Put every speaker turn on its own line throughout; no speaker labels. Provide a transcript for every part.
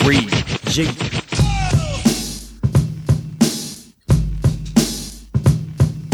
Free G.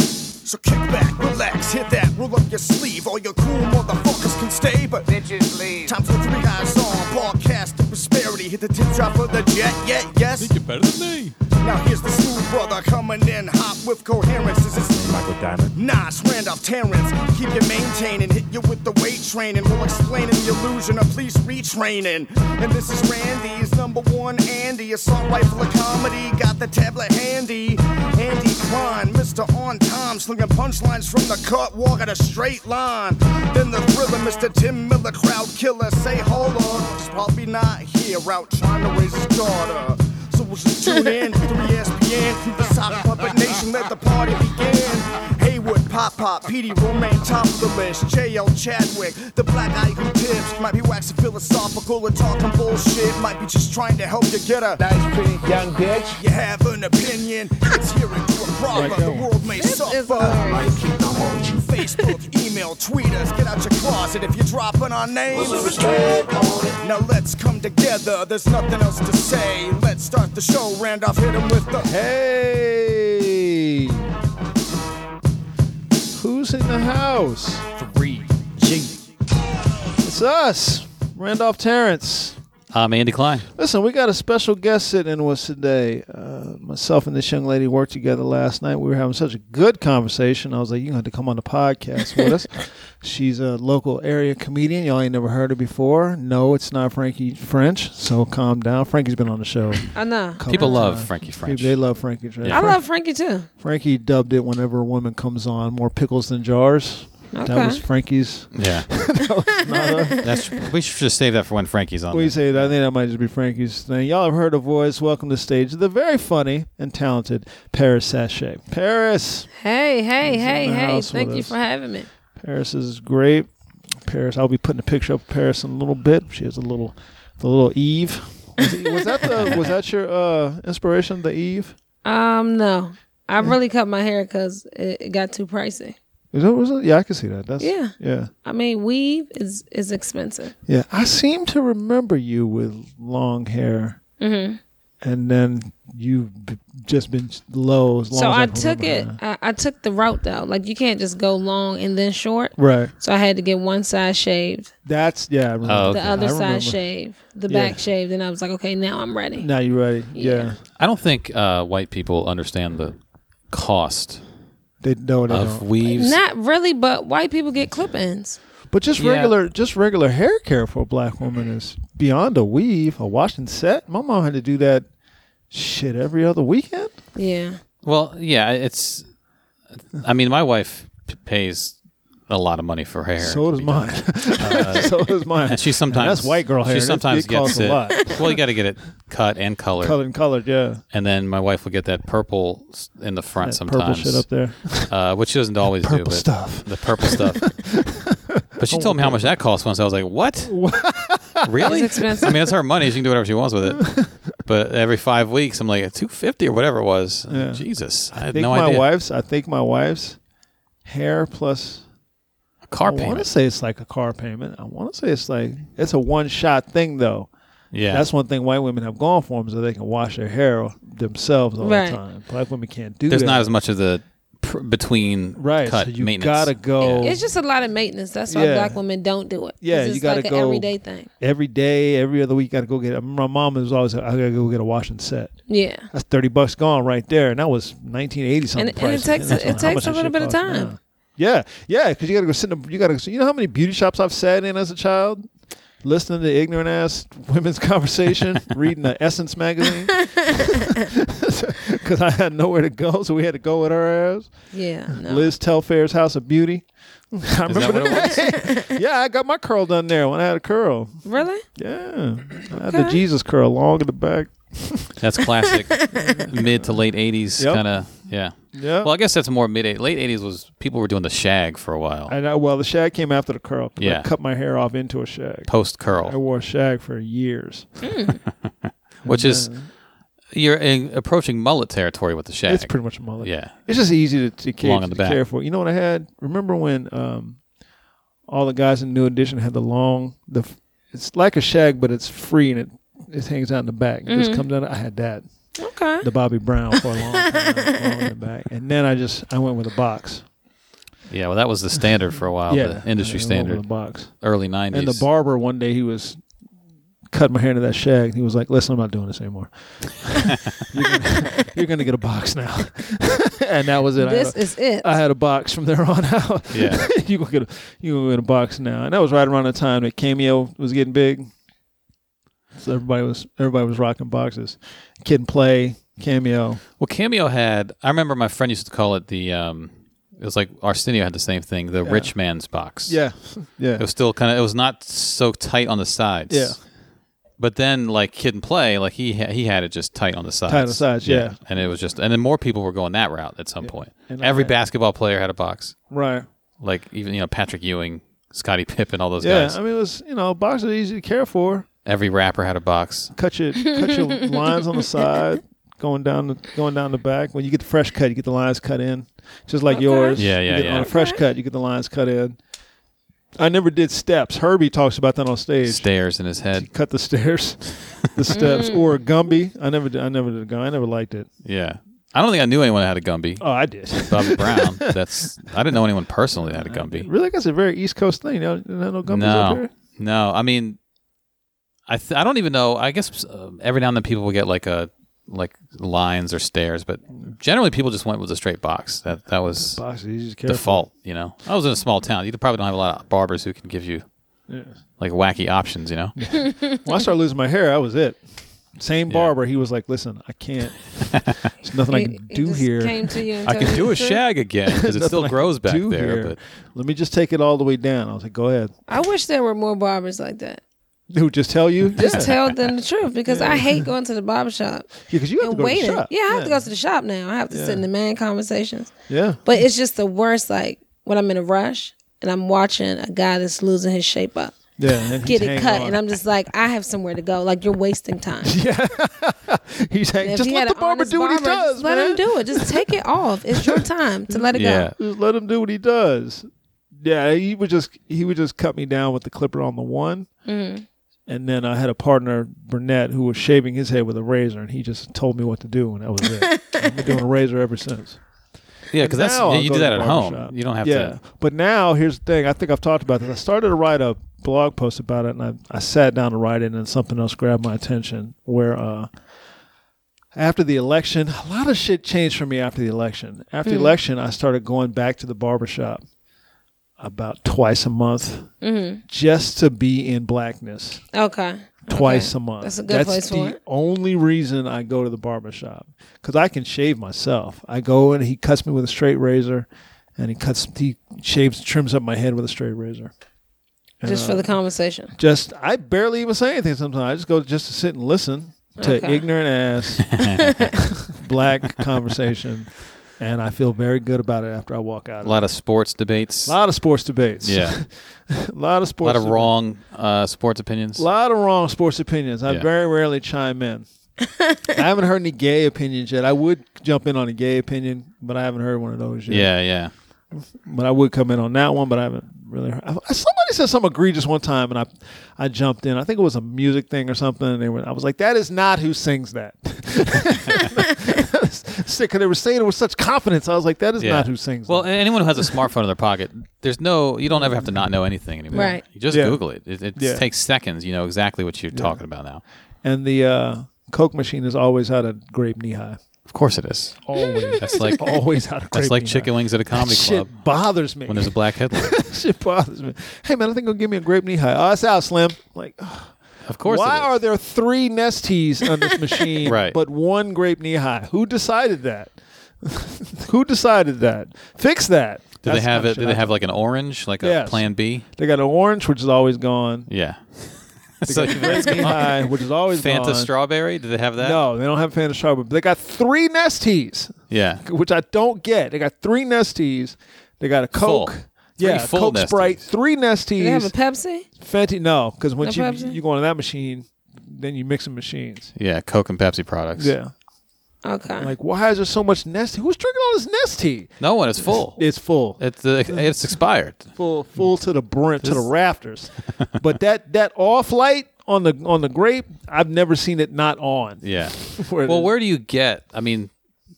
So kick back, relax, hit that, roll up your sleeve. All your cool motherfuckers can stay, but
Bitches leave.
time for three eyes on. Broadcast the prosperity, hit the tip drop of the jet, yeah, yes.
Think you're better than me?
Now here's the smooth brother coming in hot with coherence. Is this
Michael Diamond.
Nas, Randolph, Terrence? Keep you maintaining, hit you with the weight training. We'll explain the illusion of police retraining. And this is Randy's number one Andy, assault rifle of comedy. Got the tablet handy. Andy Klein, Mr. On Time, slinging punchlines from the cut, walk at a straight line. Then the thriller, Mr. Tim Miller, crowd killer. Say, hold on, he's probably not here, out trying to raise his daughter. So we'll just tune in to ESPN through the sock puppet nation. Let the party begin. Haywood, Pop Pop, Petey Romaine, top of the list. JL Chadwick, the black eye who tips. Might be waxing philosophical or talking bullshit. Might be just trying to help you get a.
Nice pretty young bitch.
You have an opinion, let's hear it to a problem.
Right.
the world may
This
suffer.
is hilarious.
Facebook, email, tweet us, get out your closet if you're dropping our names. Now let's come together, there's nothing else to say. Let's start the show, Randolph, hit him with the
Hey! Who's in the house?
Free G.
It's us, Randolph Terrence.
I'm Um, Andy Klein.
Listen, we got a special guest sitting in with us today. Uh, myself and this young lady worked together last night. We were having such a good conversation. I was like, "You gonna have to come on the podcast with us." She's a local area comedian. Y'all ain't never heard her before. No, it's not Frankie French. So calm down. Frankie's been on the show.
I know.
Come
People
on.
love Frankie French.
Uh, They love Frankie French.
Yeah.
I love Frankie too.
Frankie dubbed it whenever a woman comes on more pickles than jars. That
Okay.
was Frankie's.
Yeah, that's we should just save that for when Frankie's on.
We
there.
say that. I think that might just be Frankie's thing. Y'all have heard a voice. Welcome to stage the very funny and talented Paris Sachet. Paris.
Hey, hey,
He's
hey,
in the
hey.
house
Thank
with
you
us.
for having me.
Paris is great. Paris. I'll be putting a picture up of Paris in a little bit. She has a little, the little Eve. Was, it- was that the? Was that your uh, inspiration? The Eve.
Um, no. I really cut my hair because it, it got too pricey.
Is that, was it? Yeah, I can see that. That's
Yeah.
Yeah.
I mean, weave is is expensive.
Yeah, I seem to remember you with long hair, mm-hmm. and then you've b- just been low as long.
so
as
I
can
took it.
remember.
I, I took the route though. Like you can't just go long and then short.
Right.
So I had to get one side shaved,
That's yeah. I remember.
Oh, okay.
the other
I remember.
side shaved, the
Yeah.
back shaved, and I was like, okay, now I'm ready.
Now you're ready. Yeah.
Yeah.
I don't think uh, white people understand the cost
They know they
of
don't.
weaves.
Not really, but white people get clip-ins.
But just
Yeah.
regular, just regular hair care for a black woman is beyond a weave, a wash and set. My mom had to do that shit every other weekend.
Yeah.
Well, yeah, it's. I mean, my wife p- pays a lot of money for hair.
So does mine.
Uh,
so does mine.
And she sometimes
that's white girl hair.
She
It-
sometimes
it
gets
costs a
it.
lot.
Well, you got to get it cut and colored,
Colored and colored, yeah.
and then my wife will get that purple s- in the front
That
sometimes,
purple shit up there.
Uh, which she doesn't always do.
Purple
But
stuff.
The purple stuff. but she told me how much that cost once. I was like, what? really?
It's expensive.
I mean, it's her money. She can do whatever she wants with it. But every five weeks, I'm like two fifty or whatever it was.
Yeah.
Jesus, I
I
had
think
no
my
idea.
wife's. I think my wife's hair plus.
Car
I want to
payment.
say it's like a car payment. I want to say it's like it's a one shot thing though.
Yeah,
That's one thing white women have going for them is that they can wash their hair themselves all
Right.
the time. Black women can't do
there's
that.
not as much of the pr- between
right.
cut
so you
maintenance.
gotta go
It's just a lot of maintenance. That's why
Yeah.
black women don't do it. 'Cause
Yeah,
it's
you gotta
like
go-
an everyday thing.
every day, every other week. Gotta go get. My mom was always I gotta go get a wash and set.
Yeah.
That's thirty bucks gone right there, and that was 1980 something.
And- and it
price.
takes-
That's
it
how
takes
much
a
that
little
shit
bit of
costs
time.
now. Yeah, yeah, because you got to go sit in. A, you got to. You know how many beauty shops I've sat in as a child, listening to ignorant ass women's conversation, reading the Essence magazine, because I had nowhere to go, so we had to go with her ass.
Yeah. No.
Liz Telfair's House of Beauty. I
Is that
remember that. yeah, I got my curl done there when I had a curl.
Really?
Yeah, I had the Jesus curl long in the back.
That's classic mid to late '80s
Yep.
kind of. Yeah.
Yeah.
Well, I guess that's more mid late '80s was people were doing the shag for a while,
I know. Well, the shag came after the curl. 'cause
Yeah.
I cut my hair off into a shag.
post
I
curl,
wore a shag for years.
which is you're in, approaching mullet territory with the shag.
It's pretty much a mullet.
yeah.
It's just easy to, to, care,
Long in
to
the back.
care for. You know what I had? Remember when um, all the guys in New Edition had the long, the f- it's like a shag, but it's free and it It hangs out in the back. It just comes out. I had that,
Okay.
the Bobby Brown for a long time, long in the back, and then I just I went with a box.
Yeah, well, that was the standard for a while, the industry
I went with
standard,
a box.
early 90s.
And the barber one day he was cutting my hair into that shag. and He was like, "Listen, I'm not doing this anymore. you're, gonna, you're gonna get a box now." and that was it. I,
this
had a,
is it.
I had a box from there on out.
Yeah.
you gonna get a, you gonna get a box now. And that was right around the time that Cameo was getting big. So everybody was everybody was rocking boxes. Kid and Play, Cameo.
Well, Cameo had. I remember my friend used to call it the. Um, it was like Arsenio had the same thing, the rich man's box.
Yeah,
It
yeah,
was still kind of. It was not so tight on the sides.
Yeah.
But then, like Kid and Play, like he ha- he had it just tight on the sides.
Tight on the sides, yeah.
And it was just, and then more people were going that route at some point.
And I
Every
had-
basketball player had a box,
right.
like even you know Patrick Ewing, Scottie Pippen, all those
Yeah,
guys.
I mean it was you know boxes are easy to care for.
Every rapper had a box.
cut your cut your lines on the side, going down the going down the back. When you get the fresh cut, you get the lines cut in, just like yours.
Yeah,
You
yeah,
get-
yeah.
On a fresh cut, you get the lines cut in. I never did steps. Herbie talks about that on stage.
Stairs in his
He
head.
cut the stairs, the steps, or a Gumby. I never did. I never did a Gumby. I never liked it.
Yeah. I don't think I knew anyone that had a Gumby.
Oh, I did.
Bobby Brown. That's. I didn't know anyone personally that had a Gumby.
really, that's a very East Coast thing. You don't- you don't know Gumbies up
no,
here.
no. I mean, I th- I don't even know. I guess uh, every now and then people will get like a like lines or stairs, but generally people just went with a straight box. That that was
Boxes, you just care.
default. You know, I was in a small town. You probably don't have a lot of barbers who can give you like wacky options. You know,
When I started losing my hair, I was it. Same barber. He was like, "Listen, I can't. There's nothing I
He-
can
he
do
just
here."
Came to you and
I
told
can
you
do
the
a
truth.
shag again because it still
nothing I
grows
can
back
do
there.
here.
But
let me just take it all the way down. I was like, go ahead.
I wish there were more barbers like that.
Who just tell you?
Just tell them the truth because I hate going to the barber shop
because you have to
and
go to
waiting.
the shop.
Yeah, I have to go to the shop now. I have to sit in the man conversations.
Yeah,
But it's just the worst, like when I'm in a rush and I'm watching a guy that's losing his shape up.
yeah. and he's
Get it
hanging
cut,
on.
and I'm just like, I have somewhere to go. Like you're wasting time.
he's hanging.
If
Just
he
let
had
the
an
barber
honest
do what he
barber,
does,
Just let
man.
him do it. Just take it off. It's your time to let it
yeah,
go.
Just let him do what he does. Yeah, he would just he would just cut me down with the clipper on the one.
Mm-hmm.
And then I had a partner, Burnett, who was shaving his head with a razor, and he just told me what to do, and that was it. I've been doing a razor ever since.
yeah, because that's
Now
yeah,
I'll
you
go
do
to
that
the
at home.
barber shop.
You don't have
yeah.
to.
But now here's the thing. I think I've talked about this. I started to write a blog post about it, and I, I sat down to write it, and then something else grabbed my attention. Where uh, after the election, a lot of shit changed for me after the election. After the election, I started going back to the barbershop about twice a month just to be in blackness
Okay.
twice
Okay.
a month.
That's a good place
the
for it.
only reason I go to the barber shop because I can shave myself. I go and he cuts me with a straight razor, and he cuts, he shaves, trims up my head with a straight razor. uh,
Just for the conversation.
Just I barely even say anything sometimes. I just go just to sit and listen to
Okay.
ignorant ass black conversation, and I feel very good about it after I walk out.
A
A lot,
lot of sports debates.
of sports debates.
yeah,
a lot of
a
sports.
lot of
debates.
wrong uh, sports opinions.
A lot of wrong sports opinions. I
Yeah.
very rarely chime in. I haven't heard any gay opinions yet. I would jump in on a gay opinion, but I haven't heard one of those yet.
Yeah, yeah.
But I would come in on that one, but I haven't really heard. I, somebody said something egregious one time, and I, I jumped in. I think it was a music thing or something. And they were, I was like, that is not who sings that. Sick. And they were saying it with such confidence. I was like, that is
Yeah.
not who sings
Well,
that.
anyone who has a smartphone in their pocket, there's no, you don't ever have to not know anything anymore.
Right.
You just
Yeah.
Google it. It, it
Yeah.
takes seconds. You know exactly what you're talking about now.
And the uh, Coke machine is always out of grape knee high.
Of course it is.
Always.
That's like
always out of grape
that's like
knee-high.
chicken wings at a comedy club
Shit bothers me.
when there's a black headline.
shit bothers me. Hey man, I think I'll give me a grape knee high. Oh, it's out, Slim. Like,
Of course.
why
it is.
are there three Nestes on this machine,
Right.
but one grape knee high? Who decided that? Who decided that? Fix that.
do they
That's
have
the
it?
kind
Do
of
they
shit I-
have like an orange, like
Yes.
a Plan B?
They got an orange, which is always gone.
Yeah.
They
so
got
you've
grape knee high, which is always
Fanta
gone.
strawberry? Do they have that?
No, they don't have Fanta strawberry. But they got three Nestes,
Yeah.
which I don't get. They got three Nestes. They got a
Full.
Coke. Yeah,
Three full
Coke
Nestes.
Sprite, three Nestes.
Do they have a Pepsi?
Fenty, no, because once
No
you
Pepsi?
you go on that machine, then you mix the machines.
Yeah. Coke and Pepsi products.
Yeah,
Okay.
like why is there so much Nesty? Who's drinking all this Nesty?
No one. It's full.
It's full,
It's uh, it's expired.
full, full to the brim, to the rafters. but that that off light on the on the grape. I've never seen it not on.
Yeah.
Where
well,
the-
where do you get? I mean,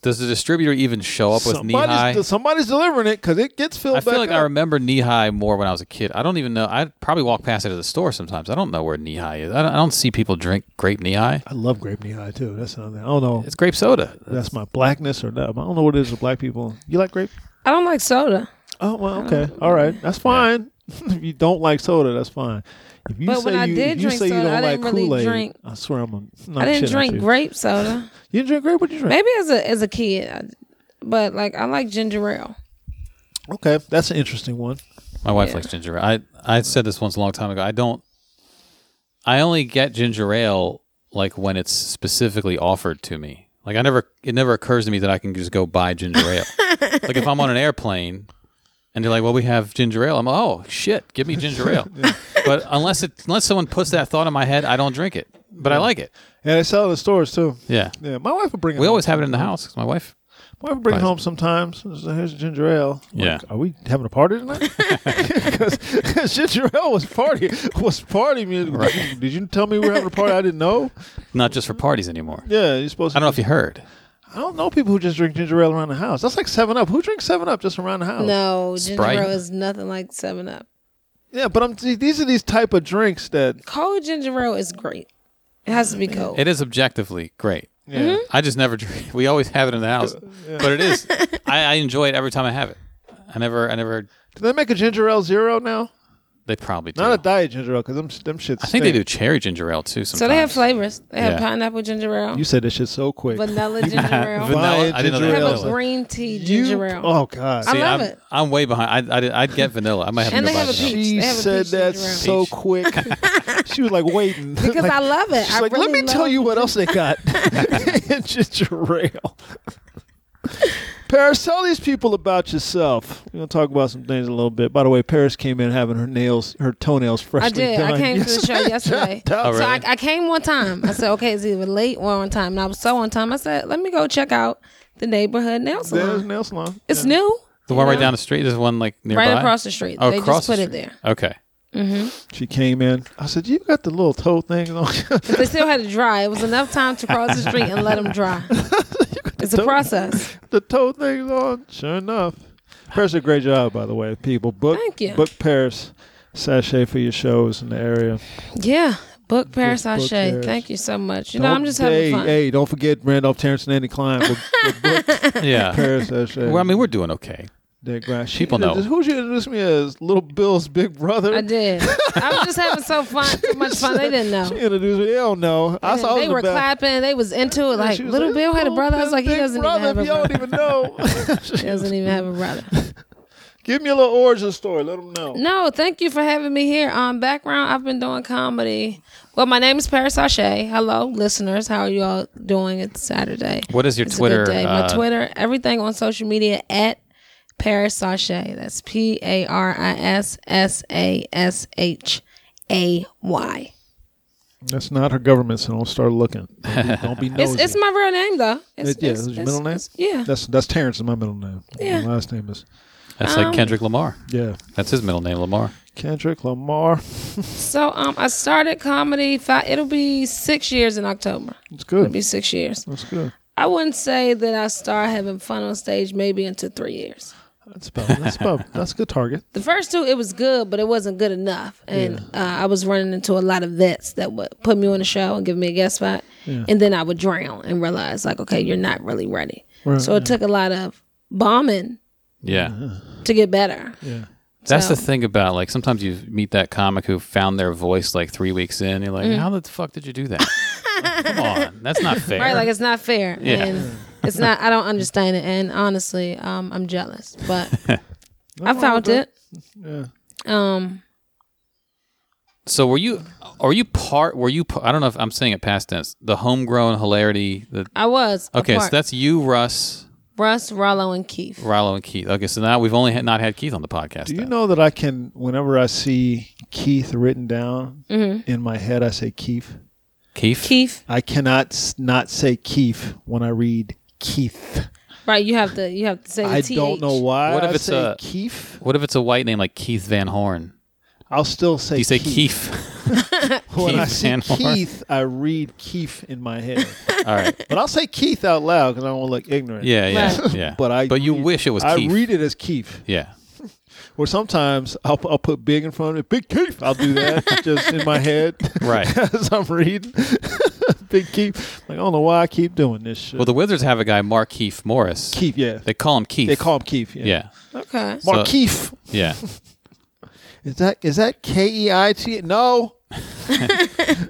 does the distributor even show up with knee high?
somebody's, somebody's delivering it because it gets filled.
I feel
back
like I
up.
remember knee high more when I was a kid. I don't even know. I probably walk past it at the store sometimes. I don't know where knee high is. I don't, I don't see people drink grape knee high.
I love grape knee high too. That's another thing. I don't know.
It's grape soda.
if that's my blackness or not. but I don't know what it is with black people. You like grape?
I don't like soda.
Oh well, okay, all right, that's fine. if you don't like soda, that's fine. If you
But
say
when I
you,
did
if you
drink
say you
soda,
don't
I
like
didn't really
Kool-Aid,
drink-
I swear I'm. A, not
I didn't
shitting
drink
you.
grape soda.
You didn't drink grape? What you drink?
Maybe as a as a kid, I, but like I like ginger ale.
Okay, that's an interesting one.
My wife
Yeah.
likes ginger ale. I, I said this once a long time ago. I don't. I only get ginger ale like when it's specifically offered to me. Like I never, it never occurs to me that I can just go buy ginger ale. like if I'm on an airplane, and they're like, "Well, we have ginger ale," I'm oh shit, give me ginger ale. But unless it, unless someone puts that thought in my head, I don't drink it. But I like it.
Yeah, they sell it in the stores too.
Yeah,
Yeah, my wife would bring. It
we
home
always have it in the
sometimes.
house. 'cause My wife.
My wife would bring it
Right.
home sometimes. She's like, Here's ginger ale. I'm
Yeah.
like, are we having a party tonight? Because ginger ale was party was party music. Did, you, did you tell me we were having a party? I didn't know.
Not just for parties anymore.
Yeah, you're supposed.
I
to
don't know if you heard.
I don't know people who just drink ginger ale around the house. That's like Seven Up. Who drinks Seven Up just around the house?
No, ginger
Sprite.
ale is nothing like Seven Up.
Yeah, but I'm see, these are these type of drinks that
Cold ginger ale is great. It has to be cold.
It is objectively great.
yeah.
Mm-hmm.
I just never drink. We always have it in the house, but it is. I, I enjoy it every time I have it. I never, I never.
Do they make a ginger ale zero now?
They probably do.
Not
I
a diet ginger ale because them them shits.
think they do cherry ginger ale too. Sometimes.
so they have flavors. They have
Yeah.
pineapple ginger ale,
You said this shit so quick.
vanilla ginger ale.
Vanilla.
Diet
I didn't know
They
they had
have a
vanilla.
green tea
You-
ginger ale.
Oh god.
I love
am
it.
I'm way behind. I, I, I'd get vanilla. I might have
And
to
they
go buy
have a
vanilla.
peach.
she
They have a
said
peach
that
ginger
so
ale.
quick. she was like waiting
Because
Like,
I love it.
She's
I
like, let
really
me tell
love-
you what else they got. ginger ale. Paris, tell these people about yourself. We're gonna talk about some things in a little bit. By the way, Paris came in having her nails, her toenails freshly
I did.
done.
I came to the show yesterday.
Oh,
So I,
really?
I came one time. I said, okay, it's either late or on time. And I was so on time. I said, let me go check out the neighborhood nail
There's
salon.
nail salon.
It's new.
The one right down the street. There's one like nearby.
Right across the street.
Oh,
they just
across
put
the
it
street.
there.
Okay.
She came in. I said, "You got the little toe thing on."
But they still had to dry. It was enough time to cross the street and let them dry. It's a process.
the toe thing's on. Sure enough, Paris did a great job, by the way. People book
Thank you.
book Paris sachet for your shows in the area.
Yeah. Book Paris
book
Sachet.
Paris.
Thank you so much. You know,
Don't-
I'm just
hey,
having fun.
Hey, don't forget Randolph Terrence and Andy Klein. with- with book
Yeah.
Paris sachet.
well, I mean, we're doing okay.
Dick Grimes. She
people know.
introduced- Who'd you introduce me as? Little Bill's big brother.
I did. I was just having so fun, so much fun. They didn't know.
She introduced me. They don't know. I
And
saw I was
they
in the
were
back.
clapping. They was into it.
And
Like
she was
little Bill had a
"Little
brother. I was
Bill's
like, he
big
doesn't even
brother,
have a
if y'all
brother.
don't even know.
He doesn't even have a brother.
Give me a little origin story. Let them know.
No, thank you for having me here. Um, background, I've been doing comedy. Well, my name is Paris Sachet. Hello, listeners. How are you all doing? It's Saturday.
What is your
It's
Twitter?
A good day. My
uh,
Twitter, everything on social media at Paris Sachet. That's P A R I S S A S H A Y.
That's not her government, so don't start looking. Don't be, don't be nosy.
It's it's my real name though. It's,
It- yeah, it's your middle name?
it's- Yeah.
that's that's Terrence is my middle name.
Yeah.
My last name is
That's
um,
like Kendrick Lamar.
yeah
That's his middle name, Lamar.
Kendrick Lamar.
So um, I started comedy. Five, it'll be six years in October.
It's
It'll
good.
be six years.
That's good.
I wouldn't say that I start having fun on stage maybe into three years.
That's about that's about that's a good target.
The first two, it was good, but it wasn't good enough, and uh, I was running into a lot of vets that would put me on the show and give me a guest spot, and then I would drown and realize like, okay, you're not really ready.
Right,
so it took a lot of bombing
Yeah.
Uh-huh.
to get better.
That's
So-
the thing about like sometimes you meet that comic who found their voice like three weeks in. You're like,
Mm.
how the fuck did you do that? Like, Come on, that's not fair.
Right, like it's not fair.
Yeah.
And it's not I don't understand it and honestly, um I'm jealous. But I found it. Um
so were you? Are you part? Were you? pa- I don't know if I'm saying it past tense. The homegrown hilarity. The,
I was a
okay, so
part.
that's you, Russ,
Russ, Rollo and Keith.
Rallo, and Keith. Okay, so now we've only had, not had Keith on the podcast.
Do you
then.
know that I can whenever I see Keith written down
Mm-hmm.
in my head, I say Keith.
Keith?
Keith.
I cannot s- not say Keith when I read Keith.
Right, you have to you have to say the
I
TH.
don't know why.
What if
I
it's
say
a-
Keith?
What if it's a white name like Keith Van Horn?
I'll still say.
Do you say
Keith.
Keith?
when I
Keith
see
Van Horn.
Keith, I read Keith in my head.
All right.
but I'll say Keith out loud because I don't want to look ignorant.
Yeah, yeah,
Right.
yeah.
But I
but you
read-
wish it was
I
Keith.
read it as Keith.
Yeah.
Or sometimes I'll, I'll put big in front of it. Big Keith. I'll do that just in my head
Right.
as I'm reading. big Keith. Like, I don't know why I keep doing this shit.
Well, the Wizards have a guy, Mark Keith Morris.
Keith, yeah.
They call him Keith.
They call him Keith. Yeah.
Yeah.
Okay.
So-
Mark Keith.
Yeah.
Is that is that K E I T? No.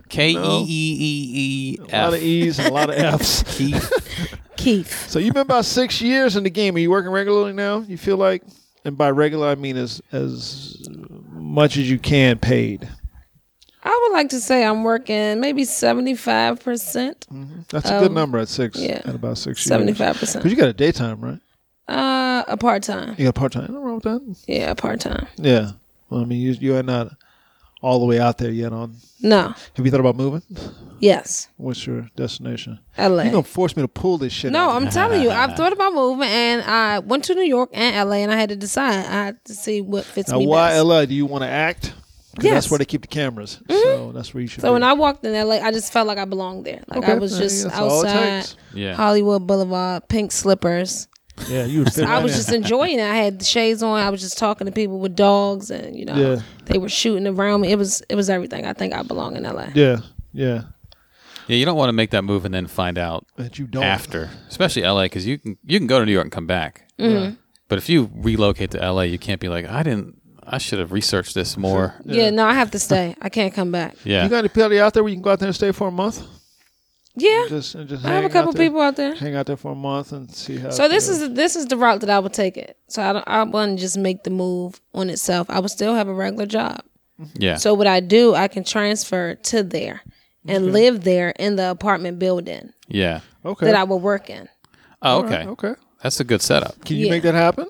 K E E E E
A E. lot of
F.
E's and a lot of F's.
Keith.
Keith.
So you've been about six years in the game. Are you working regularly now? You feel like, and by regular I mean as as much as you can paid.
I would like to say I'm working maybe 75%. percent
Mm-hmm. That's a good number at six.
Um, yeah.
at about six years.
75%.
Because you got a daytime, right?
Uh, a part time.
You got part time. No wrong with that.
Yeah, part time.
Yeah. Well, I mean, you you are not all the way out there yet. On
No.
have you thought about moving?
Yes.
What's your destination?
LA.
You're gonna force me to pull this shit.
No,
out.
I'm telling you, I've thought about moving, and I went to New York and LA, and I had to decide. I had to see what fits
Now,
me
why
best.
LA? Do you want to act? 'Cause
Yes. Mm-hmm.
That's where they keep the cameras. So that's where you should.
so
be.
when I walked in LA, I just felt like I belonged there. Like I
Okay.
was
Yeah,
just
that's all it
outside
takes.
Yeah.
Hollywood Boulevard, pink slippers.
yeah, you. would fit
I
right
was
in.
just enjoying it. I had the shades on. I was just talking to people with dogs, and you know,
Yeah.
they were shooting around me. It was it was everything. I think I belong in LA.
Yeah, yeah.
Yeah. You don't want to make that move and then find out
That you don't.
after, especially LA, because you can you can go to New York and come back.
Mm-hmm.
But if you relocate to LA, you can't be like, I didn't. I should have researched this more.
Yeah, no, I have to stay. I can't come back.
Yeah.
You got any people out there where you can go out there and stay for a month?
Yeah,
Just, and just
I have
hang
a
out
couple
there-
people out there.
Hang out there for a month and see how.
So
it
this
feels.
is this is the route that I would take it. So I don't, I wouldn't just make the move on itself. I would still have a regular job.
Yeah.
So what I do, I can transfer to there and live there in the apartment building
yeah.
okay.
that I would work in.
Oh, okay.
okay.
That's a good setup.
Can you
Yeah.
make that happen?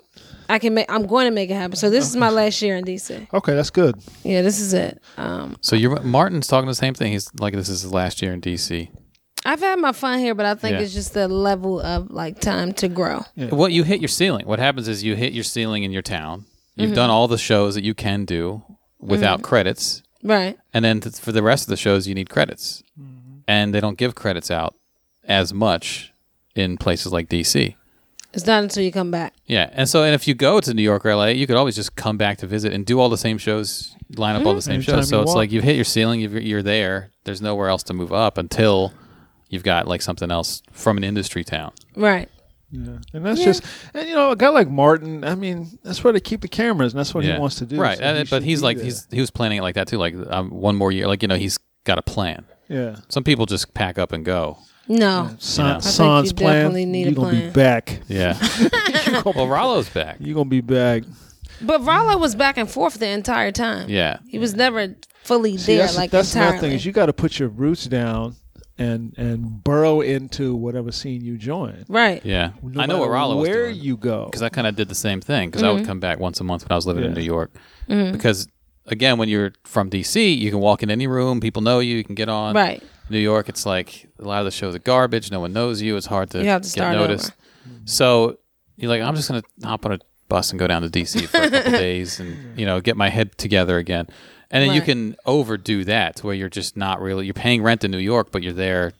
I can make. I'm going to make it happen. So this is my last year in DC.
Okay, that's good.
Yeah, this is it. Um,
So you're Martin's talking the same thing. He's like, this is his last year in DC.
I've had my fun here, but I think
Yeah.
it's just the level of like time to grow.
Well, you hit your ceiling. What happens is you hit your ceiling in your town.
Mm-hmm.
You've done all the shows that you can do without credits,
Right.
and then th- for the rest of the shows, you need credits,
Mm-hmm.
and they don't give credits out as much in places like DC.
It's not until you come back.
Yeah, and so and if you go to New York or LA, you could always just come back to visit and do all the same shows, line up all the same
Mm-hmm. Anytime
shows. So
you
it's
want.
like you've hit your ceiling, you've, you're there. There's nowhere else to move up until you've got like something else from an industry town.
Right.
And that's just, and you know, a guy like Martin, I mean, that's where they keep the cameras, and that's what
Yeah.
he wants to do.
right?
so
and-
he
but
should
he's
be
like
there.
he's he was planning it like that too. Like um, one more year, like you know, he's got a plan.
yeah.
Some people just pack up and go.
No.
San,
I
think
Sans
you
plan.
definitely need
you're
a
gonna
plan.
be back.
Yeah. well, Rollo's back.
You're gonna be back.
But Rollo was back and forth the entire time.
Yeah.
He was never fully
See,
there,
that's,
like
that's another
entirely.
thing is you got to put your roots down and and burrow into whatever scene you join.
right.
Yeah.
No
I know what
matter
Rollo was
where
doing.
you go.
because I kind of did the same thing because I would come back once a month when I was living in
Yeah.
New York. Because again, when you're from DC, you can walk in any room, people know you, you can get on.
Right.
New York, it's like a lot of the shows are garbage. No one knows you. It's hard to,
You have to
get
start
noticed. So you're like, I'm just gonna hop on a bus and go down to DC for a couple days and you know get my head together again. And then you
Right.
can overdo that to where you're just not really you're paying rent in New York, but you're there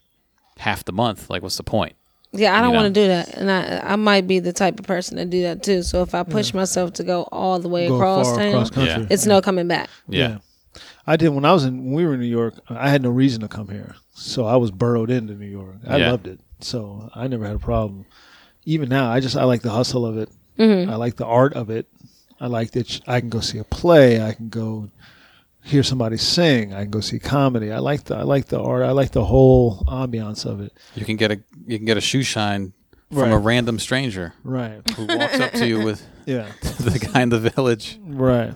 half the month. Like, what's the point?
Yeah, I don't
You know.
want to do that, and I I might be the type of person to do that too. So if I push myself to go all the way
Go
across
far
town,
across country.
it's no coming back.
Yeah.
I did when I was in when we were in New York. I had no reason to come here, so I was burrowed into New York. I
Yeah.
loved it, so I never had a problem. Even now, I just I like the hustle of it. I like the art of it. I like that sh- I can go see a play. I can go hear somebody sing. I can go see comedy. I like the I like the art. I like the whole ambiance of it.
You can get a you can get a shoe shine from
Right.
a random stranger
Right.
who walks up to you with
Yeah.
the guy in the village.
Right.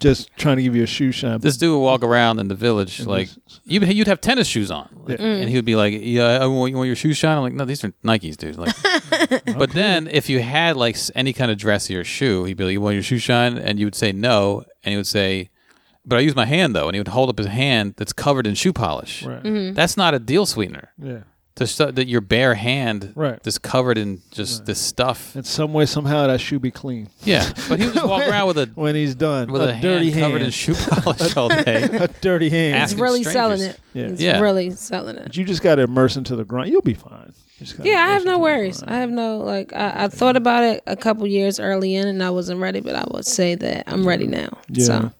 Just trying to give you a shoe shine.
This dude would walk around in the village like you you'd have tennis shoes on, like,
Mm.
and he would be like, "Yeah, I want, you want your shoes shine." I'm like, "No, these are Nikes, dude." Like, but then if you had like s- any kind of dressier shoe, he'd be like, "You want your shoe shine?" And you would say no, and he would say. But I use my hand though, and he would hold up his hand that's covered in shoe polish.
Right.
That's not a deal sweetener.
yeah.
to stu- that your bare hand
Right.
is covered in just this stuff.
In some way, somehow, that shoe be clean
Yeah, but he would just walk around with a
when he's done.
with a,
a,
hand
dirty
covered
hand.
in shoe polish all day.
a dirty hand.
Ask-
He's really
strangers.
selling it.
Yeah.
He's
Yeah.
really selling it.
you just got to immerse into the grind. You'll be fine. You just gotta
Yeah, I
immerse
have no
into the
worries.
grind.
I have no like. I, I thought about it a couple years early in, and I wasn't ready. But I would say that I'm ready now.
Yeah.
So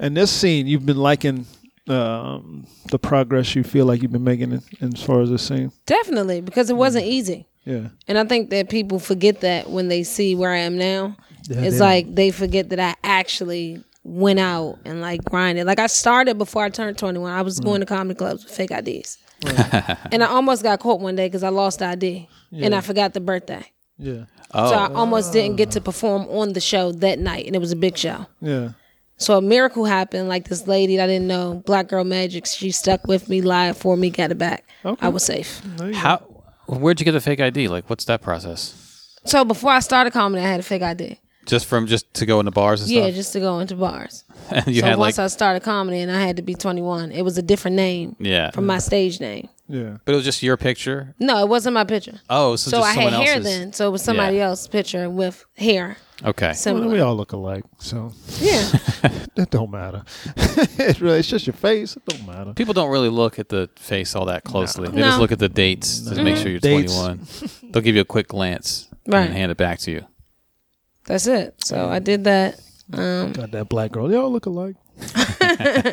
And this scene, you've been liking um, the progress you feel like you've been making in, in as far as this scene.
definitely, because it wasn't easy,
Yeah.
and I think that people forget that when they see where I am now,
they
it's like they forget that I actually went out and like grinded. Like I started before I turned 21. I
Mm.
was going to comedy clubs with fake IDs, and I almost got caught one day because I lost the ID and I forgot the birthday.
Yeah. Uh,
So
Oh.
I almost didn't get to perform on the show that night, and it was a big show.
Yeah.
So a miracle happened. Like this lady that I didn't know, Black Girl Magic, she stuck with me, lied for me, got it back.
Okay.
I was safe.
How? Where'd you get the fake ID? Like, what's that process?
So before I started comedy, I had a fake ID.
Just from just to go into bars and
Yeah,
stuff.
just to go into bars.
and you
so
had like,
once I started comedy, and I had to be 21. It was a different name
yeah,
from my stage name.
Yeah.
but it was just your picture.
No, it wasn't my picture.
Oh, so,
So
just
I had
someone
hair
else's.
then, so it was somebody
Yeah.
else's picture with hair
Okay.
Well, we
similar.
all look alike, so
Yeah,
it don't matter. it really, it's just your face. It don't matter.
People don't really look at the face all that closely. They just
No. Mm-hmm.
look at the dates to make sure you're
Dates.
21. They'll give you a quick glance
Right.
and hand it back to you.
that's it. So I did that.
Got that black girl. They all look alike.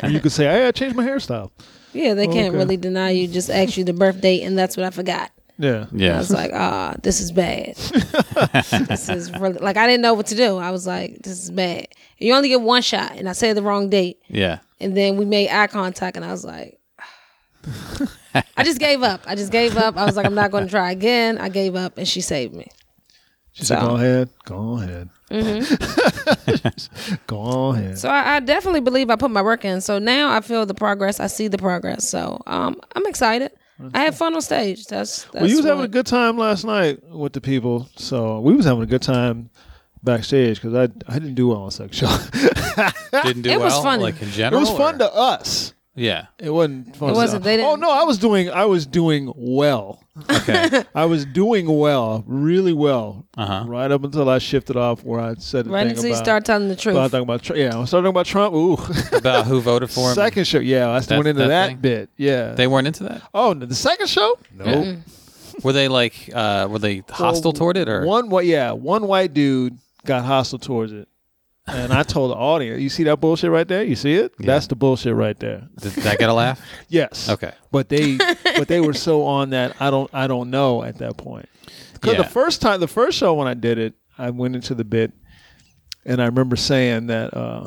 you could say, "Hey, I changed my hairstyle."
Yeah,
Oh,
they can't
Okay.
really deny you. Just ask you the birth date, and that's what I forgot.
Yeah.
I
Yeah.
was like, ah, this is bad. this is really like I didn't know what to do. I was like, this is bad. You only get one shot, and I said the wrong date,
Yeah.
and then we made eye contact, and I was like, "Ah." I just gave up. I just gave up. I was like, I'm not going to try again. I gave up, and she saved me.
She said,
So-
"Go ahead. Go ahead. Mm-hmm. go ahead."
So I, I definitely believe I put my work in. So now I feel the progress. I see the progress. So um, I'm excited. I had fun on stage. That's, that's
well, you was having
what-
a good time last night with the people, so we was having a good time backstage because I I didn't do well on sex show.
Didn't do
It was
well.
funny.
Like in
it
general.
was fun
or-
to us.
Yeah.
It wasn't fun.
It
to-
wasn't. They didn't-
Oh no, I was doing. I was doing well.
Okay.
I was doing well, really well,
Uh-huh.
right up until I shifted off where I said the
right
thing
until you
about-
start telling the truth.
about talking about Trump. Yeah, I started talking about Trump. Ooh,
About who voted for him.
second show. Yeah, I
That-
went into
that
that,
thing?
bit. Yeah.
They weren't into that.
oh, the second show? No.
Were they like? uh Were they hostile toward it or?
One what? Yeah, one white dude got hostile towards it, and I told the audience, "You see that bullshit right there? You see it? That's the bullshit right there."
Did that get a laugh?
Yes.
Okay.
But they, but they were so on that I don't, I don't know at that point. Because
Yeah.
the first time, the first show when I did it, I went into the bit, and I remember saying that uh,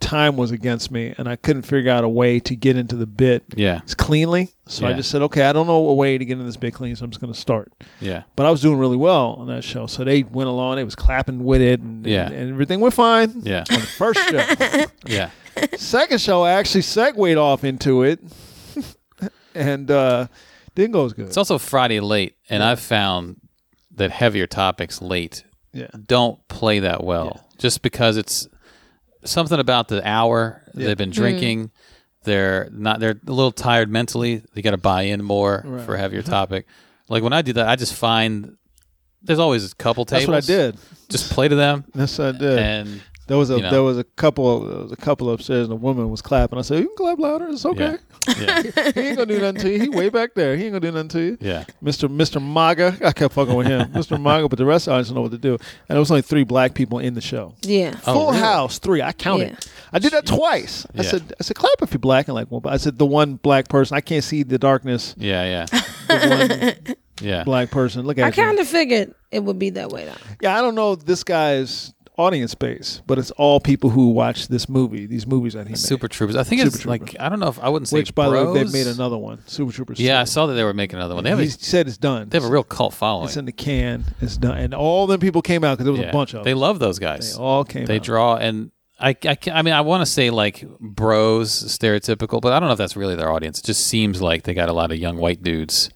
time was against me, and I couldn't figure out a way to get into the bit
Yeah.
cleanly. So I
Yeah.
just said, okay, I don't know a way to get into this bit clean, so I'm just going to start.
Yeah.
But I was doing really well on that show, so they went along. They was clapping with it, and,
Yeah.
and, everything went fine.
Yeah.
On the first show,
Yeah.
second show, I actually segued off into it, and uh, didn't go as good.
It's also Friday late, and I've found that heavier topics late
yeah,
don't play that well just because it's something about the hour they've been drinking they're not they're a little tired mentally they got to buy in more for a heavier topic like when i do that i just find there's always a couple
that's
tables
what I did.
just play to them
That's what I did.
and
there was a
you know.
there was a couple there was a couple upstairs, and a woman was clapping. I said, "You can clap louder. It's okay.
yeah yeah
he ain't gonna do nothing to you. He way back there. He ain't gonna do nothing to you."
yeah
Mr. Mr. Maga, I kept fucking with him, Mr. Maga, but the rest of the audience don't know what to do. And there was only three black people in the show.
yeah.
Full
Oh, really?
house, three. I counted.
Yeah.
I did that twice. I
Yeah.
said, I said, clap if you're black, and like, well, but I said the one black person. I can't see the darkness.
yeah
The one
yeah yeah
black person. Look
I
at
kind
you.
of figured it would be that way though.
Yeah, I don't know this guy's audience base, but it's all people who watch this movie. These movies that he made.
super troopers i think it's
Super Trooper.
like i don't know if i wouldn't say
Which, by the way, they've
bros.
made another one. Super Troopers.
yeah i
2.
saw that they were making another one they have,
he
a,
said it's done.
they have a real cult following
It's in the can. It's done, and all them people came out because there was
Yeah.
a bunch of
they
them.
love those guys
They all came.
they
out.
draw and I, I, ca- I mean I want to say like bros stereotypical but I don't know if that's really their audience it just seems like they got a lot of young white dudes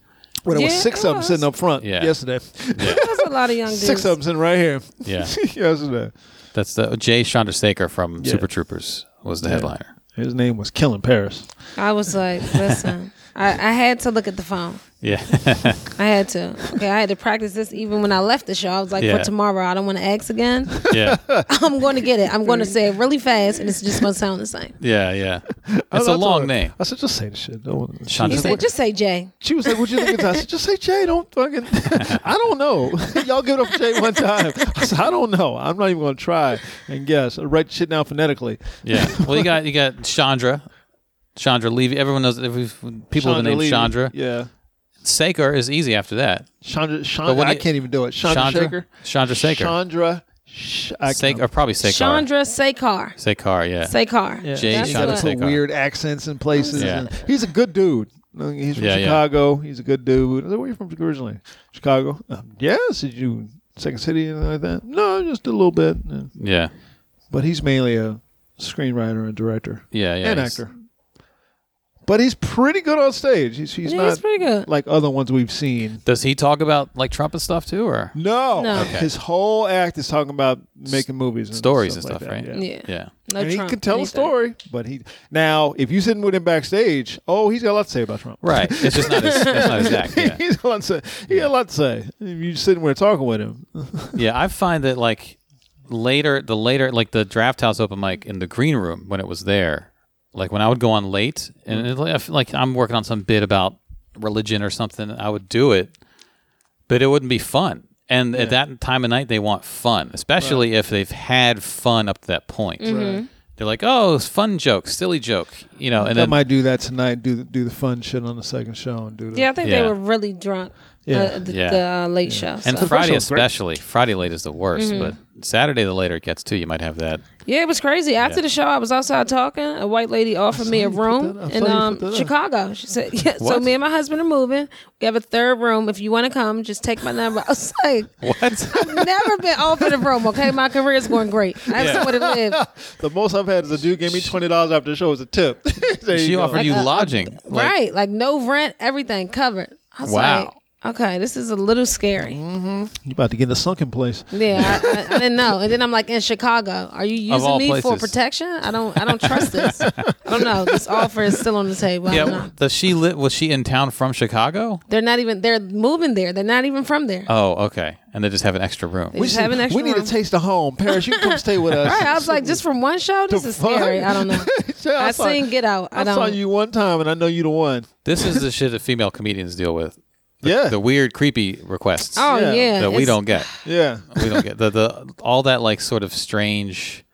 Well, there
Yeah,
was six
it
of them
was.
sitting up front
Yeah.
yesterday.
There's a lot of young dudes.
six of them sitting right here
yeah
yesterday.
that's the Jay Chandrasekhar from
Yeah.
Super Troopers was the headliner
His name was Killing Paris.
I was like, listen, I, I had to look at the phone.
Yeah.
I had to. Okay, I had to practice this even when I left the show. I was like,
Yeah.
for tomorrow, I don't want to ask again.
yeah.
I'm going to get it. I'm going to say it really fast, and it's just going to sound the same.
Yeah. Yeah. It's a
that's
long
all-
name.
I said, just say the shit. Don't- She,
Sean,
You
just
said,
like-
just say Jay.
she was like, "What you think it's?" I said, "Just say Jay. Don't fucking. I don't know. Y'all give it up for Jay one time. I said, I don't know. I'm not even going to try and guess. I write shit down phonetically.
Yeah. Well, you got you got Chandra, Chandra Levy. Everyone knows every, people with the name
Levy.
Chandra.
Yeah,
Saker is easy after that.
Chandra.
But
Chandra.
when
I
you-
can't even do it. Chandra,
Chandra?
Shaker.
Chandra Shaker.
Chandra. Sh- I
Saker, or
can't-
probably Sekar.
Chandra Sekar.
Sekar, yeah.
Sekar.
Yeah.
Jay
That's
You
Chandra
gotta
what-
put
Sekar.
weird accents in places.
Yeah.
and- he's a good dude. He's from
Yeah, yeah.
Chicago. He's a good dude. I said, Where you from originally? Chicago. Um, yes. Did you Second City and like that? No, just a little bit. Yeah.
Yeah.
But he's mainly a screenwriter and director
Yeah, yeah.
and
he's-
actor. But he's pretty good on stage. He's, he's
Yeah,
not
he's pretty good.
like other ones we've seen.
Does he talk about like Trump and stuff too or?
No,
No. Okay.
his whole act is talking about making movies, and
Stories and
like
stuff,
that,
right?
Yeah.
Yeah.
Yeah.
No
and he
Trump,
can tell a
anything.
story, but he now if you sitting with him backstage, oh, he's got a lot to say about Trump.
Right. It's just not his, it's not his act. Yeah.
he's got a lot to say. He got a lot to say. If you sitting there talking with him,
Yeah, I find that like later, the later, like the draft house open mic in the green room when it was there, like when I would go on late and it, like, I feel like I'm working on some bit about religion or something, I would do it, but it wouldn't be fun. And at that time of night, they want fun, especially if they've had fun up to that point. They're like, oh, it's fun joke, silly joke, you know, and
I
then
might do that tonight. Do the, do the fun shit on the second show and do the
Yeah, I think
Yeah.
they were really drunk.
Yeah.
Yeah. Uh, the
Yeah.
the uh, late show.
and
so-
Friday
was great. Mm-hmm.
especially, Friday late is the worst, but Saturday the later it gets to, you might have that.
yeah, it was crazy. After the show, I was outside talking. A white lady offered me
you
a
put
room
that up. I
in
saw you
um,
put that up.
Chicago. She said, yeah, "So
What?
me and my husband are moving. We have a third room. If you want to come, just take my number." I was like,
What?
"Never been offered a room. Okay, my career is going great. I have somewhere to live."
The most I've had is a dude gave me twenty dollars after the show as a tip. There
she
you go.
offered you lodging. like-
right, like no rent, everything covered. I was
Wow.
like, "Okay, this is a little scary."
You about to get in a sunken place.
Yeah, I, I, I didn't know. And then I'm like, in Chicago, are you using
all
me for
places.
protection? I don't, I don't trust this. I don't know. This offer is still on the table. I
Yeah,
don't know.
does she live? Was she in town from Chicago?
They're not even. They're moving there. They're not even from there.
Oh, okay. And they just have an extra room.
They just have an extra
we need
room.
a taste of home. Paris, you can come stay with us.
Right, I was like, just from one show, this is
fuck?
scary. I don't know.
Yeah,
I
saw-
seen Get Out. I
I saw
don't.
you one time, and I know you the one.
This is the shit that female comedians deal with.
Yeah,
The weird, creepy requests
Oh
Yeah.
yeah,
that we
it's-
don't get.
yeah.
We don't get the the all that like sort of strange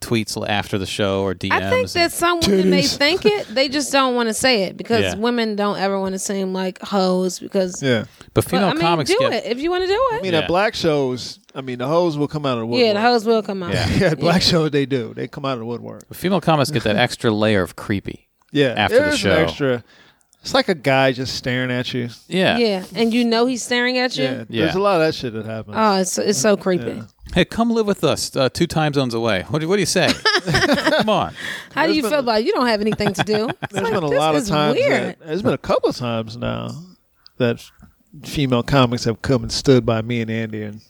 tweets after the show or DMs.
I think
and-
that some women they
Titties.
think it, they just don't want to say it because
Yeah.
women don't ever want to seem like hoes because.
Yeah.
but
But,
female
I mean,
comics
do
get
it if you want to do it.
I mean,
Yeah.
at black shows, I mean, the hoes will come out of the woodwork.
yeah, the hoes will come out.
Yeah.
Yeah, at black shows, they do. They come out of the woodwork.
female comics get that extra layer of creepy.
Yeah.
After the
there's
show.
An extra, it's like a guy just staring at you.
Yeah.
Yeah, and you know he's staring at you.
Yeah.
Yeah. Um,
There's a lot of that shit that happens.
Oh, it's it's so creepy.
Hey, come live with us. Uh, two time zones away. What do, what do you say? come on.
How do you feel about it? you don't have anything to do? It's
There's
like,
been a
this
lot of
is
times.
Weird.
That, there's been a couple of times now that female comics have come and stood by me and Andy and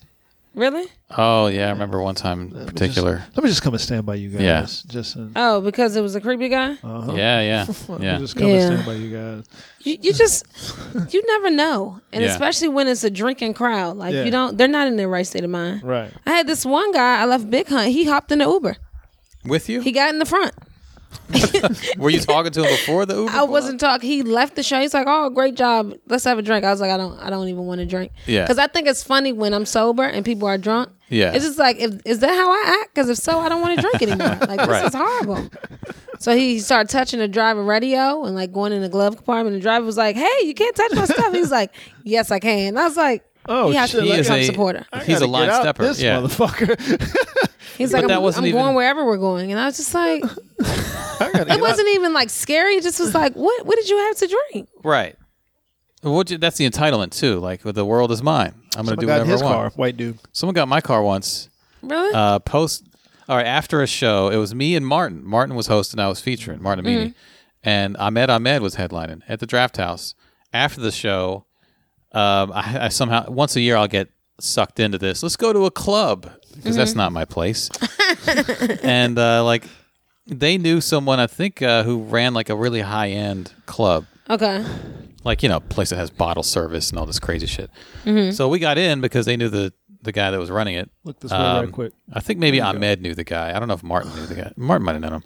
Really?
Oh yeah, I remember one time in particular.
Let me just come and stand by you guys.
Yeah.
Just and,
Oh, because it was a creepy guy.
Yeah, yeah,
let me
yeah.
just come and
Yeah.
stand by you guys.
You, you just you never know, and
Yeah.
especially when it's a drinking crowd. Like
Yeah.
you don't, they're not in their right state of mind.
Right.
I had this one guy. I left Big Hunt. He hopped in the Uber.
With you?
He got in the front.
Were you talking to him before the Uber?
I
pulled
wasn't
up?
talking. He left the show. He's like, "Oh, great job. Let's have a drink." I was like, "I don't. I don't even want to drink."
Yeah.
Because I think it's funny when I'm sober and people are drunk.
Yeah.
It's just like, if, is that how I act? Because if so, I don't want to drink anymore. Like this
Right.
is horrible. So he started touching the driver radio and like going in the glove compartment. The driver was like, "Hey, you can't touch my stuff." He's like, "Yes, I can." And I was like,
Oh,
he has to
shit.
be
He
a
is
Trump
a-
supporter."
He's
Gotta
a
get
line
out
stepper.
This
yeah.
motherfucker.
He's like,
that
"I'm,
wasn't
I'm
even-
going wherever we're going," and I was just like, "It
I gotta get out.
wasn't even like scary. It just was like, what? What did you have to drink?"
Right. What you- that's the entitlement too. Like the world is mine. I'm gonna
I
do
got
whatever
his
I want.
car, white dude.
Someone got my car once.
Really?
Uh, post or after a show, it was me and Martin. Martin was hosting. I was featuring Martin Amini, and Ahmed Ahmed was headlining at the Draft House. After the show, um, I, I somehow once a year I'll get sucked into this. Let's go to a club because that's not my place. and uh, like they knew someone I think uh, who ran like a really high end club,
Okay.
like you know, place that has bottle service and all this crazy shit. So we got in because they knew the the guy that was running it.
Look this way right quick.
I think maybe Ahmed knew the guy. I don't know if Martin knew the guy. Martin might have known him.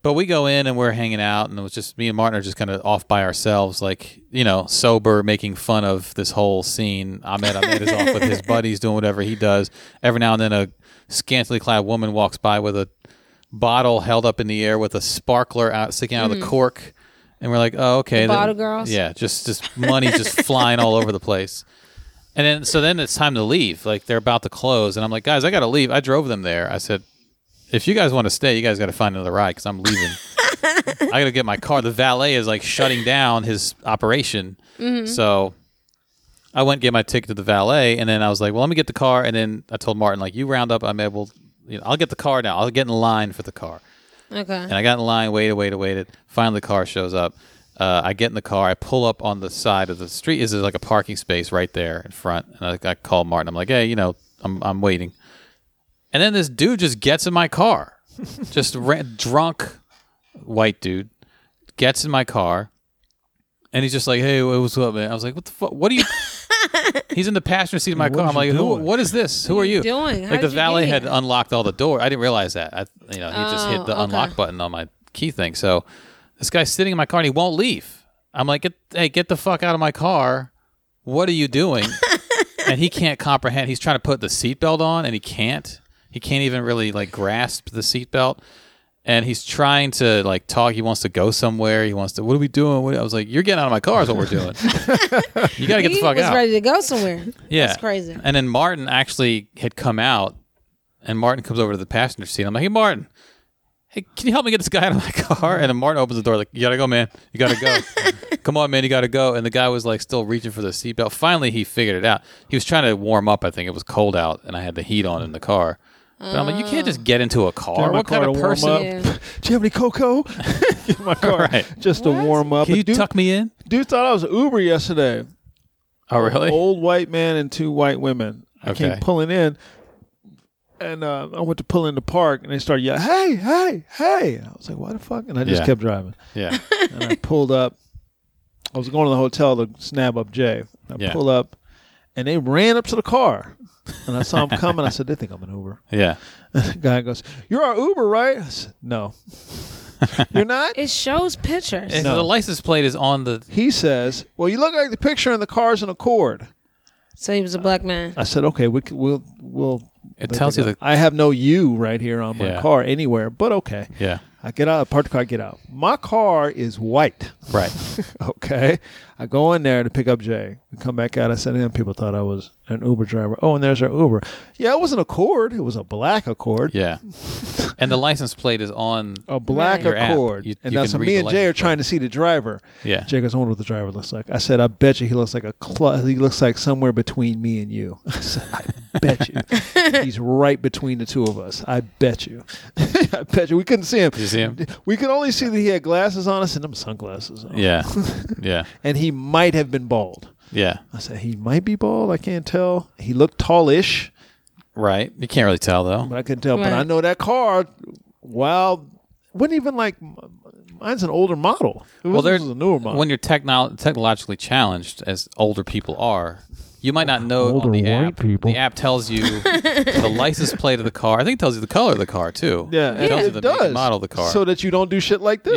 But we go in and we're hanging out, and it was just me and Martin are just kind of off by ourselves, like you know, sober, making fun of this whole scene. Ahmed Ahmed is off with his buddies doing whatever he does. Every now and then, a scantily clad woman walks by with a bottle held up in the air with a sparkler out sticking out of the cork, and we're like, oh okay,
Mm-hmm. The
then-
bottle girls?
yeah, just just money just flying all over the place. And then so then it's time to leave. Like they're about to close, and I'm like, guys, I gotta leave. I drove them there. I said, if you guys want to stay, you guys got to find another ride because I'm leaving. I gotta get my car. The valet is like shutting down his operation, so I went and get my ticket to the valet, and then I was like, well, let me get the car. And then I told Martin like, you round up. I'm able. You know, I'll get the car now. I'll get in line for the car.
Okay.
And I got in line, waited, waited, waited. Finally, the car shows up. Uh, I get in the car. I pull up on the side of the street. Is there like a parking space right there in front? And I, I call Martin. I'm like, hey, you know, I'm, I'm waiting. And then this dude just gets in my car. just ra- drunk white dude gets in my car. And he's just like, hey, wha- what's up, man? I was like, what the fuck? What are you? he's in the passenger seat of my car.
is
I'm
you
like, who,
doing?
what is this? Who are you?
doing? How
like the
did you get
valet had
here?
unlocked all the door. I didn't realize that. I, you know, he just hit
Oh,
the
okay.
unlock button on my key thing. So this guy's sitting in my car and he won't leave. I'm like, get, hey, get the fuck out of my car. What are you doing? and he can't comprehend. He's trying to put the seatbelt on and he can't. He can't even really like grasp the seatbelt. And he's trying to like talk. He wants to go somewhere. He wants to. What are we doing? What, I was like, "You're getting out of my car." Is what we're doing. you gotta get the
He
fuck
was
out.
ready to go somewhere.
Yeah.
That's crazy.
And then Martin actually had come out, and Martin comes over to the passenger seat. I'm like, hey, Martin, hey, can you help me get this guy out of my car? And then Martin opens the door, like, you gotta go, man. You gotta go. come on, man, you gotta go. And the guy was like still reaching for the seatbelt. Finally, he figured it out. He was trying to warm up, I think. It was cold out, and I had the heat on in the car. But I'm like, you
Oh.
can't just get into a car.
Get my
What
car
kind of
to warm up.
person?
Yeah.
Do you have any cocoa? Get my car.
Right.
Just to warm up.
Can you
And dude,
tuck me in?
dude thought I was Uber yesterday.
Oh, really?
Old white man and two white women. I came
Okay.
pulling in, and uh, I went to pull in the park, and they started yelling, "Hey, hey, hey!" I was like, "Why the fuck?" And I just
Yeah.
kept driving.
Yeah.
and I pulled up. I was going to the hotel to snap up Jay. I
Yeah.
pull up, and they ran up to the car, and I saw him coming. I said, "They think I'm an Uber."
Yeah.
The guy goes, "You're our Uber, right?" I said, "No, you're not."
It shows pictures.
And The license plate is on the.
He says, "Well, you look like the picture in the car's an Accord."
so he was a black man.
Uh,
I said, "Okay, we c- we'll we'll."
It tells you the.
I have no you right here on my
Yeah.
car anywhere, but okay.
Yeah.
I get out, I park the car, I get out. My car is white.
Right.
Okay. I go in there to pick up Jay. We come back out. I said, "Damn, people thought I was an Uber driver." Oh, and there's our Uber. Yeah, it was an Accord. It was a black Accord.
Yeah. and the license plate is on.
A black
Right. Your
app.
Accord.
You-
and
you
that's
can
when
read
me
the
and Jay are
license
trying to see the driver.
Yeah.
Jay goes, "I wonder what the driver looks like." I said, "I bet you he looks like a cl- he looks like somewhere between me and you." I said, "I bet you he's right between the two of us. I bet you. I bet you we couldn't see him.
you see him?
We could only see that he had glasses on. I said, "Them sunglasses." On.
Yeah. Yeah.
and he might have been bald.
Yeah.
I said he might be bald. I can't tell. He looked tallish,
Right. You can't really tell though.
but I couldn't tell. But I
Right.
know that car. Wow, wasn't even like m- mine's an older model. It was,
they're-
this was a newer model.
When you're techno- technologically challenged, as older people are, you might not know
Older
on the
white
app.
people.
The app tells you the license plate of the car. I think it tells you the color of the car too.
yeah,
It tells you
it,
the make and
does
model of the car.
so that you don't do shit like this.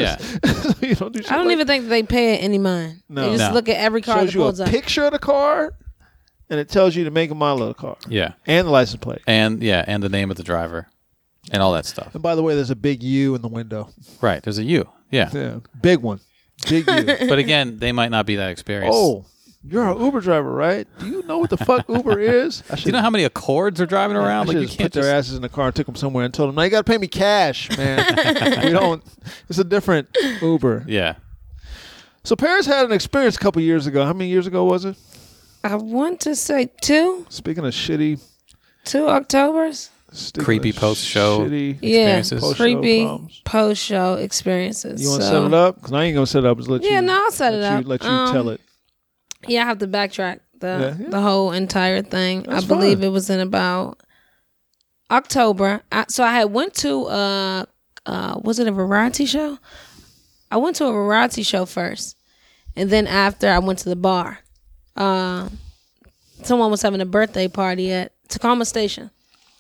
Yeah.
so you don't do. Shit
I don't
like
even think they pay it any mind.
No.
They just
No.
look at every
It
car
shows
that
you a
pulls up.
picture of the car, and it tells you to make a model of the car.
yeah.
and the license plate.
And yeah, and the name of the driver, and all that stuff.
And by the way, there's a big U in the window.
Right. There's a U. Yeah.
Yeah, big one, big U.
But again, they might not be that experienced.
Oh, you're an Uber driver, right? Do you know what the fuck Uber is? I should,
Do you know how many Accords are driving
I
around?
should
Like you
just put
can't
their
just.
asses in the car and took them somewhere and told them, "Now you got to pay me cash, man. we don't. It's a different Uber."
yeah.
So Paris had an experience a couple years ago. How many years ago was it?
I want to say two,
Speaking of shitty,
two Octobers.
speaking
Creepy
of
post-show.
shitty.
Yeah,
Experiences. Post-show
creepy
problems.
post show experiences.
You want to
So-
set it up? Because I ain't gonna set it up. Just let
Yeah,
you.
no, I'll set
let
it
you,
up.
Let you
Um,
tell it.
Yeah, I have to backtrack the
Yeah.
the whole entire thing.
That's
I believe
fine.
it was in about October. I, so I had went to uh uh was it a variety show? I went to a variety show first, and then after I went to the bar. Uh, someone was having a birthday party at Tacoma Station,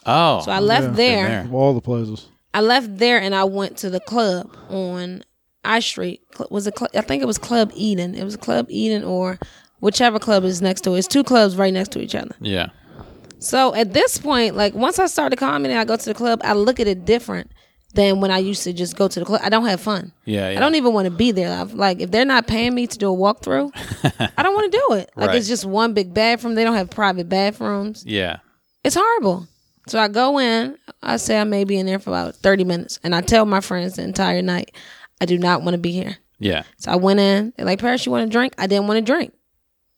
Oh,
so I left there.
there.
all the places.
I left there and I went to the club on I Street. Cl- Was it? Cl- I think it was Club Eden. It was Club Eden or whichever club is next to it. It's two clubs right next to each other.
yeah.
So at this point, like once I started commenting, I go to the club, I look at it different than when I used to just go to the club. I don't have fun.
Yeah, yeah.
I don't even want to be there. I've, like if they're not paying me to do a walkthrough, I don't want to do it. Like
Right.
it's just one big bathroom. They don't have private bathrooms.
Yeah.
It's horrible. So I go in, I say I may be in there for about 30 minutes, and I tell my friends the entire night, I do not want to be here.
Yeah.
So I went in. They're like, Paris, you want to drink? I didn't want to drink.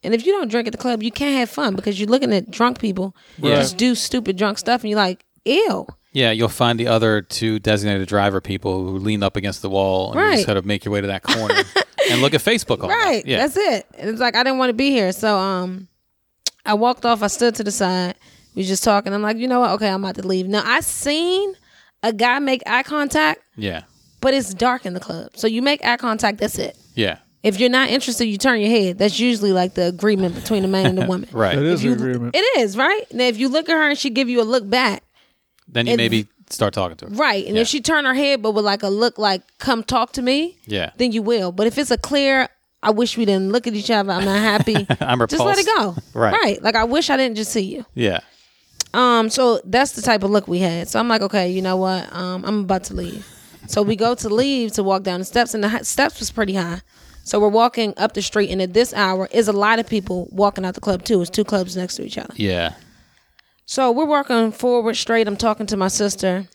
And if you don't drink at the club, you can't have fun because you're looking at drunk people who
Yeah.
just do stupid drunk stuff, and you're like, ew.
Yeah, you'll find the other two designated driver people who lean up against the wall and you
Right.
just sort of make your way to that corner and look at Facebook all night.
Right.
Yeah.
That's it. And it's like I didn't want to be here. So um I walked off, I stood to the side. We was just talking. I'm like, you know what? Okay, I'm about to leave. Now I seen a guy make eye contact,
yeah.
but it's dark in the club. So you make eye contact, that's it.
Yeah.
If you're not interested, you turn your head. That's usually like the agreement between the man and the woman.
Right.
It is
You-
an agreement.
It is, right? Now if you look at her and she give you a look back,
then you
and-
maybe start talking to her.
right. And
Yeah.
if she turn her head but with like a look like, come talk to me,
Yeah.
then you will. But if it's a clear, I wish we didn't look at each other. I'm not happy.
I'm repulsed.
just let it go.
Right.
Right. Like I wish I didn't just see you.
Yeah.
Um. So that's the type of look we had. So I'm like, okay, you know what? Um. I'm about to leave. So we go to leave to walk down the steps, and the hi- steps was pretty high. So we're walking up the street, and at this hour is a lot of people walking out the club too. It's two clubs next to each other.
Yeah.
So we're walking forward straight. I'm talking to my sister,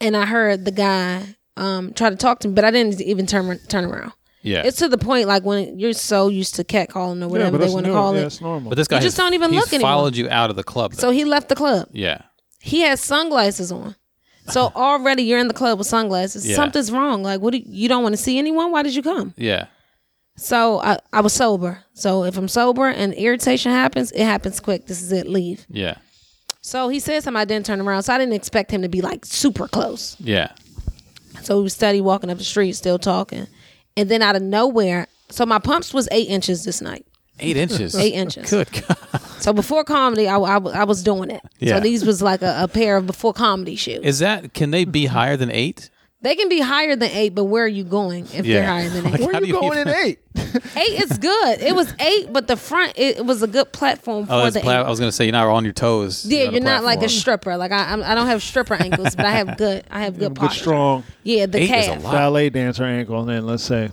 and I heard the guy um try to talk to me, but I didn't even turn turn around.
Yeah.
It's to the point like when you're so used to catcalling or whatever they
that's
want to
new.
call
yeah,
it.
it's normal.
but this guy
You just
has-
don't even
he's
look anymore.
followed you out of the club. though.
So he left the club.
yeah.
He has sunglasses on. So already you're in the club with sunglasses.
Yeah.
Something's wrong. Like what do you, you don't want to see anyone? Why did you come?
Yeah.
So I, I was sober. So if I'm sober and irritation happens, it happens quick. This is it. Leave.
Yeah.
So he said something I didn't turn around. So I didn't expect him to be like super close.
Yeah.
So we was steady walking up the street, still talking. And then out of nowhere, so my pumps was eight inches this night.
Eight inches.
Eight inches.
Good God.
So before comedy, I, I, I was doing it.
Yeah.
So these was like a, a pair of before comedy shoes.
Is that, can they be higher than eight?
They can be higher than eight, but where are you going if they're
Yeah.
higher than eight?
Like,
Where
how
you
do you
going
even-
in eight?
eight is good. It was eight, but the front it, it was a good platform
Oh,
for
that's
the
pla- I
eight.
was going to say, you're not on your toes.
Yeah,
on the
you're not like a
platform.
stripper. Like I, I'm, I don't have stripper ankles, but I have good. I have good.
good,
posture.
strong
Yeah, the
Eight is a
calf.
lot.
ballet dancer ankle, and then let's say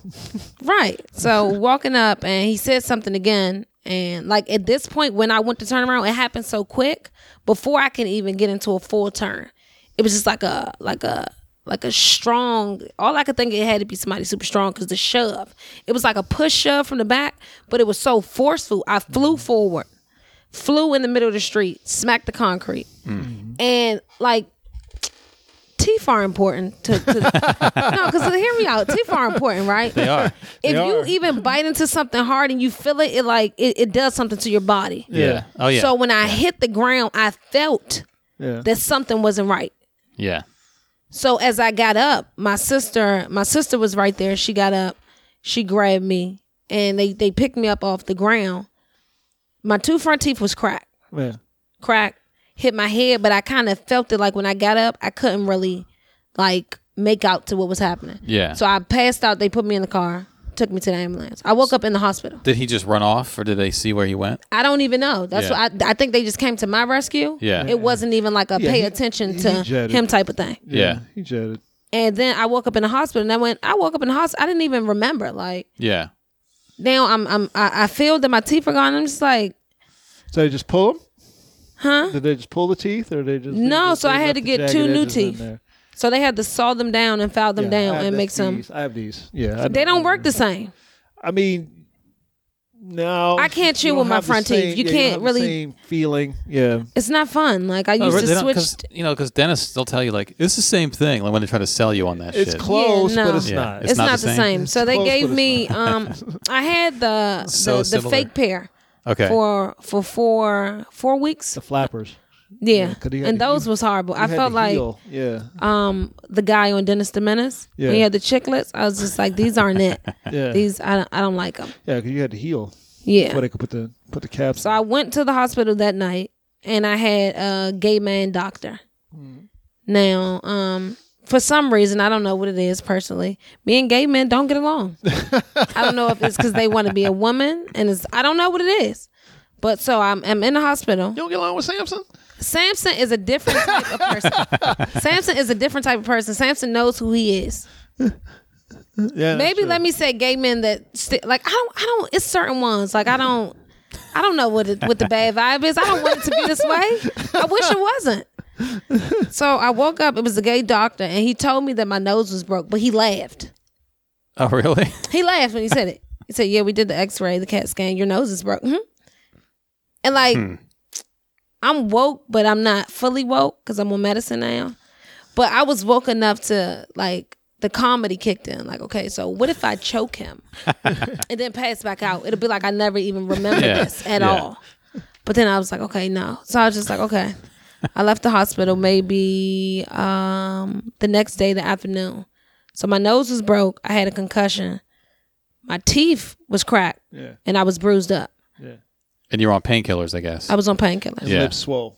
Right. So walking up, and he said something again, and like at this point, when I went to turn around, it happened so quick. Before I can even get into a full turn, it was just like a like a like a strong. All I could think it had to be somebody super strong because the shove. It was like a push shove from the back, but it was so forceful. I flew forward, flew in the middle of the street, smacked the concrete, and like teeth are important to, to no because hear me out teeth are important right they
are.
if
They
you
are.
even bite into something hard and you feel it it like it, it does something to your body
Yeah. Oh, yeah.
so when i hit the ground i felt
yeah,
that something wasn't right
yeah.
so as i got up my sister my sister was right there she got up she grabbed me and they they picked me up off the ground my two front teeth was cracked
yeah.
crack hit my head, but I kind of felt it like when I got up, I couldn't really like make out to what was happening.
Yeah.
So I passed out. They put me in the car, took me to the ambulance. I woke up in the hospital.
Did he just run off or did they see where he went?
I don't even know. That's
Yeah.
what I, I think they just came to my rescue.
Yeah.
It wasn't even like a
Yeah,
pay
he-
attention
he
to
jetted.
him type of thing.
Yeah.
He jetted.
And then I woke up in the hospital and I went, I woke up in the hospital. I didn't even remember. Like
Yeah.
now I'm, I'm, I, I feel that my teeth are gone. I'm just like,
So they just pull them.
huh?
Did they just pull the teeth, or they just
No,
they just-
so
they
I had
left
to
the
get
jagged
two new
edges in
teeth.
there?
So they had to saw them down and file them
Yeah, I
down
have
and
this-
make some.
these. I have these. Yeah, I,
They don't work the same.
I mean, no,
I can't chew
you don't
with my
have the
front teeth.
same-
You
yeah,
can't
have the
really-
same feeling. Yeah,
It's not fun. Like
Oh,
I used to switch.
Cause, you know, because dentists they'll tell you like it's the same thing. Like when they try to sell you on that
it's
shit.
close,
Yeah,
but
no.
it's
Yeah.
not.
it's, not, the same. So they
close,
gave
but it's
me. Um, I had the
So
the, the
similar.
fake pair
okay.
for for four four weeks.
the flappers.
Yeah,
'cause he had-
and those
he-
was horrible. I
had
felt
to
like
heal. yeah,
um the guy on Dennis the Menace.
Yeah.
Yeah, he had the chiclets. I was just like, these aren't it.
yeah,
These I don't, I don't like them.
yeah. Because you had to heal
Yeah.
before they could put the put the caps.
So I went to the hospital that night and I had a gay man doctor. Now, um, for some reason, I don't know what it is personally. Me and gay men don't get along. I don't know if it's because they want to be a woman, and it's I don't know what it is. But so I'm, I'm in the hospital.
You don't get along with Samson.
Samson is a different type of person. Samson is a different type of person. Samson knows who he is.
Yeah,
Maybe let me say gay men that st- like I don't I don't it's certain ones like I don't I don't know what it, what the bad vibe is. I don't want it to be this way. I wish it wasn't. So I woke up. It was a gay doctor, and he told me that my nose was broke, but he laughed.
Oh, really?
He laughed when he said it. He said, "Yeah, we did the X-ray, the CAT scan. Your nose is broke." hmm And like,
Hmm.
I'm woke, but I'm not fully woke because I'm on medicine now. But I was woke enough to like the comedy kicked in. Like, okay, so what if I choke him and then pass back out? It'll be like I never even remember
Yeah.
this at
Yeah.
all. But then I was like, okay, no. So I was just like, okay. I left the hospital maybe um, the next day, the afternoon. So my nose was broke. I had a concussion. My teeth was cracked,
Yeah.
and I was bruised up.
And you're on painkillers, I guess.
I was on painkillers.
Yeah.
Lips swole.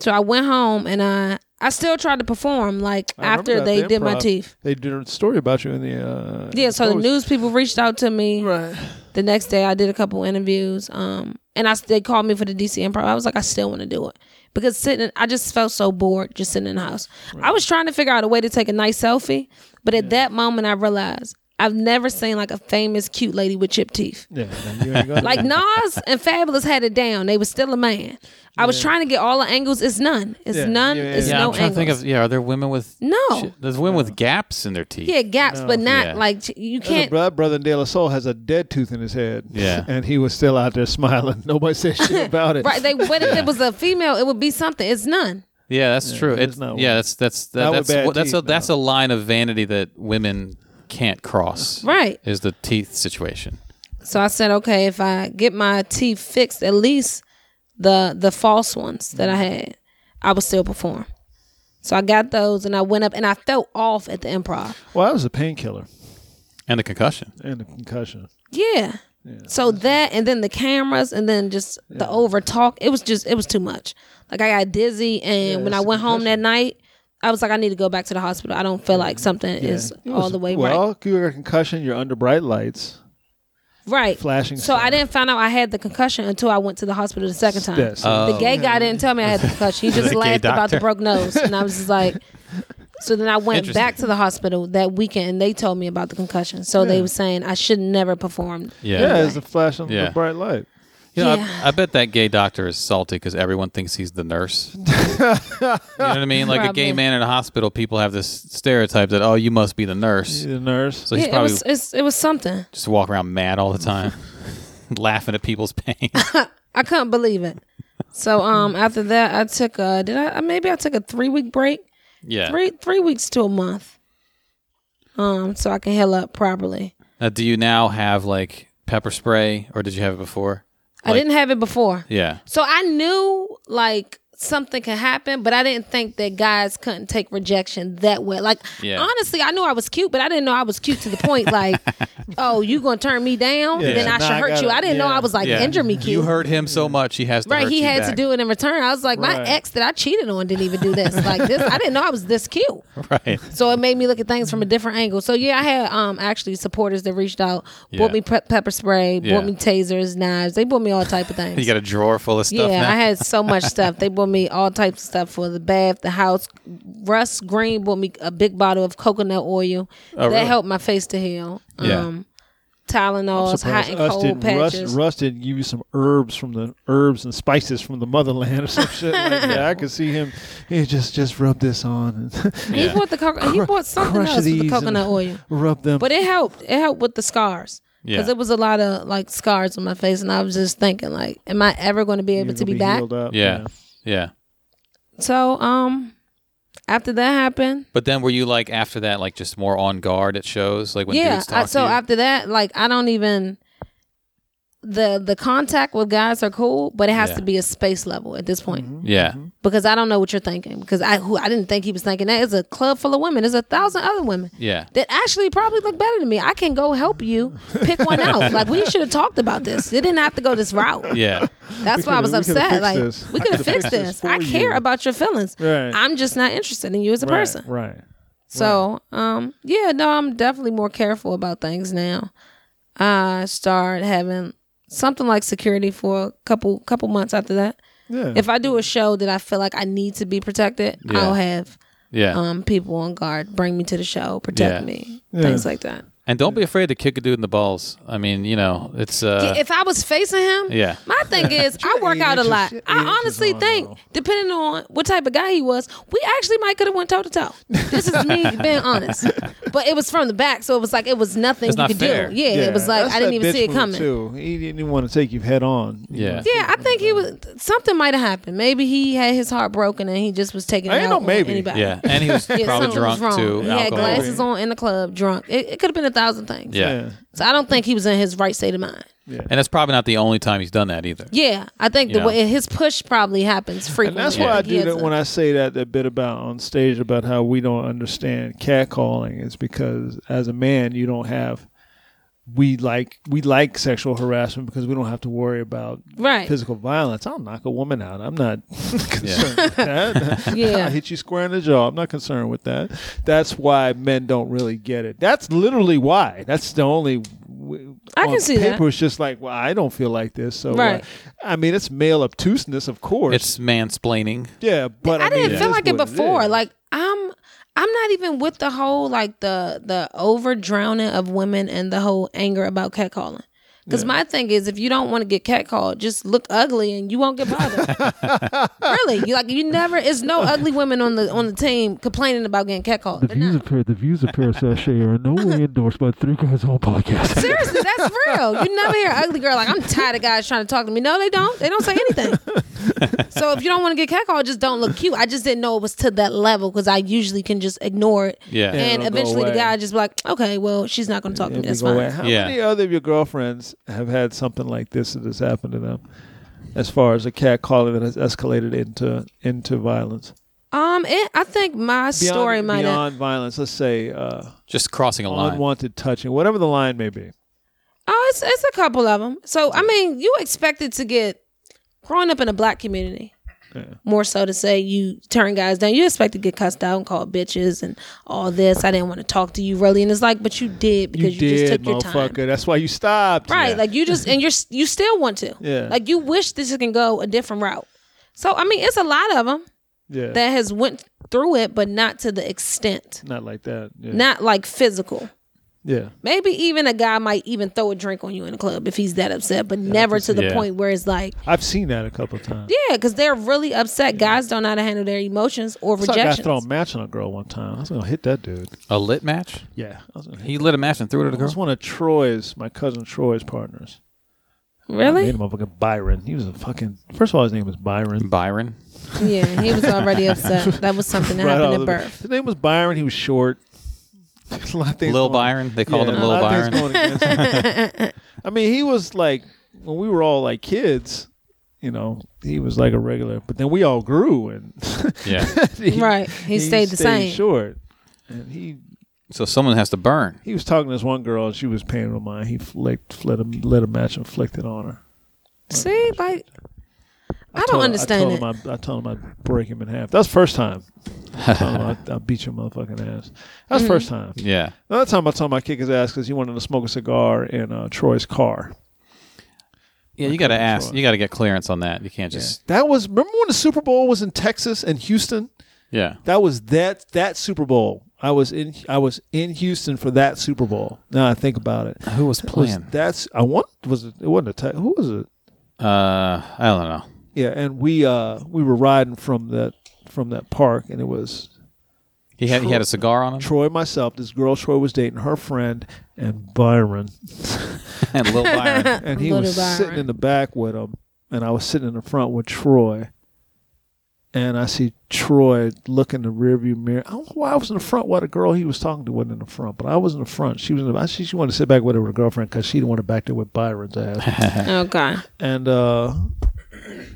So I went home and I I still tried to perform like
I remember
after
that,
they
the
did my
improv.
teeth.
They did a story about you in the. Uh,
Yeah, so the
stories.
news people reached out to me.
Right.
The next day I did a couple interviews. Um and I they called me for the DC improv. I was like I still want to do it. Because sitting I just felt so bored just sitting in the house. I was trying to figure out a way to take a nice selfie, but at that moment I realized I've never seen like a famous cute lady with chipped teeth.
Yeah. then you ain't got it.
Like Nas and Fabulous had it down. They was still a man. I was trying to get all the angles. It's none. It's
Yeah,
none.
yeah, yeah,
it's
yeah.
yeah,
no
I'm trying
angles.
to think of. Yeah, are there women with?
No.
shit- there's women with gaps in their teeth.
Yeah, gaps, but not
Yeah.
like you
There's a
can't.
bro- brother De La Soul has a dead tooth in his head.
Yeah.
And he was still out there smiling. Nobody said shit about it.
Right? They what if it was a female? It would be something. It's none.
Yeah, that's true.
there's
It's
no
yeah,
one.
that's that's that,
Not with
that's
bad
what, that's a
teeth,
that's a line of vanity that women can't cross.
Right.
Is the teeth situation.
So I said, okay, if I get my teeth fixed, at least the the false ones that I had, I would still perform. So I got those, and I went up, and I felt off at the improv.
Well, that was a painkiller
And the concussion.
and a concussion.
Yeah. So that and then the cameras and then just the over talk, it was just it was too much. Like I got dizzy and when I went home that night, I was like, I need to go back to the hospital. I don't feel like something is
It
all
was-
the way right.
Well, you got a concussion. You're under bright lights.
Right.
flashing
So I
stuff.
didn't find out I had the concussion until I went to the hospital the second time.
Yes.
the gay guy didn't tell me I had the concussion. He just
Oh. gay
laughed about the
doctor.
broke nose. And I was just like, so then I went
Interesting.
back to the hospital that weekend and they told me about the concussion. So they were saying I should never perform.
Yeah.
yeah, it's a flash of
Yeah.
a bright light.
You know, I-
Yeah.
I, bet that gay doctor is salty because everyone thinks he's the nurse. you know what I mean? Like a
Probably.
gay man in a hospital, people have this stereotype that oh, you must be the nurse.
The nurse.
So he's
yeah, it
probably
was uh, it's, it was something.
just walk around mad all the time, laughing at people's pain.
I couldn't believe it. So um after that I took a did I uh, maybe I took a three week break.
yeah.
Three three weeks to a month. Um, so I can heal up properly.
Now, do you now have like pepper spray, or did you have it before?
I didn't have it before.
Yeah.
So I knew like something could happen, but I didn't think that guys couldn't take rejection that way. Like
Yeah.
honestly, I knew I was cute, but I didn't know I was cute to the point like, oh, you gonna turn me down?
Yeah.
Then I
Nah,
should
I
hurt
got
you.
it.
I didn't know
Yeah.
I was like
yeah.
injure me cute.
You hurt him so much, he has to
Right,
hurt
he
you
had
back.
to do it in return. I was like, my
Right.
ex that I cheated on didn't even do this. Like this, I didn't know I was this cute.
Right.
So it made me look at things from a different angle. So yeah, I had um actually supporters that reached out,
Yeah.
bought me pe- pepper spray,
Yeah.
bought me tasers, knives. They bought me all type of things.
You got a drawer full of stuff
yeah,
now.
I had so much stuff. They bought me all types of stuff for the bath, the house. Russ Green bought me a big bottle of coconut oil that
Oh, really?
helped my face to heal.
Yeah.
Um, Tylenols, hot
Surprised
and
us
cold
didn't- Russ,
patches.
Russ didn't give you some herbs from the herbs and spices from the motherland or some shit like that. I could see him. He just just rub this on and
He bought the co- he bought something
crush
else with the
these and
coconut oil.
rub them.
But it helped. It helped with the scars.
Yeah.
Because it was a lot of like scars on my face, and I was just thinking, like, am I ever going to be able
You're
to be,
gonna
back?
healed up,
yeah. Yeah.
So, um, after that happened,
But then were you like after that like just more on guard at shows like when
yeah.
dudes talk
I, so
to you?
after that, like, I don't even. the the contact with guys are cool, but it has
Yeah.
to be a space level at this point
Yeah.
because I don't know what you're thinking because I who I didn't think he was thinking that it's a club full of women. There's a thousand other women.
Yeah.
That actually probably look better than me. I can go help you pick one out. Like we should have talked about this. It didn't have to go this route.
Yeah.
That's why I was
coulda- we coulda
upset.
fixed
Like
this.
we could have fixed
this
this. I
for
care
you.
about your feelings.
Right.
I'm just not interested in you as a
Right,
person.
Right.
So, um, yeah, no, I'm definitely more careful about things now. I start having something like security for a couple couple months after that.
Yeah.
If I do a show that I feel like I need to be protected,
Yeah.
I'll have
Yeah.
um people on guard bring me to the show, protect
Yeah.
me, things like that.
and don't be afraid to kick a dude in the balls. I mean, you know, it's uh
if I was facing him,
yeah.
My thing is, I work
eight
out a
inches-
lot.
you're eight
I
inches
honestly
on,
think,
though.
depending on what type of guy he was, we actually might could have went toe to toe. This is me being honest, but it was from the back, so it was like it was nothing
It's
you
not
could
fair.
do. Yeah, it was like
That's
I didn't
that
even see
bitch
it
move,
coming.
Too. He didn't even want to take you head on. you
Yeah.
know.
Yeah, I think he was something might have happened. Maybe he had his heart broken and he just was taking it
Ain't
out
no
on
maybe.
anybody.
Yeah. And he was
Yeah,
probably
something was
drunk
wrong.
too.
He had
alcohol.
glasses on in the club, drunk. It, it could have been a thousand things.
Yeah.
Yeah.
So I don't think he was in his right state of mind.
And that's probably not the only time he's done that either.
Yeah, I think the
Yeah.
way his push probably happens
And
frequently.
that's why I
think he
do
has
that
a-
when I say that that bit about on stage about how we don't understand catcalling is because as a man you don't have we like we like sexual harassment because we don't have to worry about
right.
physical violence. I'll knock a woman out. I'm not concerned
Yeah.
with that.
Yeah.
I hit you square in the jaw. I'm not concerned with that. That's why men don't really get it. That's literally why. That's the only. w-
I can
on
see that.
paper, It's just like, well, I don't feel like this. So, uh,
Right.
I mean, it's male obtuseness, of course.
It's mansplaining.
yeah, but I,
I didn't
mean,
feel
that's
like it
what
before.
is.
like I'm I'm not even with the whole like the the over drowning of women and the whole anger about catcalling. Because my thing is, if you don't want to get catcalled, just look ugly and you won't get bothered. really, you like you never. It's no ugly women on the on the team complaining about getting catcalled. They're not.
appear, the views of Paris Sachet are in no way endorsed by Three Guys Home Podcast.
Seriously, that's real. You never hear an ugly girl like I'm tired of guys trying to talk to me. No, they don't. They don't say anything. so if you don't want to get catcalled, just don't look cute. I just didn't know it was to that level because I usually can just ignore it.
Yeah. Yeah,
it'll
And
go
eventually the
away.
guy just be like, okay, well she's not going to talk to me.
It'll
That's
go
fine.
away. How
Yeah.
many other of your girlfriends have had something like this that has happened to them, as far as a cat calling that has escalated into into violence?
Um, it, I think my
Beyond-
story might. have-
beyond violence. Let's say uh,
Just crossing a line.
unwanted touching, whatever the line may be.
Oh, it's it's a couple of them. So I mean, you expected to get growing up in a black community. More so to say you turn guys down. You expect to get cussed out and called bitches and all this. I didn't want to talk to you really, and it's like, but you
You
did because you,
did,
just took your
motherfucker.
time,
That's why you stopped.
right? Like you just and you're s- you still want to,
Yeah.
Like you wish this can go a different route. So I mean, it's a lot of them
Yeah.
that has went through it, but not to the extent,
Not like that. Yeah.
not like physical.
yeah.
Maybe even a guy might even throw a drink on you in the club if he's that upset, but never to the
yeah.
point where it's like,
I've seen that a couple of times.
yeah, because they're really upset. Guys don't know how to handle their emotions or
I saw a guy
rejection.
throw a match on a girl one time. I was gonna hit that dude.
a lit match?
Yeah. I was gonna hit
He lit a match and threw it at a
it was
girl.
one of Troy's, my cousin Troy's partners. I
Really?
made him a fucking Byron. He was a fucking. First of all, his name was Byron.
Byron.
Yeah, he was already upset. That was something that
Right out
happened
of
at
the-
birth.
His name was Byron. He was short. A lot of things
Lil
going-
Byron. They called him
a
Lil
lot of things
Byron.
going against him. I mean, he was like when we were all like kids, you know, he was like a regular. But then we all grew, and
Yeah.
he,
Right. He, stayed the same.
Short, and he
So someone has to burn.
he was talking to this one girl, and she was paying no mind. He flicked, fled a, let a match and flicked it on her.
See, like, I, don't
Told-
understand
I
it.
told Him I, I told him I'd break him in half. That's first time. I told him I'd, I'd beat your motherfucking ass. That's
Mm.
first time.
Yeah.
Another time I told him I'd kick his ass because he wanted to smoke a cigar in uh, Troy's car.
Yeah, you got to ask.
sure.
You got to get clearance on that. You can't just.
That was remember when the Super Bowl was in Texas and Houston.
Yeah.
That was that that Super Bowl. I was in I was in Houston for that Super Bowl. Now I think about it.
Who was
It was-
playing?
that's I want was it, it wasn't a te- who was it?
Uh, I don't know.
Yeah, and we uh we were riding from that from that park, and it was
He had he had a cigar on him
Troy myself, this girl Troy was dating, her friend, and Byron,
and Lil Byron.
and he
Little
was sitting
Byron.
in the back with him, and I was sitting in the front with Troy. and I see Troy look in the rearview mirror. I don't know why I was in the front. Why the girl he was talking to wasn't in the front, but I was in the front. She was in the. I see she wanted to sit back with her with her girlfriend because she didn't want to back there with Byron's ass.
Okay.
and uh,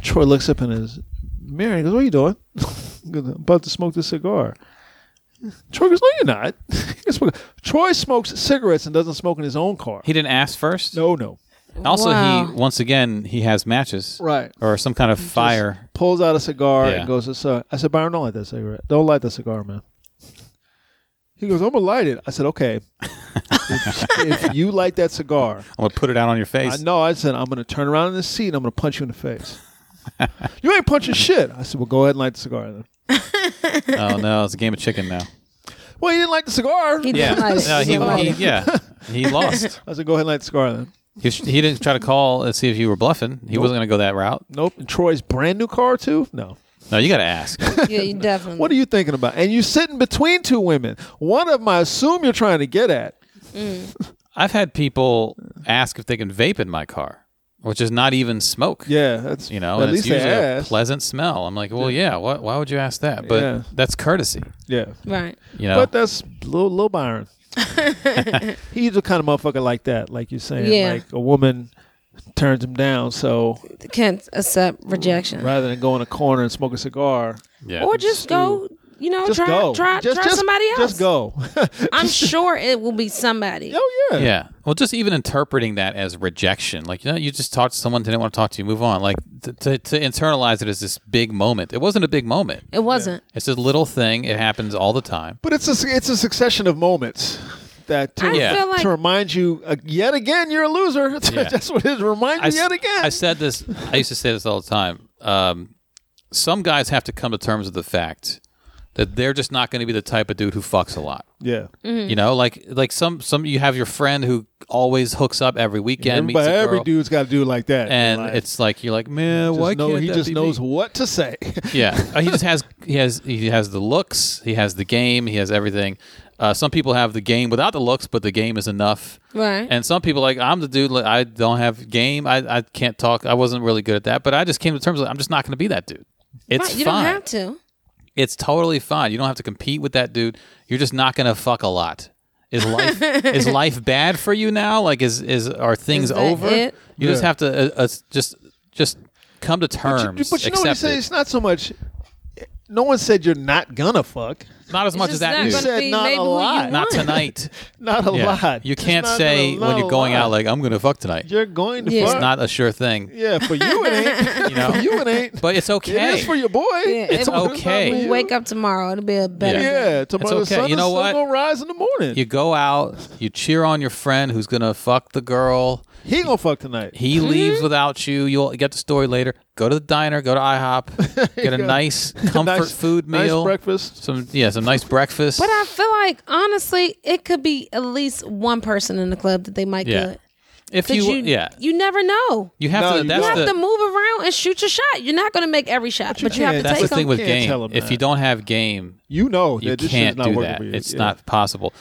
Troy looks up in his mirror and goes, "What are you doing?" "I'm about to smoke this cigar. Troy goes, "No, you're not." He can smoke- Troy smokes cigarettes and doesn't smoke in his own car.
He didn't ask first.
no, no.
Also,
Wow.
he once again he has matches,
Right.
Or some kind of fire.
pulls out a cigar
Yeah.
and goes inside. I said, Byron, don't light that cigarette. Don't light that cigar, man. He goes, I'm gonna light it. I said, okay. if, if you light that cigar,
I'm gonna put it out on your
I
face.
know. I said, I'm gonna turn around in this seat. and I'm gonna punch you in the face. you ain't punching shit. I said, well, go ahead and light the cigar. Then.
oh no, it's a game of chicken now.
Well, you didn't light the cigar.
He
Yeah,
didn't like it. He didn't
no,
like
he,
it.
he yeah, he lost.
I said, go ahead and light the cigar. Then.
He, sh- he didn't try to call and see if you were bluffing. He wasn't gonna go that route.
Nope. And Troy's brand new car too. No.
No, you gotta ask.
Yeah, you definitely.
What are you thinking about? And you sitting between two women. One of them, I assume you're trying to get at.
I've had people ask if they can vape in my car, which is not even smoke.
Yeah, that's
You know,
At
and it's
least they
usually a
asked.
pleasant smell. I'm like, well, yeah. What, why would you ask that? But
Yeah.
that's courtesy.
yeah.
Right.
You know,
But that's little, little Byron. He's the kind of motherfucker like that, like you're saying.
Yeah.
Like a woman turns him down, so
Can't accept rejection.
rather than go in a corner and smoke a cigar,
yeah.
Or just go. You know,
just
try
go.
try
just,
try
just-
somebody else.
Just go.
I'm sure it will be somebody.
oh yeah.
Yeah. Well, just even interpreting that as rejection, like you know, you just talked to someone, they didn't want to talk to you, move on. Like to, to, to internalize it as this big moment. It wasn't a big moment.
It wasn't.
It's a little thing. It happens all the time.
But it's a it's a succession of moments that to,
I
Yeah.
feel like
to remind you uh, yet again you're a loser. That's what it is. Remind you
s-
yet again.
I said this. I used to say this all the time. Um, some guys have to come to terms with the fact that they're just not going to be the type of dude who fucks a lot.
yeah.
You know, like like some some you have your friend who always hooks up every weekend, meets
but
a
every
girl,
dude's got to do like that. in
and
life.
it's like you're like, man,
Just
why
know-
can't
he
that
just
be
knows
me?
what to say.
Yeah, Uh, he just has he has he has the looks, he has the game, he has everything. Uh, some people have the game without the looks, but the game is enough.
Right.
And some people like I'm the dude. like, I don't have game. I, I can't talk. I wasn't really good at that, but I just came to terms with I'm just not going to be that dude. It's
right, you
fine.
don't have to.
It's totally fine. You don't have to compete with that dude. You're just not going to fuck a lot. Is life is life bad for you now? Like is is are things
that
over?
it?
You just have to uh, uh, just just come to terms.
But you, but you know what he
accept
said?
it.
It's not so much. No one said you're not gonna fuck.
Not as much as
just
that
not
dude.
gonna
said
be
not
maybe
a
who you
lot.
want.
not tonight.
Not a
Yeah.
lot.
You
Just
can't
not a-
say when
not
you're
a
going
lot.
out like I'm going to fuck tonight.
you're going to
Yeah.
fuck.
it's not a sure thing,
yeah, for you it ain't.
you know.
For you it ain't.
but it's okay.
It is for your boy.
Yeah,
It's
it-
okay.
We wake up tomorrow. It'll be a better.
Yeah.
day.
Yeah, tomorrow
okay.
the sun
You know
is
what?
still gonna rise in the morning.
you go out, you cheer on your friend who's going to fuck the girl.
he gonna fuck tonight.
He leaves without you. You'll get the story later. Go to the diner, go to IHOP, get a nice comfort
Nice-
food meal.
nice breakfast.
Some yeah, some nice breakfast.
But I feel like honestly, it could be at least one person in the club that they might
Yeah.
get.
if
'Cause
you,
you,
yeah,
you never know.
you have
No,
to.
you
That's
you have
the
to move around and shoot your shot. You're not going to make every shot, but you, have
can't.
to
that's the
take
thing
them.
with
Can't tell
game.
'em
If you
that.
don't have game,
You know
you
that this shit's
can't
not
do
working
that.
for you.
It's
Yeah.
not possible.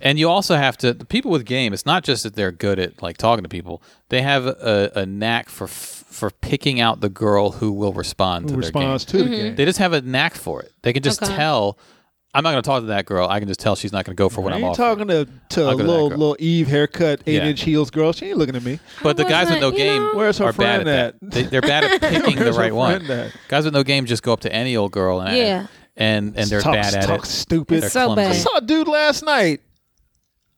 And you also have to the people with game. It's not just that they're good at like talking to people. They have a, a knack for f- for picking out the girl who will respond to their game.
response to
Mm-hmm.
the game.
They just have a knack for it. They can just
Okay.
tell. I'm not going to talk to that girl. I can just tell she's not going to go for what
I
I'm
ain't
offering.
talking to, to a
I'll go to that
little
girl.
little Eve haircut, eight
Yeah.
inch heels girl. She ain't looking at me.
but the guys with no
wasn't, you
game
know-
Where's her
are
friend
bad at that.
at?
They, they're bad at picking the
Where's her
right one.
friend at?
Guys with no game just go up to any old girl and
Yeah.
and, and they're
talk,
bad at
talk
it.
Stupid.
They're
So
clumsy.
bad.
I saw a dude last night.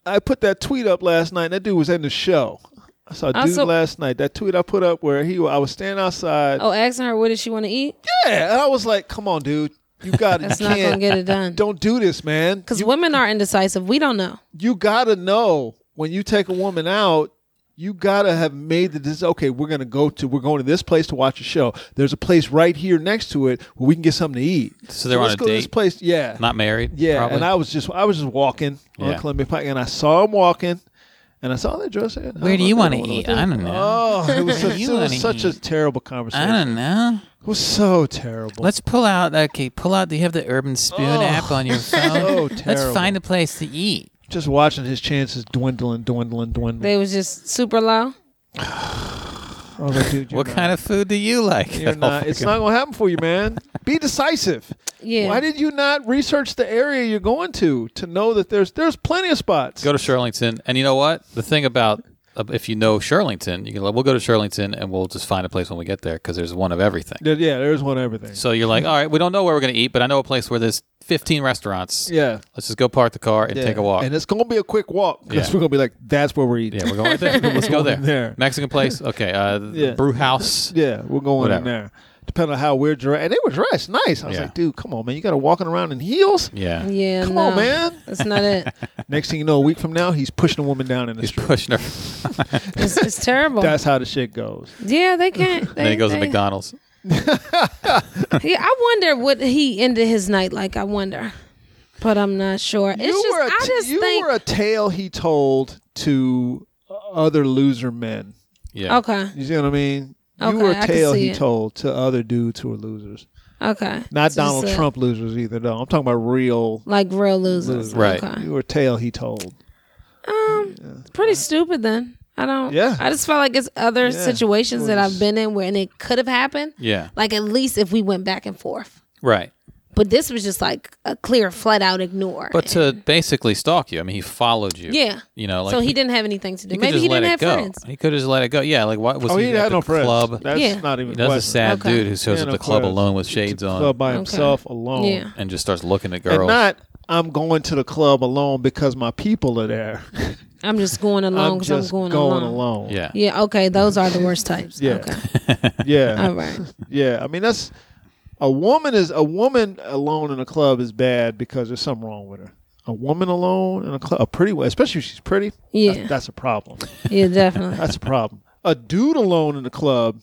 I put that tweet up last night. And that dude was in the show. I saw a dude
Also-
last night. That tweet I put up where he, I was standing outside.
Oh, asking her what did she want to eat?
Yeah, and I was like, "Come on, dude, you got it.
That's not going to get it done.
Don't do this, man.
Because women are indecisive. We don't know.
You gotta know when you take a woman out." You gotta have made the decision. Okay, we're gonna go to we're going to this place to watch a show. There's a place right here next to it where we can get something to eat.
So they're on
let's
a
go to this
date?
place. Yeah,
Not married.
Yeah,
probably.
and I was just I was just walking
Yeah.
on Columbia Pike, and I saw him walking, and I saw that dress. I don't
Where do
know-
you
I
want to
don't know
eat?
what
I
it
don't know.
was. Oh, it was, such,
You
it
wanna
was such a
eat.
terrible conversation.
I don't know.
It was so terrible.
Let's pull out. Okay, pull out. Do you have the Urban Spoon app on your phone? Let's
Oh. terrible.
find a place to eat.
just watching his chances dwindling, dwindling, dwindling.
They was just super low.
I was like, Oh, dude, you're
What
not,
kind of food do you like? Oh
You're not, it's not going to happen for you, man. Be decisive.
Yeah.
Why did you not research the area you're going to to know that there's there's plenty of spots?
go to Shirlington, and you know what? The thing about uh, if you know Shirlington, you can like, we'll go to Shirlington, and we'll just find a place when we get there because there's one of everything.
There- yeah, there's one everything.
So you're like, all right, we don't know where we're gonna eat, but I know a place where there's 15 restaurants.
yeah.
let's just go park the car and
Yeah.
take a walk.
And it's going to be a quick walk because
Yeah.
we're going to be like, that's where we're eating.
yeah, we're going right there. Let's go there.
there.
Mexican place. Okay. Uh,
Yeah.
Brew house.
Yeah, we're going in
Whatever.
there. Depending on how we're dressed. And they were dressed nice. I was
Yeah.
like, dude, come on, man. You got to walking around in heels?
Yeah.
Yeah,
Come
no,
on, man.
That's not it.
Next thing you know, a week from now, he's pushing a woman down in the
He's
street.
pushing her.
It's, it's terrible.
That's how the shit goes.
yeah, they can't. They,
then he goes to
they-
McDonald's.
Yeah, I wonder what he ended his night like. I wonder, but I'm not sure. It's
you
just
were a
I
t-
just
you
think
were a tale he told to other loser men.
Yeah.
okay,
You see what I mean? you
Okay,
were
I
a
can
tale
see
he
it.
told to other dudes who are losers.
okay.
Not
It's just
Donald
a-
Trump losers either, though. I'm talking about real.
like real losers,
Losers.
Right.
Okay.
You were a tale he told.
Um, pretty stupid then. I don't.
Yeah.
I just felt like it's other
Yeah.
situations that
Was-
I've been in where and it could have happened.
Yeah.
Like at least if we went back and forth,
Right.
but this was just like a clear, flat out ignore.
But to basically stalk you, I mean, he followed you.
Yeah.
You know, like
so he didn't have anything to do.
he could
Maybe
just
he
let
didn't
it
have
go.
friends.
He could just let it go. Yeah. Like, what was
Oh,
he,
he
at
had
the
no friends.
club?
That's
Yeah.
not even. a
That's a
question.
sad
Okay.
dude who shows
Yeah,
up
no
at the club
question.
alone with
It's
shades
a
on
Club by
Okay.
himself alone.
Yeah.
and just starts looking
And
at girls.
not I'm going to the club alone because my people are there.
I'm just going along
I'm
because I'm,
just
going, along.
alone.
yeah.
Yeah. Okay. Those are the worst types.
Yeah.
Okay.
Yeah.
All right.
Yeah. I mean that's a woman is a woman alone in a club is bad because there's something wrong with her. A woman alone in a club, a pretty one, especially if she's pretty.
Yeah.
That's, that's a problem.
Yeah. Definitely.
That's a problem. a dude alone in the club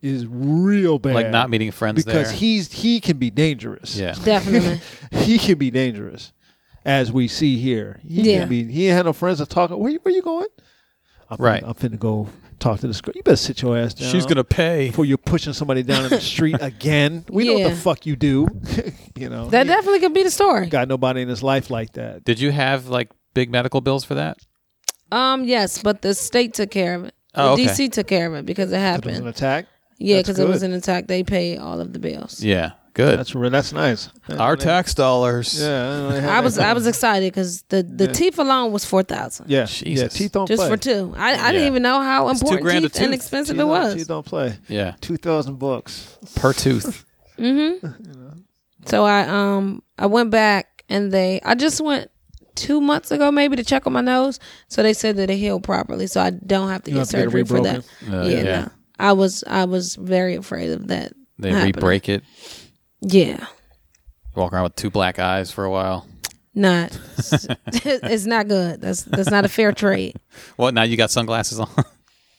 is real bad.
Like not meeting friends
because
there.
he's he can be dangerous.
yeah.
definitely.
he can be dangerous, as we see here. He
Yeah.
can be. He ain't had no friends to talk. Where you, where you going? I'm
Right.
Finna, I'm finna go talk to this girl. You better sit your ass down.
pay.
Before you're pushing somebody down in the street again. We know what
Yeah.
the fuck you do. you know.
That
He
definitely could be the story.
got nobody in his life like that.
Did you have like big medical bills for that?
Um. Yes, but the state took care of it.
Oh, okay.
DC took care of it because it
It was an
happened.
attack.
Yeah,
That's
because it was
good.
an attack. They paid all of the bills.
Yeah. Good.
That's re- that's nice.
Our tax dollars.
Yeah.
I was I was excited because the the teeth alone was four thousand.
Yeah. Yeah.
Jesus.
Teeth don't
Just
play.
for two. I, I didn't
Yeah.
even know how
two
important
grand a
teeth and
tooth.
expensive
Teeth
it
don't-
was.
Teeth don't play.
Yeah.
Two thousand bucks.
Per tooth.
Mm-hmm. So I um I went back and they I just went two months ago maybe to check on my nose. So they said that it healed properly, so I don't have to
You
get
don't have to get
surgery for that.
Uh,
yeah,
yeah.
no. I was I was very afraid of that.
They
happening.
re-break it.
Yeah,
Walk around with two black eyes for a while.
not it's not good. That's that's not a fair trade.
What? Now you got sunglasses on.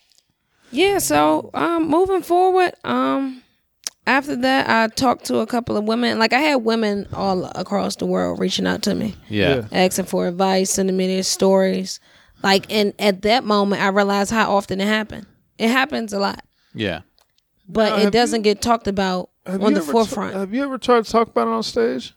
Yeah, so um moving forward, um after that I talked to a couple of women. Like I had women all across the world reaching out to me,
yeah.
asking for advice, sending me their stories. Like and at that moment I realized how often it happened. It happens a lot.
Yeah.
But
Now,
it
have
doesn't get talked about
Have
on
you
the
ever t-
forefront.
have you ever tried to talk about it on stage?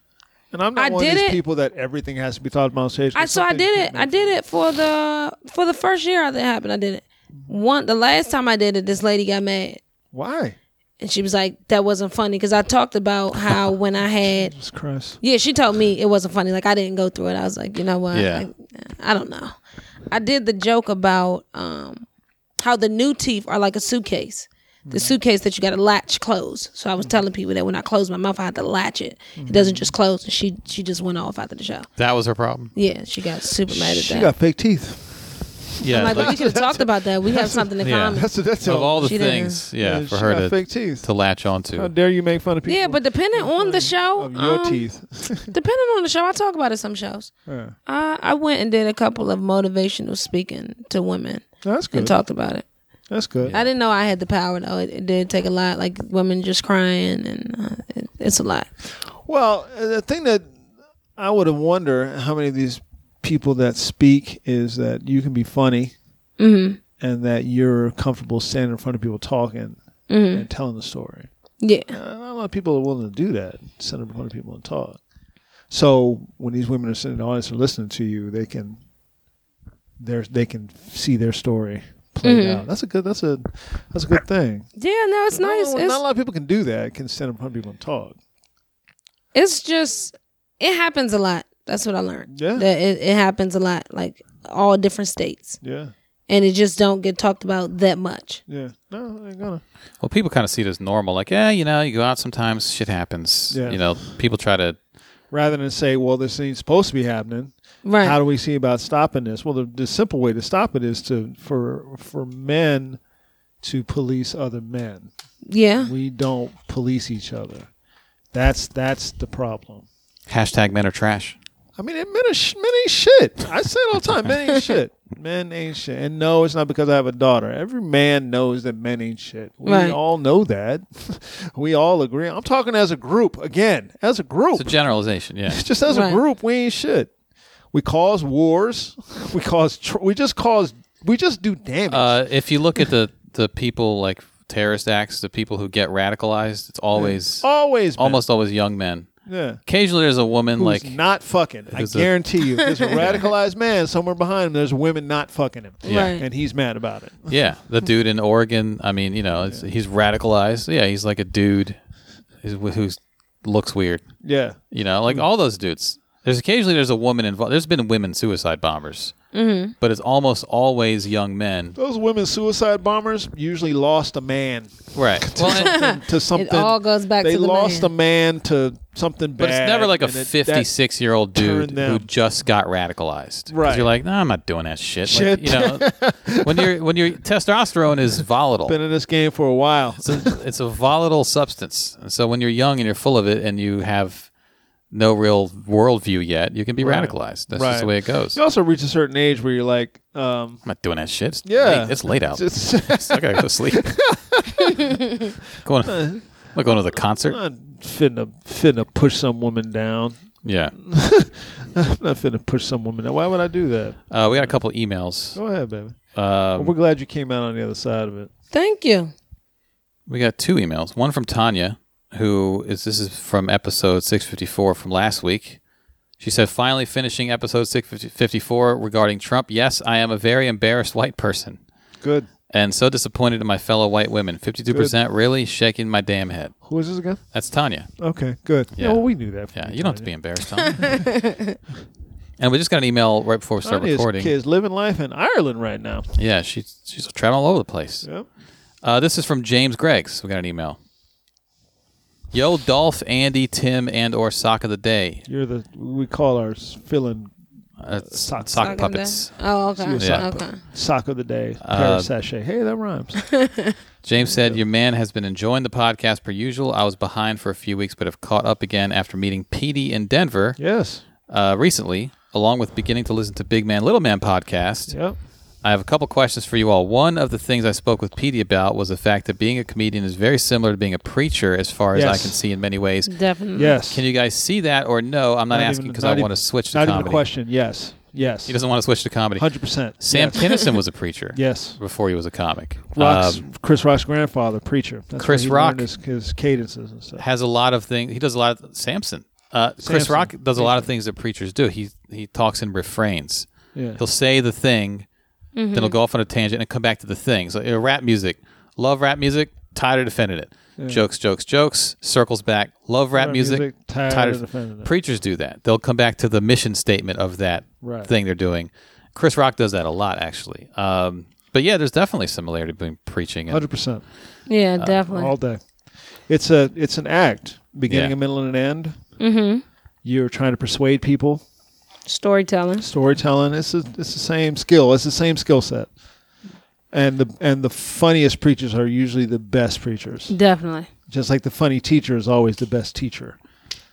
And I'm not
I
one of
did
these
it.
people that everything has to be talked about on stage.
I so I did it. I did it for the for the first year after it happened. I did it. One the last time I did it, this lady got mad.
Why?
And she was like, "That wasn't funny," because I talked about how when I had
Jesus Christ.
Yeah, she told me it wasn't funny. Like I didn't go through it. I was like, you know what?
Yeah.
Like, I don't know. I did the joke about um, how the new teeth are like a suitcase.
Mm-hmm.
The suitcase that you got to latch close. So I was telling people that when I close my mouth, I had to latch it. It doesn't
Mm-hmm.
just close. And she she just went off after the show.
That was her problem.
Yeah, she got super mad at
She
that.
got fake teeth.
Yeah.
I'm like, well, we
like,
could have talked about that. We have something in
yeah.
common.
That's that's
of all the
She didn't.
things, yeah, for
she
her
got
to
fake teeth.
to latch
How
onto.
dare you make fun of people?
Yeah, but depending on the show,
of your
um,
teeth.
depending on the show, I talk about it some shows.
Yeah.
I I went and did a couple of motivational speaking to women
That's
and
good.
talked about it.
That's good.
I didn't know I had the power though. It, it did take a lot, like women just crying, and uh, it, it's a lot.
Well, uh, the thing that I would have wonder how many of these people that speak is that you can be funny
Mm-hmm.
and that you're comfortable standing in front of people talking
Mm-hmm.
and telling the story.
Yeah,
Uh, not a lot of people are willing to do that, sit in front of people and talk. So when these women are sitting in the audience and listening to you, they can, they're- they can see their story played out. That's a good. That's a that's a good thing.
Yeah, no, Mm-hmm. it's nice.
Not,
it's,
not a lot of people can do that. Can stand in front of people and talk.
it's just it happens a lot. That's what I learned.
Yeah.
That it, it happens a lot, like all different states,
Yeah,
and it just don't get talked about that much.
yeah. No, I ain't gonna.
Well, people kind of see it as normal. Like, yeah, you know, you go out sometimes, shit happens.
Yeah.
You know, people try to.
Rather than say, well, this thing's supposed to be happening.
Right.
How do we see about stopping this? Well, the, the simple way to stop it is to for for men to police other men.
yeah.
We don't police each other. That's that's the problem.
Hashtag men are trash.
I mean, men, are sh- men ain't shit. I say it all the time. Men ain't shit. Men ain't shit. And no, it's not because I have a daughter. Every man knows that men ain't shit. We
Right.
all know that. we all agree. I'm talking as a group again. As a group.
It's a generalization. Yeah.
just as
Right.
a group, we ain't shit. We cause wars. We cause. Tr- we just cause. We just do damage.
Uh, if you look at the the people like terrorist acts, the people who get radicalized, it's always
Oh, always. men.
almost always young men.
Yeah.
Occasionally, there's a woman
Who's
like
not fucking. I
who's a-
guarantee you, there's a radicalized man somewhere behind him. There's women not fucking him,
Yeah.
Right.
and he's mad about it.
yeah, the dude in Oregon. I mean, you know, it's, he's radicalized. Yeah, he's like a dude who looks weird.
Yeah.
You know,
Mm-hmm.
like all those dudes. There's occasionally there's a woman involved. There's been women suicide bombers, mm-hmm. but it's almost always young men.
Those women suicide bombers usually lost a man
Right. Well, and-
to something.
It all goes back
they
to the
lost
man.
a man to something bad.
but it's never like a
and it- that
56 year old dude
turned them.
who just got radicalized. 'Cause
Right.
You're like, no, I'm not doing that shit.
Shit.
Like, you know, when your when your testosterone is volatile,
Been in this game for a while.
it's a, it's a volatile substance. And so when you're young and you're full of it and you have no real worldview yet, you can be radicalized. That's just
Right.
the way it goes.
You also reach a certain age where you're like, um,
I'm not doing that shit. It's
Yeah.
late- it's late out.
just
I gotta go to sleep. going, I'm not going to the concert.
not finna finna push some woman down.
Yeah,
I'm not finna push some woman down. Why would I do that?
uh, we got a couple emails.
Go ahead, baby.
Um,
We're glad you came out on the other side of it.
Thank you.
we got two emails. One from Tanya, who is this is from episode six fifty four from last week. She said, "Finally finishing episode six fifty four regarding Trump. Yes, I am a very embarrassed white person."
Good.
And so disappointed in my fellow white women. 52% really shaking my damn head.
Who is this again?
That's Tanya.
Okay, good. Yeah,
Yeah.
well, we knew that. from
Yeah, you don't have to be embarrassed, Tanya. and we just got an email right before we start
Tanya's
recording.
kids living life in Ireland right now.
Yeah, she's she's traveling all over the place.
Yep.
Uh, this is from James Greggs. We got an email. Yo, Dolph, Andy, Tim, and or sock of the day.
You're the we call our filling
Uh, sock,
Sock-
sock
Talking
puppets.
to- Oh, okay.
Suicide
Yeah.
Okay.
sock of the day, pair
Uh,
of sachet. Hey, that rhymes.
James said, "Your man has been enjoying the podcast per usual. I was behind for a few weeks, but have caught up again after meeting Petey in Denver
yes.
uh, recently, along with beginning to listen to Big Man Little Man podcast.
Yep.
I have a couple questions for you all. One of the things I spoke with Petey about was the fact that being a comedian is very similar to being a preacher, as far as I
Yes.
can see in many ways.
Definitely.
Yes.
Can you guys see that or no? I'm not,
Not
asking
even-
because
not
I
even-
want to switch to
Not
comedy.
even a question. Yes. Yes.
He doesn't want to switch to comedy.
Hundred percent.
Sam
yes.
Kinison was a preacher.
Yes.
Before he was a comic.
Rock's,
Um,
Chris Rock's grandfather, preacher. That's
Chris
where he learned
Rock.
his, his cadences and stuff.
has a lot of things. He does a lot of Samson. Uh, Chris
Samson.
Rock does a lot of things that preachers do. He he talks in refrains.
Yeah.
He'll say the thing, then he'll go off on a tangent and come back to the thing. So uh, rap music, love rap music, tired of defending it. Jokes, jokes, jokes, circles back. Love rap,
Rap
music,
music, tired of defending it.
Preachers do that. They'll come back to the mission statement of that
Right.
thing they're doing. Chris Rock does that a lot, actually. Um, but yeah, there's definitely similarity between preaching and
Hundred percent.
Yeah, definitely.
Uh, All day. It's a it's an act, beginning,
Yeah.
a middle, and an end. Mm-hmm. You're trying to persuade people.
Storytelling.
storytelling it's a, it's the same skill it's the same skill set and the and the funniest preachers are usually the best preachers
Definitely.
just like the funny teacher is always the best teacher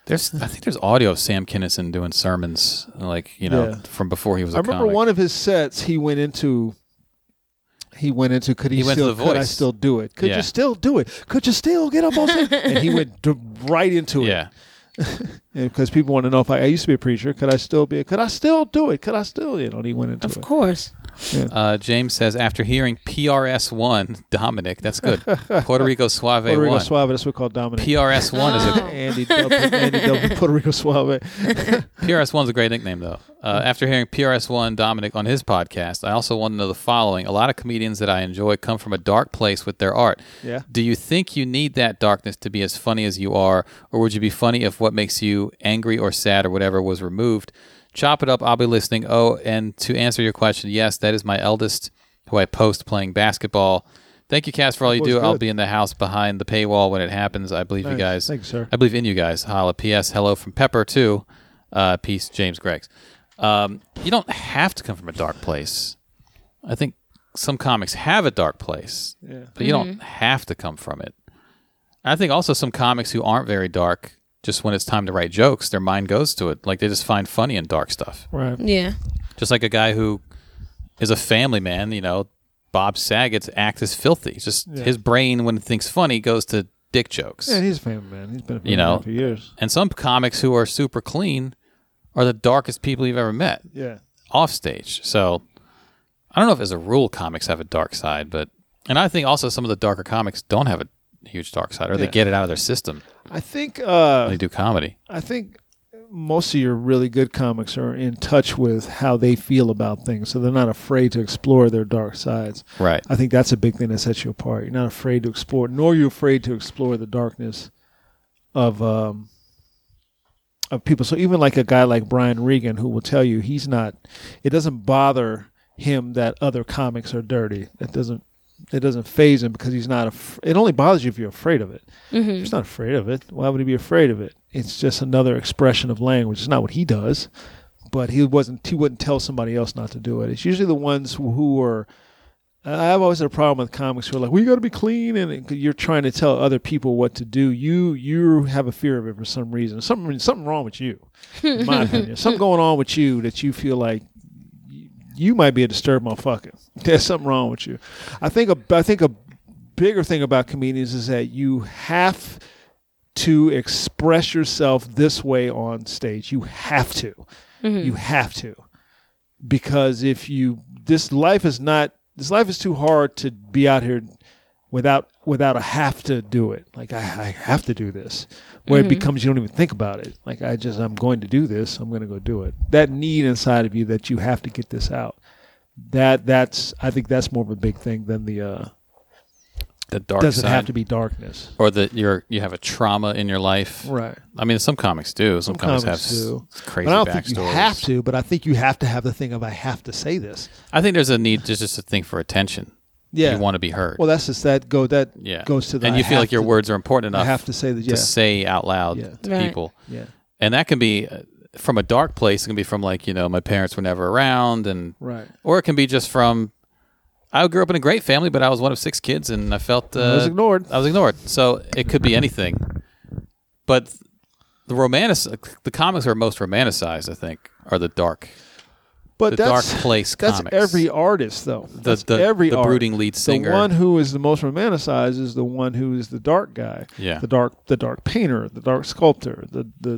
There's, I think there's audio of Sam Kinison doing sermons, like you know,
Yeah.
from before he was. a
i remember
comic.
one of his sets he went into he went into could he,
He went to
still
The
could i
Voice.
still do it could
Yeah.
you still do it could you still get up on stage and he went d- right into it
Yeah,
because people want to know if I, I used to be a preacher could i still be a, could i still do it could i still you know and he went into
Of
it
course.
Uh, James says after hearing PRS one, Dominic, that's good. Puerto Rico Suave
Puerto Rico
one.
Suave. That's what we call Dominic.
PRS one is a
Andy Double, Andy Double, Puerto Rico Suave.
PRS one's a great nickname though. Uh,
Hmm.
after hearing PRS one Dominic on his podcast, I also want to know the following: A lot of comedians that I enjoy come from a dark place with their art.
Yeah.
Do you think you need that darkness to be as funny as you are, or would you be funny if what makes you angry or sad or whatever was removed? Chop it up. I'll be listening. Oh, and to answer your question, yes, that is my eldest, who I post playing basketball. Thank you, Cass, for all you
was
do. I'll
good.
be in the house behind the paywall when it happens. I believe you
Nice.
guys.
Thank you, sir.
I believe in you guys. Holla. P.S. Hello from Pepper too. Uh, peace, James Greggs. Um, you don't have to come from a dark place. I think some comics have a dark place, but you don't have to come from it. I think also some comics who aren't very dark, just when it's time to write jokes, their mind goes to it. Like they just find funny in dark stuff.
Right.
Yeah.
Just like a guy who is a family man, you know, Bob Saget's act is filthy. It's just his brain, when it thinks funny, goes to dick jokes.
Yeah, he's a famous man. He's been a famous
You know.
man for years.
And some comics who are super clean are the darkest people you've ever met
Yeah.
off stage. So I don't know if as a rule comics have a dark side, but and I think also some of the darker comics don't have a huge dark side or they
Yeah.
get it out of their system
I think
when
uh,
they do comedy.
I think most of your really good comics are in touch with how they feel about things, so they're not afraid to explore their dark sides.
Right.
I think that's a big thing that sets you apart. You're not afraid to explore, nor are you afraid to explore the darkness of um, of people. So even like a guy like Brian Regan, who will tell you he's not, it doesn't bother him that other comics are dirty. It doesn't. It doesn't phase him because he's not. Af- it only bothers you if you're afraid of it. He's not afraid of it. Why would he be afraid of it? It's just another expression of language. It's not what he does, but he wasn't. He wouldn't tell somebody else not to do it. It's usually the ones who, who are I've always had a problem with comics who are like, "We got to be clean," and it- you're trying to tell other people what to do. You you have a fear of it for some reason. Something something wrong with you, in my opinion. Something going on with you that you feel like y- you might be a disturbed motherfucker. There's something wrong with you. I think a I think a bigger thing about comedians is that you have to express yourself this way on stage. You have to. You have to because if you this life is not this life is too hard to be out here without without a have to do it like i, I have to do this where it becomes you don't even think about it like i just i'm going to do this i'm going to go do it that need inside of you that you have to get this out that that's i think that's more of a big thing than the uh
The dark
doesn't
side.
have to be darkness
or that you're you have a trauma in your life.
right
I mean, some comics do. Some, comics,
comics
have s-
do.
crazy
but i don't
backstories.
think you have to but i think you have to have the thing of i have to say this
I think there's a need. There's just a thing for attention.
yeah
You want to be heard.
well that's just that go that
yeah.
goes to the
and
I
you feel
have
like your
to-
words are important enough.
I have to say that, yeah.
to say out loud
Yeah.
to
Right.
people.
yeah
and that can be uh, from a dark place. It can be from like you know my parents were never around, and
Right.
or it can be just from I grew up in a great family, but I was one of six kids, and I felt uh, I
was ignored.
I was ignored, so it could be anything. But the romantic, the comics are most romanticized. I think are the dark.
but
the
that's,
dark place
That's
comics.
every artist, though. The,
the-
every
the
art.
brooding lead singer.
The one who is the most romanticized is the one who is the dark guy.
Yeah.
The dark, the dark painter, the dark sculptor, the the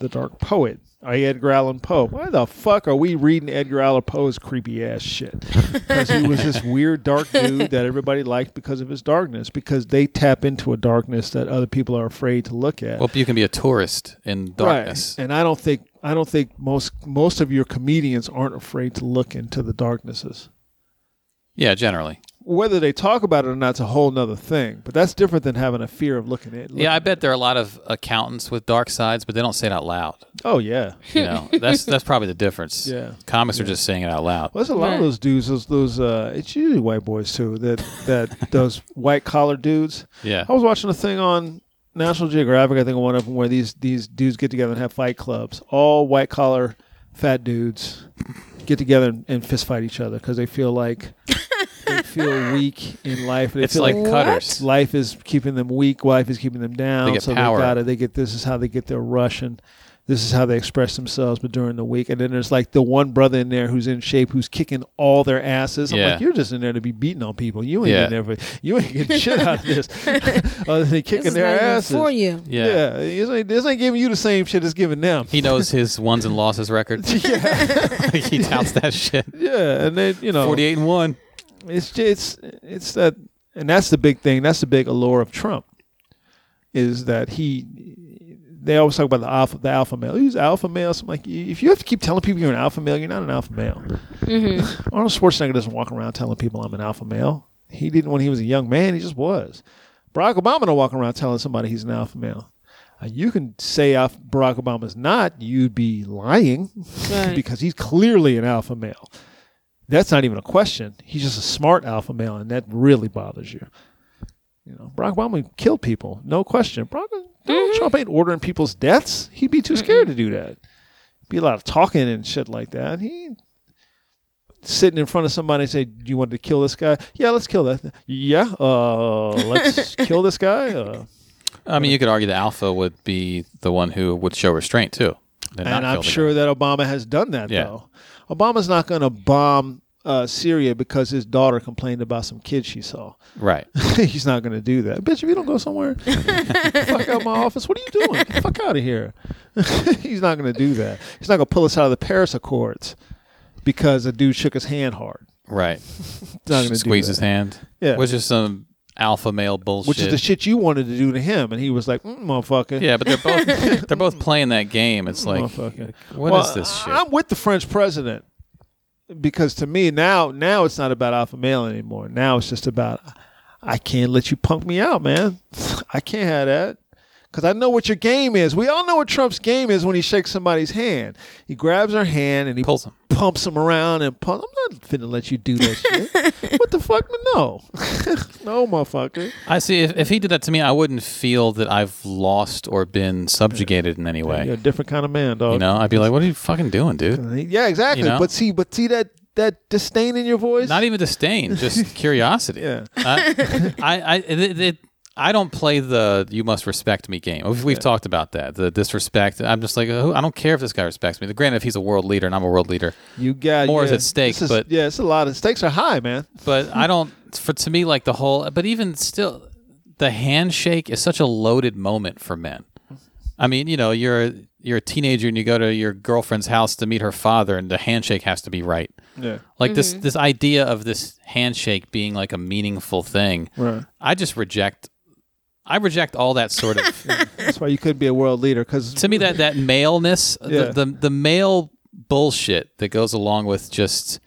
the dark poet. I Edgar Allan Poe. Why the fuck are we reading Edgar Allan Poe's creepy ass shit? Because he was this weird dark dude that everybody liked because of his darkness. Because they tap into a darkness that other people are afraid to look at.
Well, you can be a tourist in darkness.
Right. And I don't think I don't think most most of your comedians aren't afraid to look into the darknesses.
Yeah, generally.
Whether they talk about it or not's a whole nother thing. But that's different than having a fear of looking at.
Yeah, I bet there are a lot of accountants with dark sides, but they don't say it out loud.
oh yeah.
You know, that's that's probably the difference.
Yeah.
comics are just saying it out loud.
Well, there's a lot of
Right.
those dudes. Those those uh, it's usually white boys too. That that those white collar dudes.
Yeah.
I was watching a thing on National Geographic. I think one of them where these these dudes get together and have fight clubs. All white collar fat dudes get together and, and fist fight each other because they feel like they feel weak in life. They
It's
feel
like
What?
cutters.
life is keeping them weak. Life is keeping them down.
They get
so
power.
they got to. They get this is how they get their rush and this is how they express themselves, but during the week. And then there's like the one brother in there who's in shape who's kicking all their asses. I'm
Yeah.
like, you're just in there to be beating on people. You ain't
Yeah.
in there for you ain't getting shit out of this other than Oh, kicking
This is
their
not even
asses.
for you.
Yeah.
this ain't, this ain't giving you the same shit it's giving them.
He knows his wins and losses record. he touts that shit.
Yeah, and then you know,
Forty-eight and one.
it's just it's that, and that's the big thing. That's the big allure of Trump, is that he. They always talk about the alpha, the alpha male. He's alpha male. So I'm like, if you have to keep telling people you're an alpha male, you're not an alpha male. Arnold Schwarzenegger doesn't walk around telling people I'm an alpha male. He didn't when he was a young man. He just was. Barack Obama don't walk around telling somebody he's an alpha male. Uh, you can say alpha, Barack Obama's not. You'd be lying
Right.
because he's clearly an alpha male. That's not even a question. He's just a smart alpha male, and that really bothers you. You know, Barack Obama killed people, no question. Barack Donald
Mm-hmm.
Trump ain't ordering people's deaths. He'd be too scared to do that. Be a lot of talking and shit like that. He sitting in front of somebody and say, "Do you want to kill this guy?" Yeah, let's kill that. Yeah, uh, let's kill this guy. Uh,
I mean, you could argue the alpha would be the one who would show restraint too. not
and I'm
kill the guy.
sure that Obama has done that
Yeah.
though. Obama's not going to bomb uh, Syria because his daughter complained about some kid she saw.
Right.
He's not going to do that, bitch. If you don't go somewhere, fuck out my office. What are you doing? Get the fuck out of here. He's not going to do that. He's not going to pull us out of the Paris Accords because a dude shook his hand hard.
Right.
He's not going to
Squeeze
do that.
his hand.
Yeah.
Which is some alpha male bullshit.
which is the shit you wanted to do to him, and he was like, mm, "Motherfucker,
yeah, but they're both they're both playing that game. It's like, what is
motherfucker."
this shit?
I'm with the French president because to me now, now it's not about alpha male anymore. Now it's just about I can't let you punk me out, man. I can't have that. Because I know what your game is. We all know what Trump's game is when he shakes somebody's hand. He grabs their hand and he
Pulls 'em.
pumps them around and pump. I'm not finna let you do that shit. what the fuck? No. no, motherfucker.
I see. If, if he did that to me, I wouldn't feel that I've lost or been subjugated in any
You're a
way.
different kind of man, dog.
You know, I'd be like, what are you fucking doing, dude?
Yeah, exactly.
You know?
But see, but see that that disdain in your voice.
Not even disdain, just curiosity.
Yeah.
I, I, I, it, it, I don't play the "you must respect me" game. We've, we've talked about that. The disrespect. I'm just like, oh, I don't care if this guy respects me. Granted, if he's a world leader and I'm a world leader,
you got
more
yeah.
is at stake,
This is-
but-
yeah, it's a lot. of Stakes are high, man.
but I don't. For to me, like the whole. But even still, the handshake is such a loaded moment for men. I mean, you know, you're a- you're a teenager and you go to your girlfriend's house to meet her father, and the handshake has to be right.
Yeah,
Like this this idea of this handshake being like a meaningful thing.
Right.
I just reject. I reject all that sort of.
that's why you couldn't be a world leader because
to me, that that maleness,
Yeah.
the, the the male bullshit that goes along with just.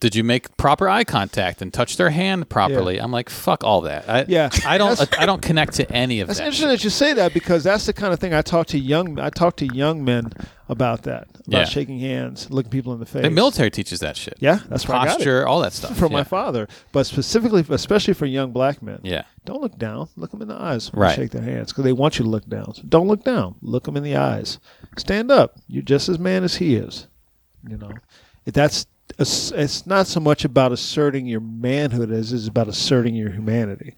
Did you make proper eye contact and touch their hand properly? I'm like, fuck all that. I,
Yeah.
I don't. I don't connect to any of
That's
that.
interesting that you say that because that's the kind of thing I talk to young. I talk to young men about that about
Yeah.
shaking hands, looking people in the face.
The military teaches that shit.
Yeah, that's where I got it.
posture, all that stuff.
from
yeah.
my father, but specifically, especially for young black men.
Yeah.
Don't look down. Look them in the eyes. When
Right.
You shake their hands because they want you to look down. So don't look down. Look them in the eyes. Stand up. You're just as man as he is. You know, If that's it's it's not so much about asserting your manhood as it's about asserting your humanity.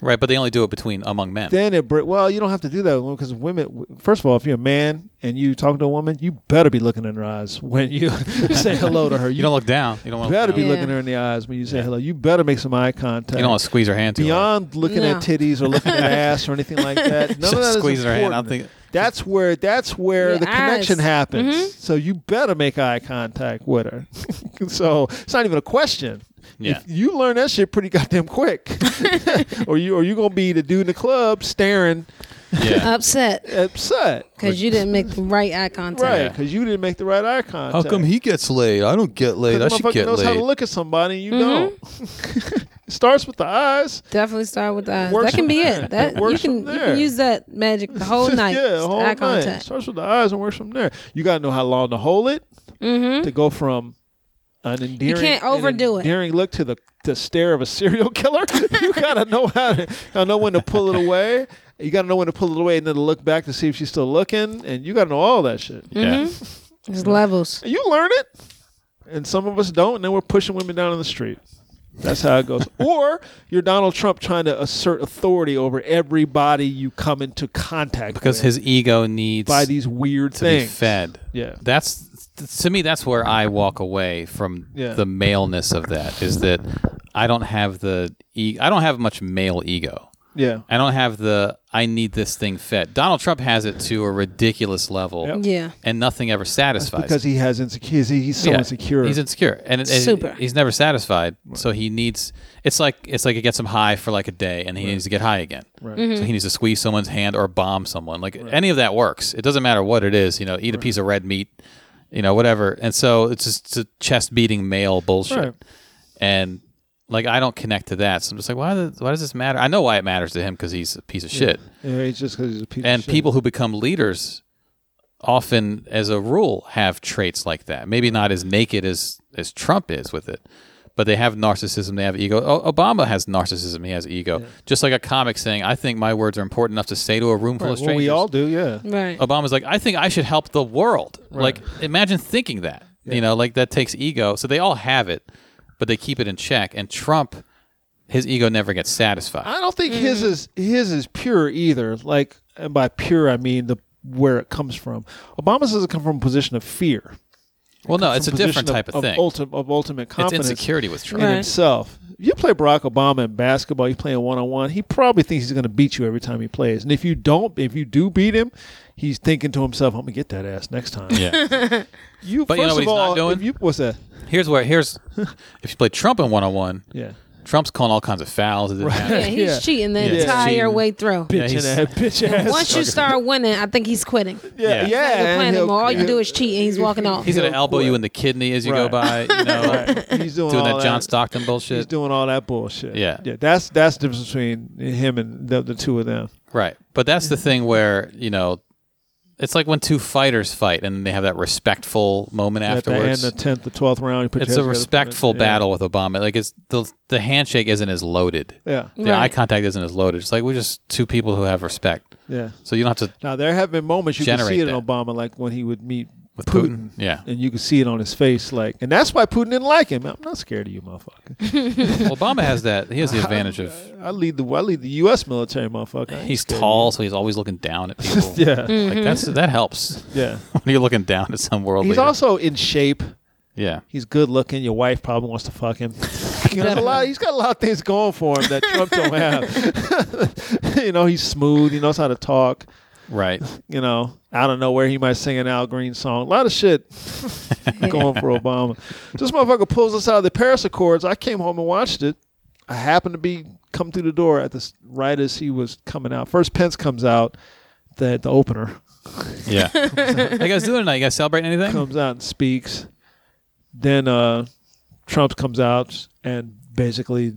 Right, but they only do it between among men.
Then it br- well, you don't have to do that because women. First of all, if you're a man and you talking to a woman, you better be looking in her eyes when you say hello to her.
you don't look down. You don't want.
better be
Yeah.
looking her in the eyes when you say hello. You better make some eye contact.
You don't want to squeeze her hand too. hard.
beyond looking
No.
at titties or looking at ass or anything like that. None of that is
Squeezing her hand, I
important.
think-
that's where that's where
Your Mm-hmm.
the connection
eyes.
happens. So you better make eye contact with her. so it's not even a question.
Yeah.
If you learn that shit pretty goddamn quick, or you or you gonna be the dude in the club staring Uh,
Yeah.
Upset
upset,
because you didn't make the right eye contact.
right? Because you didn't make the right eye contact.
he gets laid? I don't get laid.
Because the motherfucker knows how to look at somebody and you don't.
Mm-hmm.
it starts with the eyes.
Definitely start with the eyes.
Works
That can
from
be
there.
it. That
It works
you can
from
you
there.
can use that magic the whole night.
yeah, the
Just
whole
eye
night.
contact.
Starts with the eyes and works from there. You got to know how long to hold it to go from an endearing,
Mm-hmm. can't
an
overdo it.
endearing look to the the stare of a serial killer. you got to know how to how to know when to pull it away. You got to know when to pull it away and then to look back to see if she's still looking, and you got to know all that shit.
Yeah.
Mm-hmm.
There's levels.
And you learn it, and some of us don't, and then we're pushing women down in the street. That's how it goes. or you're Donald Trump trying to assert authority over everybody you come into contact
because
with
his ego needs
by these weird
to be
things.
fed.
Yeah.
That's th- to me that's where I walk away from
Yeah.
the maleness of that is that I don't have the e- I don't have much male ego.
Yeah.
I don't have the I need this thing fed. Donald Trump has it to a ridiculous level.
Yep.
Yeah.
And nothing ever satisfies.
Because he has insecurities. He's so
Yeah.
insecure.
He's insecure, and, and
Super.
he's never satisfied. So he needs. It's like it's like he gets him high for like a day, and he needs to get high again. Right. So he needs to squeeze someone's hand or bomb someone. Like any of that works. It doesn't matter what it is. You know, eat a piece of red meat. You know, whatever. And so it's just it's a chest beating male bullshit.
Right.
And like I don't connect to that. So I'm just like, why? Does, why does this matter? I know why it matters to him because he's a piece of shit
yeah, he's just because he's a piece of
and
shit.
people who become leaders often as a rule have traits like that maybe not as naked as as trump is with it but they have narcissism they have ego o- obama has narcissism he has ego just like a comic saying i think my words are important enough to say to a room full of
Right, well,
strangers
we all do, yeah.
Right.
obama's like i think i should help the world like imagine thinking that you know like that takes ego so they all have it but they keep it in check and trump his ego never gets satisfied
I don't think his is his is pure either. Like, and by pure I mean the where it comes from. Obama doesn't come from a position of fear.
well no it's a
From position
different type of, thing
ulti- of ultimate
it's
confidence.
insecurity with trump
in
Right.
himself. If you play Barack Obama in basketball, you play him one on one, he probably thinks he's going to beat you every time he plays. And if you don't, if you do beat him, he's thinking to himself, "I'm going to get that ass next time."
yeah
You first
But you know what
of
he's not
all,
doing?
if you what's that?
Here's where here's if you play Trump in one on one,
Yeah,
Trump's calling all kinds of fouls. It didn't
Yeah,
happen.
he's
Yeah.
cheating the
Yeah.
entire
Cheating.
way through.
Yeah,
bitch
he's-
ass, bitch ass.
Once you start winning, I think he's quitting.
yeah,
Yeah.
yeah,
You're playing
and
him. All you
he'll-
do is cheat, and he's walking off.
He's gonna elbow you
quit.
in the kidney as you go
Right.
by. You know,
he's doing,
doing
all
that John Stockton bullshit.
He's doing all that bullshit.
Yeah.
yeah. That's that's the difference between him and the, the two of them.
right, but that's the thing where you know, it's like when two fighters fight and they have that respectful moment
At the end,
afterwards.
the tenth, the twelfth round, you put
it's a
your heads together, put it-
respectful
yeah.
battle with Obama. Like it's the the handshake isn't as loaded.
Yeah,
The eye
Right.
contact isn't as loaded. It's like we're just two people who have respect.
yeah.
So you don't have to
Now there have been moments you can
Generate
see it in
that.
Obama, like when he would meet
with
Putin.
Putin. Yeah.
and you could see it on his face, like, and that's why Putin didn't like him. I'm not scared of you, motherfucker.
Obama has that. He has the advantage of
I lead the I lead the U.S. military, motherfucker. I ain't
he's
scared of
tall, so he's always looking down at people.
you." Yeah,
Like that's that helps
yeah.
when you're looking down at some world
He's
leader.
also in shape.
yeah.
He's good looking. Your wife probably wants to fuck him. You know, there's a lot, he's got a lot of things going for him that Trump don't have. you know, he's smooth. He knows how to talk.
Right.
You know, out of nowhere, he might sing an Al Green song. A lot of shit going for Obama. This motherfucker pulls us out of the Paris Accords. I came home and watched it. I happened to be come through the door at this right as he was coming out. First Pence comes out, the the opener
Yeah. How you guys doing tonight? You guys celebrating anything?
comes out and speaks. Then uh, Trump comes out and basically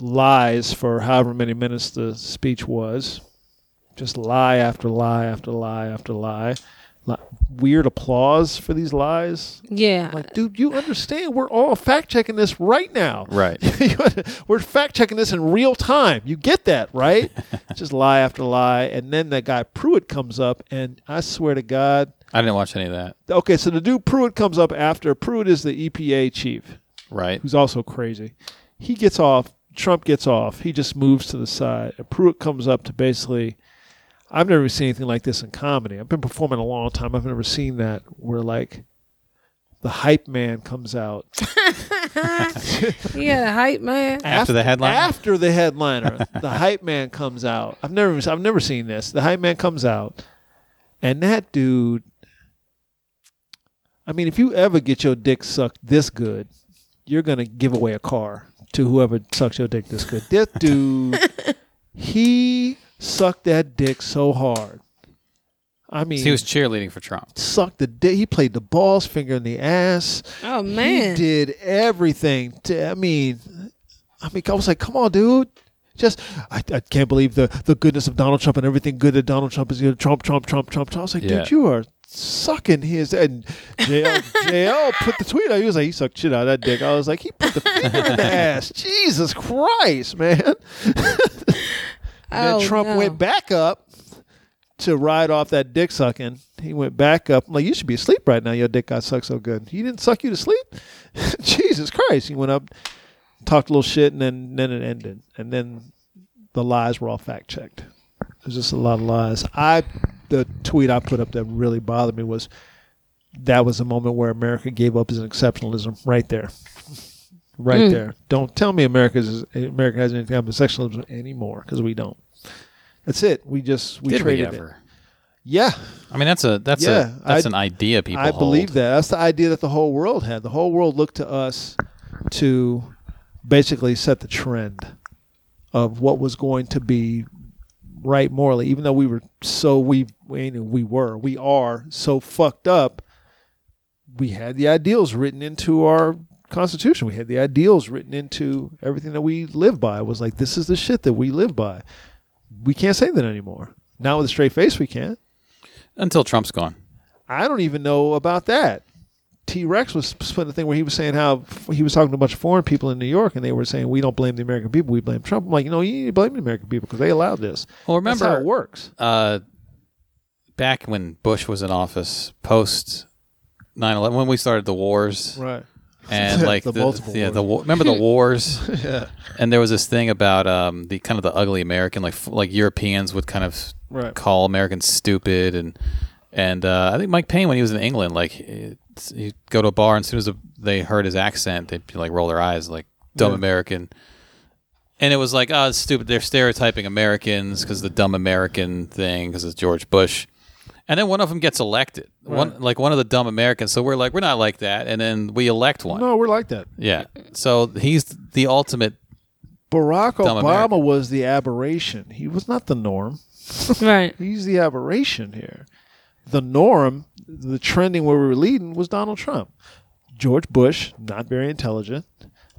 lies for however many minutes the speech was. Just lie after lie after lie after lie. Li- Weird applause for these lies.
yeah.
Like, dude, you understand we're all fact checking this right now.
Right.
we're fact checking this in real time. You get that, right? Just lie after lie. And then that guy Pruitt comes up, and I swear to God,
I didn't watch any of that.
Okay, so the dude Pruitt comes up after. Pruitt is the EPA chief,
Right.
who's also crazy. He gets off. Trump gets off. He just moves to the side. And Pruitt comes up to basically. I've never seen anything like this in comedy. I've been performing a long time. I've never seen that where like the hype man comes out
Yeah, the hype man.
After the headliner?
After the headliner, the hype man comes out. I've never I've never seen this. The hype man comes out, and that dude. I mean, if you ever get your dick sucked this good, you're gonna give away a car to whoever sucks your dick this good. This dude, he sucked that dick so hard. I mean,
So he was cheerleading for Trump.
sucked the dick. He played the balls, finger in the ass.
Oh
He
man.
did everything. To, I mean, I mean, I was like, come on, dude. Just, I, I can't believe the, the goodness of Donald Trump and everything good that Donald Trump is going Trump, Trump, Trump, Trump, Trump. I was like,
Yeah.
dude, you are sucking his. And JL, JL put the tweet out. He was like, he sucked shit out of that dick. I was like, he put the finger in the ass. Jesus Christ, man. And
Oh,
then Trump
no.
went back up to ride off that dick sucking. He went back up. I'm like, you should be asleep right now. Your dick got sucked so good. He didn't suck you to sleep? Jesus Christ. He went up. talked a little shit, and then then it ended, and then the lies were all fact checked. There's just a lot of lies. I the tweet I put up that really bothered me was that was the moment where America gave up its exceptionalism right there. Right
Hmm.
there. Don't tell me America's America has anything about exceptionalism anymore because we don't. That's it. We just we
Did we
traded it.
ever?
Yeah,
I mean, that's a that's
Yeah,
a that's
I-
an idea people.
I believe
hold.
that. That's the idea that the whole world had. The whole world looked to us to basically set the trend of what was going to be right morally, even though we were so we we ain't- we were we are so fucked up. We had the ideals written into our constitution. We had the ideals written into everything that we live by. It was like this is the shit that we live by. We can't say that anymore. Not with a straight face, we can't.
until Trump's gone.
I don't even know about that. T Rex was putting a thing where he was saying how he was talking to a bunch of foreign people in New York, and they were saying we don't blame the American people, we blame Trump. I'm like, you know, you need to blame the American people because they allowed this.
Well,
That's
remember
how it works.
uh, back when Bush was in office, post 9-11, when we started the wars,
Right.
and like
The
the,
multiple
yeah, the war, remember the wars, yeah. And there was this thing about um, the kind of the ugly American, like f- like Europeans would kind of
Right.
call Americans stupid, and and uh, I think Mike Payne when he was in England, like he would go to a bar, and as soon as they heard his accent, they'd be like roll their eyes, like dumb American. And it was like, oh, it's stupid. They're stereotyping Americans because the dumb American thing, because it's George Bush. And then one of them gets elected, one like one of the dumb Americans. So we're like, we're not like that. And then we elect one.
No, we're like that.
Yeah. So he's the ultimate.
Barack
Dumb
Obama
American.
was the aberration. He was not the norm.
Right.
He's the aberration here. The norm, the trending where we were leading was Donald Trump. George Bush, not very intelligent,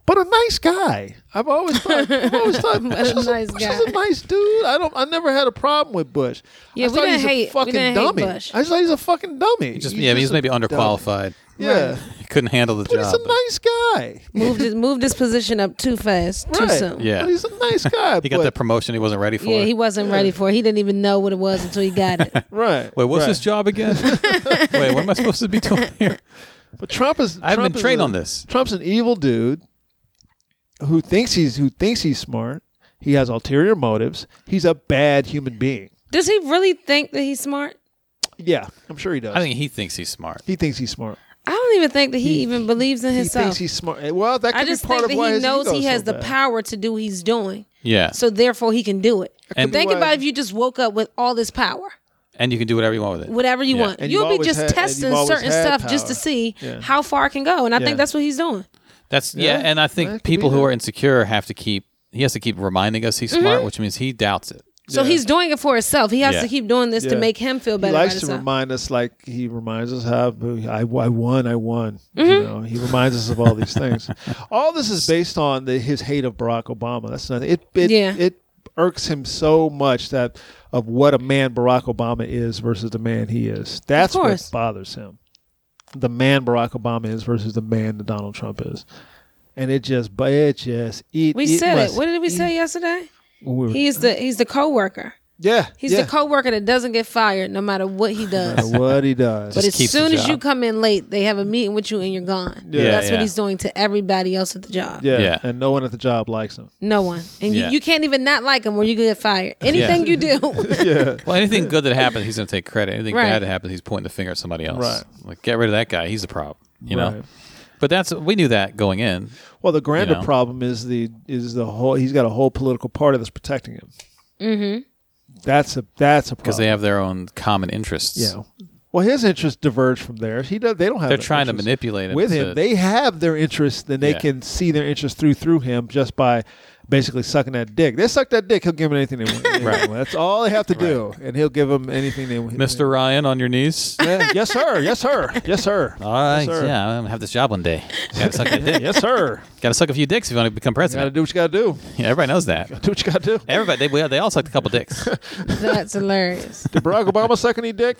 but a nice guy. I've always thought, I've always thought Bush, is a,
nice
Bush is
guy.
a nice dude. I don't, I never had a problem with Bush.
Yeah,
I
we
thought
didn't
he's a
hate- we
fucking
didn't hate
dummy.
Bush.
I just thought he's a fucking dummy.
Just yeah, he's
just
maybe
a dummy.
underqualified.
Yeah,
He couldn't handle the
but he's
job.
a
but
nice guy.
Moved his, moved his position up too fast, too
right.
soon.
Yeah.
but he's a nice guy.
he got
but-
that promotion he wasn't ready for.
Yeah, he wasn't ready for it. He didn't even know what it was until he got it.
right.
Wait, what's
right.
this job again? Wait, what am I supposed to be doing here?
But Trump is.
I haven't
Trump
been
is
trained
a-
on this.
Trump's an evil dude who thinks he's who thinks he's smart. He has ulterior motives. He's a bad human being.
Does he really think that he's smart?
Yeah, I'm sure he does.
I think he thinks he's smart.
he thinks he's smart.
I don't even think that he, even believes in
He
himself.
thinks he's smart. Eh, Well, that could
I just
be part
think that
of why
he
his
knows
ego's
he
so
has the
bad.
power to do what he's doing.
Yeah.
So therefore he can do it.
And-
think
Why-
about if you just woke up with all this power.
and you can do whatever you want with it.
Whatever you
Yeah.
want.
And
You'll
you've
be just
always had- and
testing
you've always
certain
had
stuff just
power.
to see
Yeah.
how far it can go. And I
Yeah.
think that's what he's doing.
That's yeah,
Yeah,
and I
that
think
could
people
be
who
it.
are insecure have to keep he has to keep reminding us
Mm-hmm.
he's smart, which means he doubts it.
So he's doing it for himself. He has
Yeah.
to keep doing this to
Yeah.
make him feel
He
better about
likes to
himself.
remind us, like he reminds us how I, I won, I won.
Mm-hmm.
You know, he reminds us of all these things. All this is based on the, his hate of Barack Obama. That's nothing. It it,
Yeah.
it irks him so much that of what a man Barack Obama is versus the man he is. That's what
course.
bothers him. The man Barack Obama is versus the man that Donald Trump is. And it just, but it just eat.
we
it
said it.
must
What did we
eat
say yesterday?
when we were-
He's the he's the coworker.
yeah,
He's
yeah.
the coworker that doesn't get fired no matter what he does.
No matter what he does.
But
Just
as
keeps the
soon as you
job.
come in late, they have a meeting with you and you're gone.
Yeah,
That's
yeah.
what he's doing to everybody else at the job.
yeah,
Yeah.
and no one at the job likes him.
No one. And
Yeah.
you, you can't even not like him or you get fired. Anything you do.
Well, anything good that happens, he's going to take credit. Anything
Right.
bad that happens, he's pointing the finger at somebody else.
Right.
Like, get rid of that guy. He's the problem. You know.
Right.
But that's we knew that going in.
Well, the grander
know?
problem is the is the whole. He's got a whole political party that's protecting him. Mm-hmm. That's a that's a problem.
because they have their own common interests.
yeah. Well, his interests diverge from theirs. He does. They don't have.
They're
their
trying to
interests
manipulate him
with him.
to-
They have their interests, and they
Yeah.
can see their interests through through him just by basically sucking that dick. They suck that dick. He'll give them anything they want.
Right.
That's all they have to do, and he'll give them anything they want.
Mr. Ryan on your knees.
Yeah. yes, sir. Yes, sir. Yes, sir.
All right,
sir.
yeah, I'm gonna have this job one day. Gotta suck, a dick.
Yes, sir.
gotta suck a few dicks if you want to become
Got to
president.
do what you got to do.
Yeah, everybody knows that.
Do what you got to do.
Everybody, they, well, they all sucked a couple dicks.
That's hilarious.
Did Barack Obama suck any dick?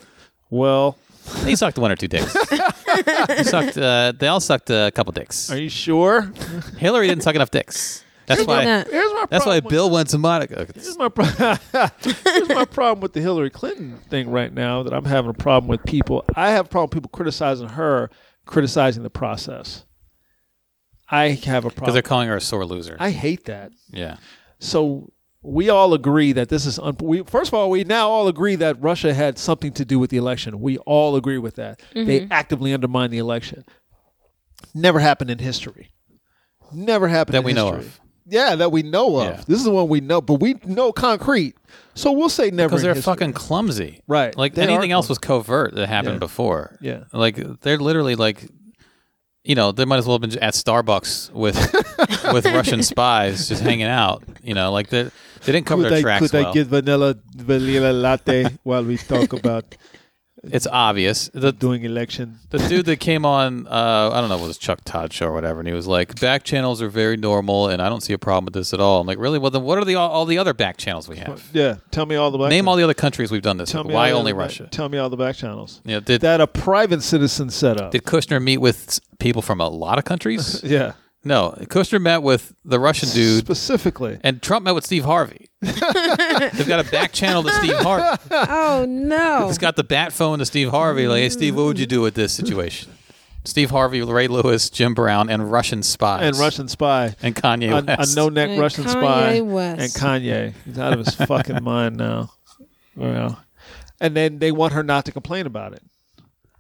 Well,
He sucked one or two dicks. He sucked. Uh, they all sucked a couple dicks.
Are you sure?
Hillary didn't suck enough dicks. That's why.
not.
Here's my
That's why
problem with-
Bill went to Monaco.
Here's my, pro- here's my problem with the Hillary Clinton thing right now that I'm having a problem with people. I have a problem with people criticizing her, criticizing the process. I have a
because they're
problem.
calling her a sore loser.
I hate that.
yeah,
So we all agree that this is. Un- we, first of all, we now all agree that Russia had something to do with the election. We all agree with that. They actively undermined the election. Never happened in history. Never happened
That
in
we know
history.
of.
Yeah, that we know of.
Yeah.
This is the one we know, but we know concrete. So we'll say never
because
in
they're
history.
fucking clumsy.
Right.
Like
They
anything
are
else was covert that happened
Yeah.
before.
Yeah.
Like they're literally like, you know, they might as well have been at Starbucks with with Russian spies just hanging out. You know, like they they didn't cover
Could
their
I,
tracks
could
well.
I get vanilla vanilla latte while we talk about
it's obvious. The
doing election?
the dude that came on, uh, I don't know, it was Chuck Todd show or whatever, and he was like, "Back channels are very normal, and I don't see a problem with this at all." I'm like, "Really? Well, then, what are the all, all the other back channels we have?
Yeah, tell me all the back
Name all the other countries we've done this.
Tell
With.
me
Why
all the
only
other back-
Russia?
tell me all the back channels
Yeah, did
that a private citizen set up.
did Kushner meet with s- people from a lot of countries?
yeah,
No, Kushner met with the Russian dude,
specifically.
and Trump met with Steve Harvey. They've got a back channel to Steve Harvey.
Oh no.
It's got the bat phone to Steve Harvey. Like, hey, Steve, what would you do with this situation? Steve Harvey, Ray Lewis, Jim Brown, and Russian spies.
And Russian spy,
and Kanye
a, a
West.
no neck
And
Russian
Kanye
spy,
West.
and Kanye. He's out of his fucking mind now. Well, and then they want her not to complain about it.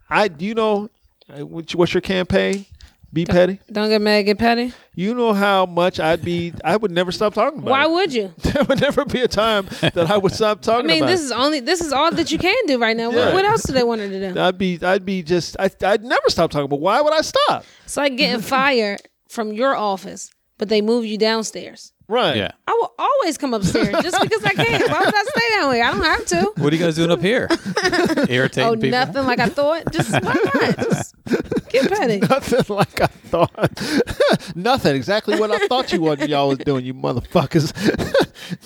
I, you know, uh, what's what's your campaign? Be petty.
Don't get mad, get petty.
You know how much I'd be. I would never stop Uh, talking about.
Why
it.
would you?
there would never be a time that I would stop
I
talking
mean,
about.
this
it.
is only this is all that you can do right now.
Yeah.
What, what else do they want her to do?
I'd be, I'd be just, I, I'd never stop talking. But why would I stop?
It's like getting fired from your office, but they move you downstairs.
Right.
yeah.
I will always come upstairs just because I can. Why would I stay down here? I don't have to.
What are you guys doing up here? Irritating
Oh,
people.
nothing like I thought. Just why not? Just get petty.
Nothing like I thought. Nothing. Exactly what I thought you was y'all was doing, you motherfuckers.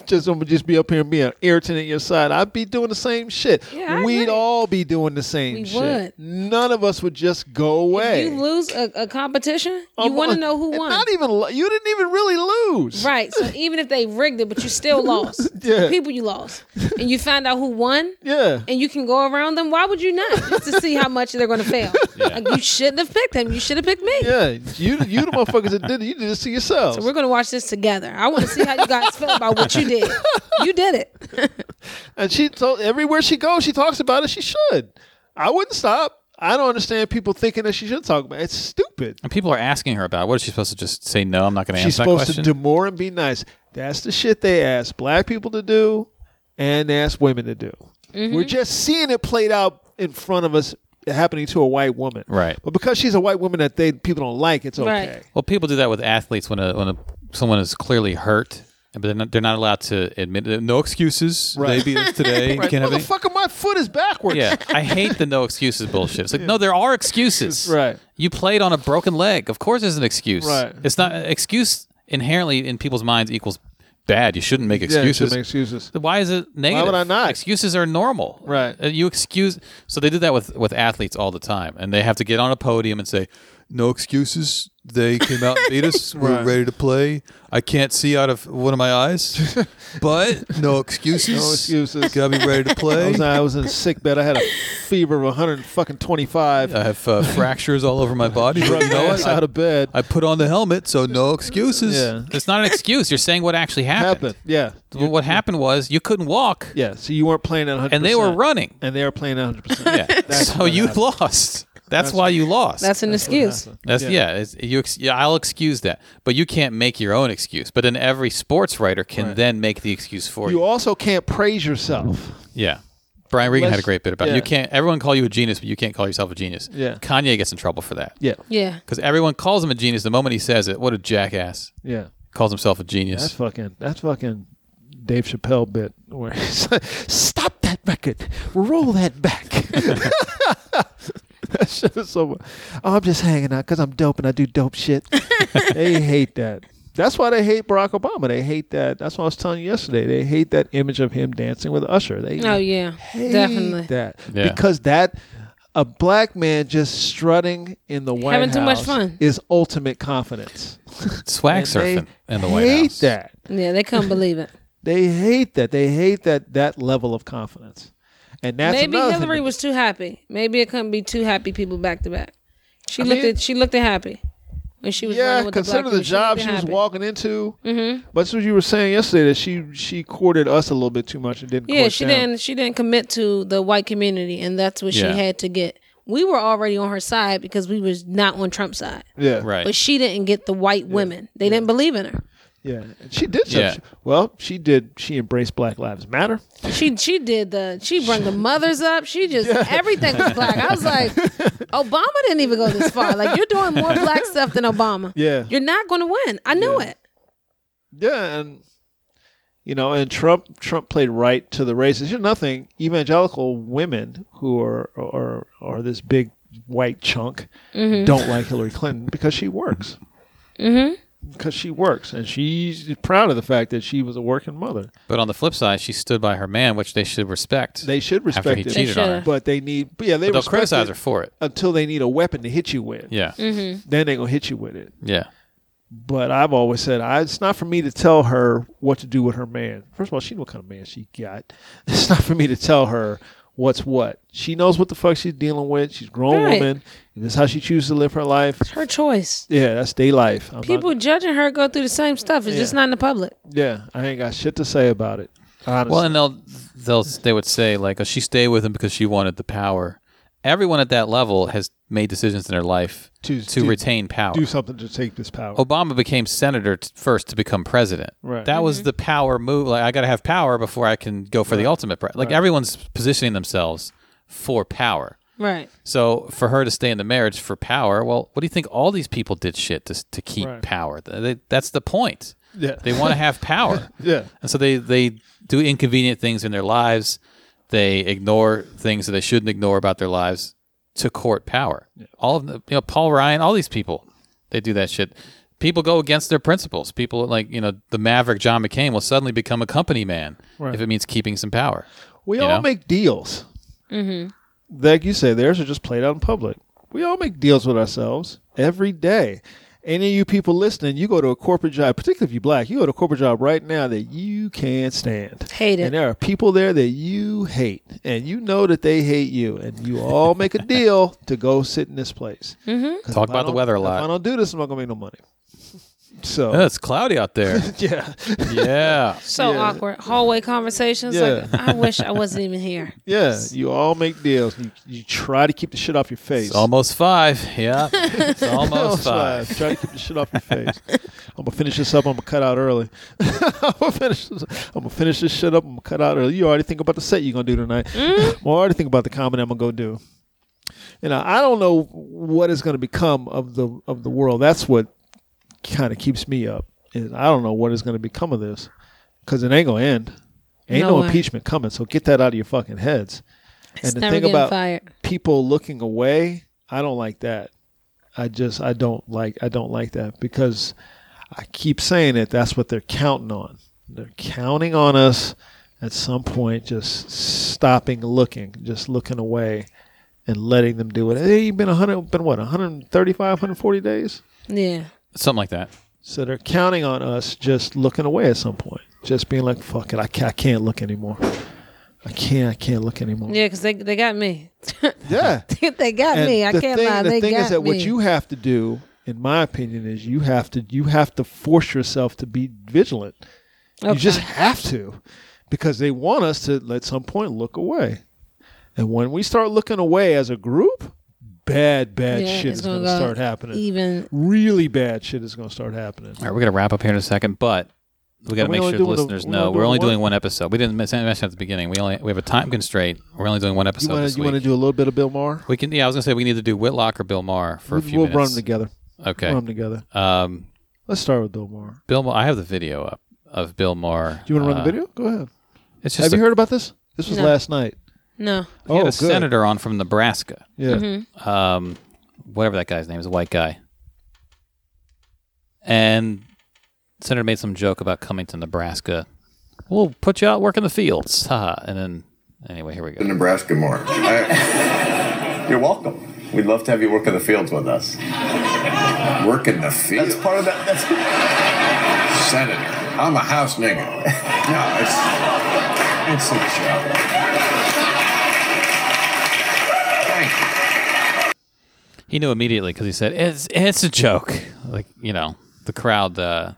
just I'm gonna just be up here and be an irritant at your side. I'd be doing the same shit.
Yeah, I
We'd
agree.
all be doing the same
We
shit.
would.
None of us would just go away.
You lose a, a competition, you
Um,
want to know who
and
won.
Not even lo- you didn't even really lose.
Right. So even if they rigged it, but you still lost.
Yeah.
The people you lost. And you find out who won
Yeah.
and you can go around them, why would you not? Just to see how much they're gonna fail. Like you shouldn't have picked him. You should have picked me.
Yeah. You you the motherfuckers that did it. You did this to yourselves.
So we're gonna watch this together. I wanna see how you guys feel about what you did. You did it.
And she told everywhere she goes, she talks about it. She should. I wouldn't stop. I don't understand people thinking that she should talk about it. It's stupid.
And people are asking her about. it. What is she supposed to just say? No, I'm not going to
She's
answer that
supposed
question.
to do more and be nice. That's the shit they ask black people to do and they ask women to do. We're just seeing it played out in front of us happening to a white woman.
Right.
But because she's a white woman that they people don't like, it's
Right.
okay.
well, people do that with athletes when a, when a, someone is clearly hurt, but they're not, they're not allowed to admit it. No excuses.
Right.
Maybe it's today.
Right.
Can't have any-
Motherfucker, my foot is backwards.
Yeah, I hate the no excuses bullshit. It's like no, there are excuses.
Right.
You played on a broken leg. Of course, there's an excuse.
Right.
It's not excuse inherently in people's minds equals bad. You shouldn't make
Yeah, you should
excuses.
make excuses.
Why is it negative?
would I not?
Excuses are normal,
Right.
Uh, You excuse. So they do that with with athletes all the time, and they have to get on a podium and say, "No excuses. They came out and beat us. We're
Right.
ready to play. I can't see out of one of my eyes, but no excuses.
No excuses.
Gotta be ready to
I
play.
was, I was in sick bed. I had a fever of 125.
I have uh, fractures all over my body. But
drug
you know
ass
what?
out
I,
of bed.
I put on the helmet, so no excuses.
Yeah.
It's not an excuse. You're saying what actually happened.
happened. Yeah.
Well, What happened was you couldn't walk,
Yeah. So you weren't playing at 100%.
and they were running.
And they were playing at 100%.
Yeah. so you lost. That's, why you lost.
That's an excuse.
That's
Yeah.
yeah. it's, you ex- yeah, I'll excuse that, but you can't make your own excuse. But then every sports writer can then make the excuse for you.
You also can't praise yourself.
yeah. Brian Regan had a
Let's-
great bit about it.
yeah.
you can't. Everyone call you a genius, but you can't call yourself a genius.
Yeah.
Kanye gets in trouble for that.
Yeah.
Yeah.
Because everyone calls him a genius the moment he says it. What a jackass!
Yeah.
Calls himself a
That's
genius.
fucking that's fucking Dave Chappelle bit where he's like, stop that record. Roll that back. that shit is so oh, I'm just hanging out because I'm dope and I do dope shit. they hate that. That's why they hate Barack Obama. They hate that. That's what I was telling you yesterday. They hate that image of him dancing with Usher. They
Oh yeah.
hate
Definitely.
that
Yeah.
because that a black man just strutting in the White
Having too much
House
fun.
is ultimate confidence.
Swag
they
surfing in the White
hate
House.
that.
Yeah, they couldn't believe it.
They hate that. They hate that that level of confidence. And that's
Maybe
another
Hillary
thing.
was too happy. Maybe it couldn't be two happy people back to back. She
I
looked
mean-
at she looked at happy. when she was
Yeah,
running with the black
consider the
people, shouldn't
job
have
she
been
was
happy.
walking into. Mm-hmm. But that's what you were saying yesterday that she she courted us a little bit too much and didn't.
Yeah,
court
she
them.
didn't. She didn't commit to the white community, and that's what
Yeah.
she had to get. We were already on her side because we was not on Trump's side,
Yeah,
Right.
but she didn't get the white women. They didn't believe in her.
Yeah, And she did. Such,
Yeah.
Well, she did. She embraced Black Lives Matter.
She she did the she brought the mothers up. She just everything was black. I was like, Obama didn't even go this far. Like you're doing more black stuff than Obama.
Yeah.
you're not going to win. I knew it.
Yeah, and you know, and Trump Trump played right to the races. You're nothing. Evangelical women who are are are this big white chunk don't like Hillary Clinton because she works. Mm-hmm. Because she works, and she's proud of the fact that she was a working mother.
But on the flip side, she stood by her man, which they should respect.
They should respect
after he
it. They
cheated on her.
should.
But they need, but yeah, they
They'll
respect
criticize
it
her for it.
until they need a weapon to hit you with.
Yeah.
then they gonna hit you with it.
Yeah.
But I've always said I, it's not for me to tell her what to do with her man. First of all, she know what kind of man she got. It's not for me to tell her what's what. She knows what the fuck she's dealing with. She's a grown
Right.
woman. And this is how she chooses to live her life.
Her choice.
Yeah, that's day life. I'm
People
not,
judging her go through the same stuff. It's just
Yeah.
not in the public.
yeah, I ain't got shit to say about it. Honestly.
Well, and they'll they'll they would say like oh, she stayed with him because she wanted the power. Everyone at that level has made decisions in their life
To-
to,
to
retain power.
do something to take this power.
Obama became senator t- first to become president.
Right.
That was the power move. Like I got to have power before I can go for the ultimate. Pre- like everyone's positioning themselves for power.
Right.
So for her to stay in the marriage for power, well, what do you think all these people did shit to, s- to keep
Right.
power? Th- they- that's the point.
Yeah.
They want to have power.
Yeah.
And so they, they do inconvenient things in their lives. They ignore things that they shouldn't ignore about their lives to court power. All of the, you know, Paul Ryan, all these people, they do that shit. People go against their principles. People like, you know, the maverick John McCain will suddenly become a company man if it means keeping some power.
We
You
all
know?
make deals. Mm-hmm. Like you say, theirs are just played out in public. We all make deals with ourselves every day. Any of you people listening, you go to a corporate job, particularly if you're black, you go to a corporate job right now that you can't stand.
Hate it.
And there are people there that you hate, and you know that they hate you, and you all make a deal to go sit in this place. Mm-hmm.
Talk about the weather a
If
lot.
I don't do this, I'm not going to make no money. So,
Yeah, it's cloudy out there.
yeah.
yeah.
So awkward. Hallway conversations. Like I wish I wasn't even here.
Yeah. You all make deals. You, you try to keep the shit off your face.
It's almost five. Yeah. It's almost
Outside.
five.
Try to keep the shit off your face. I'm gonna finish this up. I'm gonna cut out early. I'm gonna finish. This, I'm gonna finish this shit up. I'm gonna cut out early. You already think about the set you're gonna do tonight. I'm already think about the comedy I'm gonna go do. And I, I don't know what is gonna become of the of the world. That's what kind of keeps me up. Is I don't know what is gonna become of this because it ain't gonna end. Ain't
No
no,
way.
impeachment coming. So get that out of your fucking heads.
It's never getting fired.
people looking away, I don't like that. I just I don't like I don't like that because I keep saying it. That's what they're counting on. They're counting on us at some point just stopping looking, just looking away, and letting them do it. Hey, you've been a hundred, been what 135, 140 days.
Yeah.
Something like that.
So they're counting on us just looking away at some point, just being like, "Fuck it, I can't, I can't look anymore. I can't, I can't look anymore."
Yeah, because they, they got me.
yeah.
they got
And
me. I
the
can't
thing,
lie.
The
they
thing
got
is that
me.
what you have to do, in my opinion, is you have to you have to force yourself to be vigilant. You
Okay.
just have to, because they want us to at some point look away, and when we start looking away as a group, bad bad
Yeah,
shit
it's
is going to
gonna go e-
start happening.
even
really bad shit is going to start happening.
All right, we're gonna wrap up here in a second, but we got
Are we
to make
only
sure the
doing the-
listeners
we're
know
only
we're only
doing
doing one episode. We didn't mention mention at the beginning. We only we have a time constraint. We're only doing one
You
episode
want
this
to you
week.
want to do a little bit of Bill Maher?
we can. Yeah, I was gonna say we need to do Whitlock or Bill Maher for a
We'll,
few
we'll run them
minutes.
together. Run them
okay.
together.
Um,
Let's start with Bill Maher.
Bill, Maher, I have the video up of Bill Maher.
Do you want to
Uh,
run the video? Go ahead.
It's just
Have
a,
you heard about this? This was
No.
last night.
no.
he had
oh,
a
good.
senator on from Nebraska.
Yeah.
Mm-hmm.
um, whatever that guy's name is, a white guy. And Senator made some joke about coming to Nebraska. We'll put you out working the fields. haha. and then, anyway, here we go.
Nebraska more. I- you're welcome. We'd love to have you work in the fields with us. Work in the fields? That's part of that. That's Senator. I'm a house nigga. No, it's it's a joke. Thank you.
He knew immediately because he said, "It's it's a joke." Like you know, the crowd uh,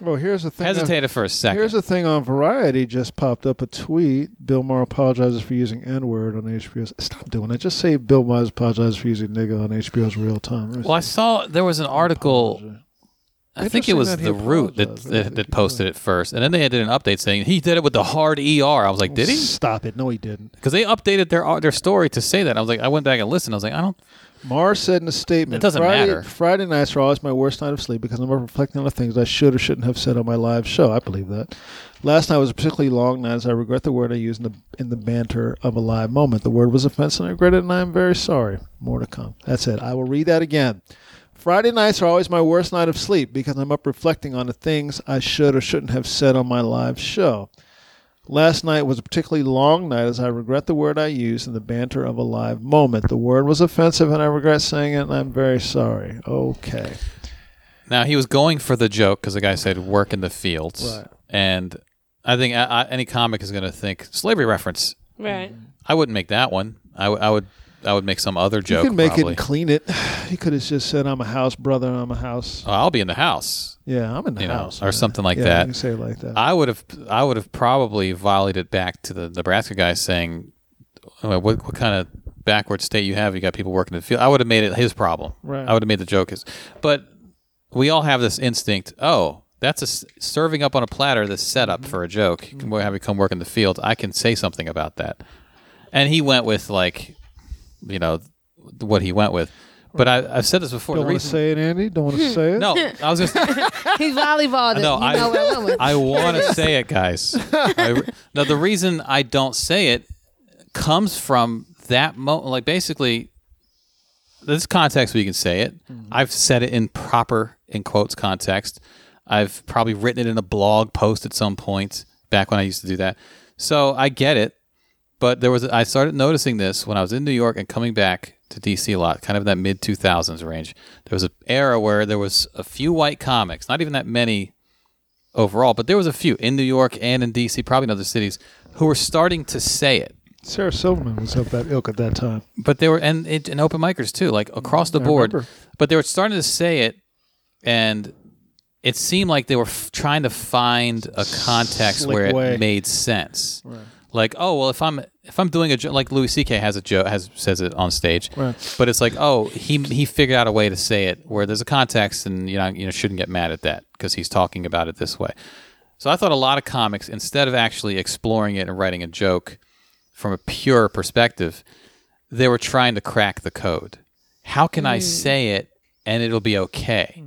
Well, Oh, here's the thing.
hesitated for a second.
uh, Here's the thing on Variety just popped up a tweet. Bill Maher apologizes for using N word on HBO's. Stop doing it. Just say Bill Maher apologizes for using nigga on HBO's real time.
well, I saw there was an article. I think it
Interesting
was
that he
the root that
apologized.
that, that posted it first, and then they did an update saying he did it with the hard er. I was like, did he?
Stop it. No, he didn't.
Because they updated their their story to say that. I was like, I went back and listened. I was like, I don't.
Maher said in a statement
It doesn't
Friday,
matter.
Friday nights are always my worst night of sleep because I'm reflecting on the things I should or shouldn't have said on my live show. I believe that. Last night was a particularly long night as I regret the word I used in the, in the banter of a live moment. The word was offensive and I regret it and I am very sorry. More to come. That's it. I will read that again. Friday nights are always my worst night of sleep because I'm up reflecting on the things I should or shouldn't have said on my live show. Last night was a particularly long night as I regret the word I used in the banter of a live moment. The word was offensive and I regret saying it and I'm very sorry. Okay.
Now he was going for the joke because the guy said work in the fields,
Right.
and I think I, I, any comic is going to think slavery reference.
Right.
Mm.
I wouldn't make that one. I, w- I would I would make some other joke.
you could make
probably.
it and clean it. You could have just said, I'm a house brother, I'm a house.
Oh, I'll be in the house,
Yeah, I'm in the
you know,
house.
or
man.
something like
yeah,
that.
You can say it like that.
I would have I would have probably volleyed it back to the Nebraska guy saying, "Oh, "What what kind of backward state you have? You got people working in the field." I would have made it his problem.
Right.
I would have made the joke his. But we all have this instinct. Oh, that's a s- serving up on a platter. The setup
Mm-hmm.
for a joke. You can have you come work in the field. I can say something about that. And he went with like, you know, what he went with. But I, I've said this before.
Don't
the
want to
reason-
say it, Andy? Don't want to say it?
no, I was just.
He volleyballed it.
No,
you
I-
know where I'm going.
I want to say it, guys. I, now, the reason I don't say it comes from that moment. Like, basically, this context we can say it. I've said it in proper, in quotes, context. I've probably written it in a blog post at some point back when I used to do that. So I get it. But there was I started noticing this when I was in New York and coming back to DC a lot, kind of that mid 2000s range. There was an era where there was a few white comics, not even that many overall, but there was a few in New York and in DC, probably in other cities, who were starting to say it.
Sarah Silverman was up that ilk at that time.
But they were and it, and open micers too, like across the board.
remember.
But they were starting to say it, and it seemed like they were f- trying to find a context
Slick
where
way.
it made sense. Like, oh well, if I'm if I'm doing a jo- like Louis C.K. has a joke has says it on stage,
Right.
but it's like, oh, he he figured out a way to say it where there's a context, and you know you know shouldn't get mad at that because he's talking about it this way. So I thought a lot of comics, instead of actually exploring it and writing a joke from a pure perspective, they were trying to crack the code. How can I say it and it'll be okay?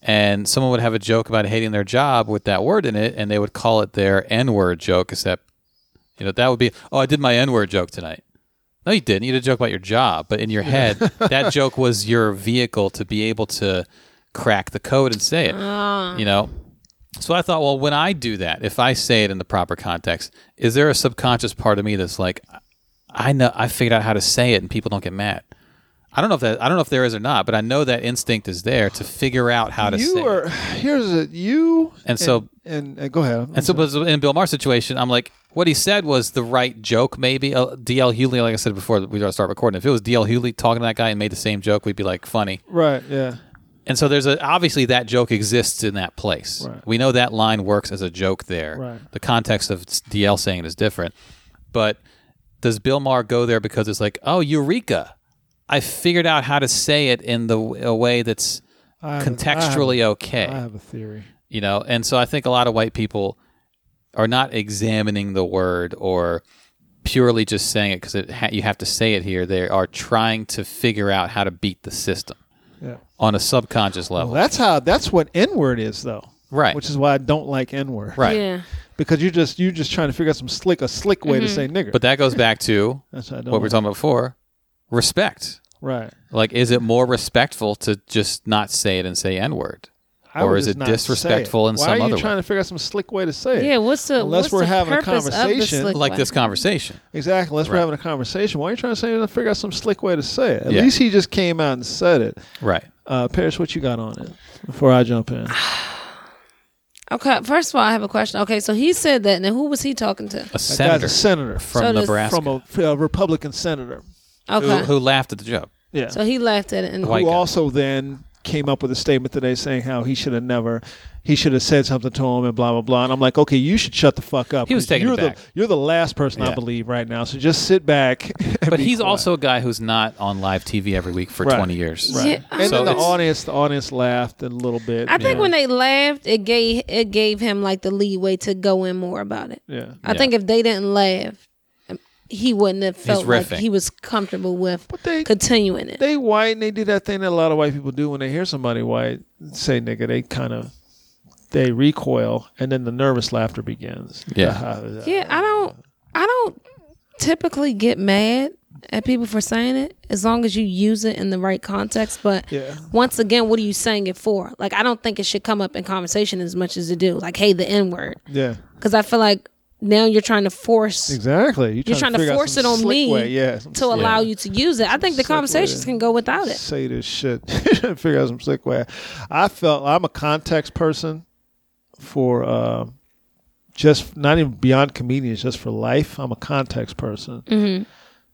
And someone would have a joke about hating their job with that word in it, and they would call it their N word joke, except, you know, that would be, oh, I did my N word joke tonight. No, you didn't. You did a joke about your job, but in your head, that joke was your vehicle to be able to crack the code and say it.
Ah.
You know, so I thought, well, when I do that, if I say it in the proper context, is there a subconscious part of me that's like, I know I figured out how to say it and people don't get mad. I don't know if that I don't know if there is or not, but I know that instinct is there to figure out how to say
You
it.
are, here's it. You
And so-
and, and go ahead. I'm
And so, but in Bill Maher's situation, I'm like, what he said was the right joke, maybe. Uh, DL Hewley, like I said before, we start recording. If it was DL Hewley talking to that guy and made the same joke, we'd be like, funny.
Right, yeah.
And so there's a obviously that joke exists in that place.
Right.
We know that line works as a joke there.
Right.
The context of DL saying it is different. But does Bill Maher go there because it's like, oh, eureka! I figured out how to say it in the w- a way that's
I have a-
contextually okay.
I have, I have a theory.
you know, and so I think a lot of white people are not examining the word or purely just saying it because it ha- you have to say it here. They are trying to figure out how to beat the system
Yeah.
on a subconscious level.
Well, that's how. That's what N word is, though.
Right.
Which is why I don't like N word.
right.
Yeah.
Because you just you just trying to figure out some slick a slick way to say nigger.
But that goes back to
that's what I don't.
what we were
like.
talking about before respect.
Right.
Like, is it more respectful to just not say it and say N word?
I
Or
would
is
just
it
not say
disrespectful in
Why
some
are you
other
trying
way?
to figure out some slick way to say it?
Yeah. What's the
Unless
what's
we're
the
having a
purpose of the
conversation,
slick
Like
way?
this conversation.
Exactly. Unless we're
Right.
having a conversation. Why are you trying to say it and figure out some slick way to say it? At
Yeah.
least he just came out and said it.
Right.
Uh, Paris, what you got on it before I jump in?
Ah,
Okay. First of all, I have a question. Okay. So he said that. Now, who was he talking
A
to?
That guy's
senator
a senator
from
So does-
Nebraska
from a, a Republican senator.
Okay.
who, who laughed at the joke.
Yeah.
So he left it and
White
who
guy.
also then came up with a statement today saying how he should have never he should have said something to him and blah blah blah and i'm like okay you should shut the fuck up
He was
'cause
taken
you're
aback.
the you're the last person i
Yeah.
believe right now so just sit back and
But
be
he's
quiet.
also a guy who's not on live TV every week for
Right.
20 years.
Yeah, I
and
So
then the
it's-
audience the audience laughed a little bit
I think when they laughed, it gave it gave him like the leeway to go in more about it.
yeah
I think if they didn't laugh, he wouldn't have felt like
riffing.
he was comfortable with
But they-
continuing it.
they white and they do that thing that a lot of white people do when they hear somebody white say nigga they kind of they recoil and then the nervous laughter begins Uh-huh.
Yeah.
yeah, I don't I don't typically get mad at people for saying it as long as you use it in the right context. But
Yeah.
once again, what are you saying it for? Like I don't think it should come up in conversation as much as it do. Like, hey, the N word.
yeah
Because I feel like now you're trying to force
exactly you're
you're trying to,
figure out
force
some
it on
slick
me
way. yeah some
to allow you to use it. I think the conversations can go without it.
say this shit. Figure out some slick way. I felt I'm a context person for uh, just not even beyond comedians, just for life. I'm a context person.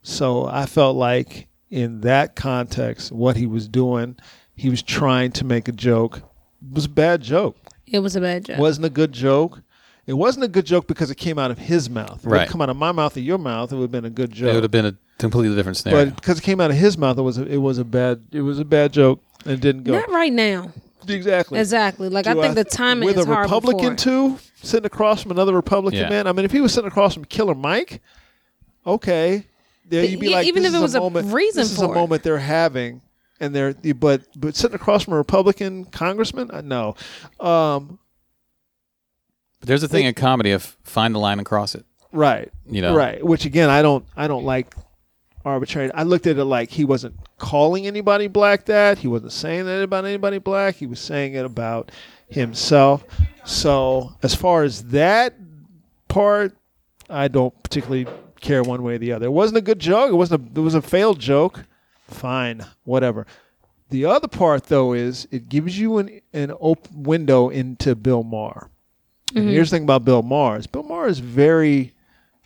So I felt like in that context, what he was doing, he was trying to make a joke. It was a bad joke.
It was a bad joke.
Wasn't a good joke. It wasn't a good joke because it came out of his mouth. If it
Right.
come out of my mouth or your mouth, it would have been a good joke
It would have been a completely different scenario.
but because it came out of his mouth, it was a, it was a bad it was a bad joke and it didn't go
Not right now.
exactly.
Exactly. Like I
Do
think the timing
with
is
a
horrible. for
Republican
it.
too sitting across from another Republican
Yeah.
man. I mean, if he was sitting across from Killer Mike, okay, there
But
you'd be
yeah,
like,
e, even
this
if it
is
was a
moment,
reason
this is
for
a
it.
moment they're having, and they're but but sitting across from a Republican congressman, Uh, no, um,
But there's a thing in comedy of find the line and cross it.
right,
You know.
right. Which again, I don't I don't like arbitrary. I looked at it like he wasn't calling anybody black that. He wasn't saying that about anybody black. He was saying it about himself. So as far as that part, I don't particularly care one way or the other. It wasn't a good joke. It wasn't. A, it was a failed joke. Fine, whatever. The other part though is it gives you an an open window into Bill Maher. And here's the thing about Bill Maher is Bill Maher is very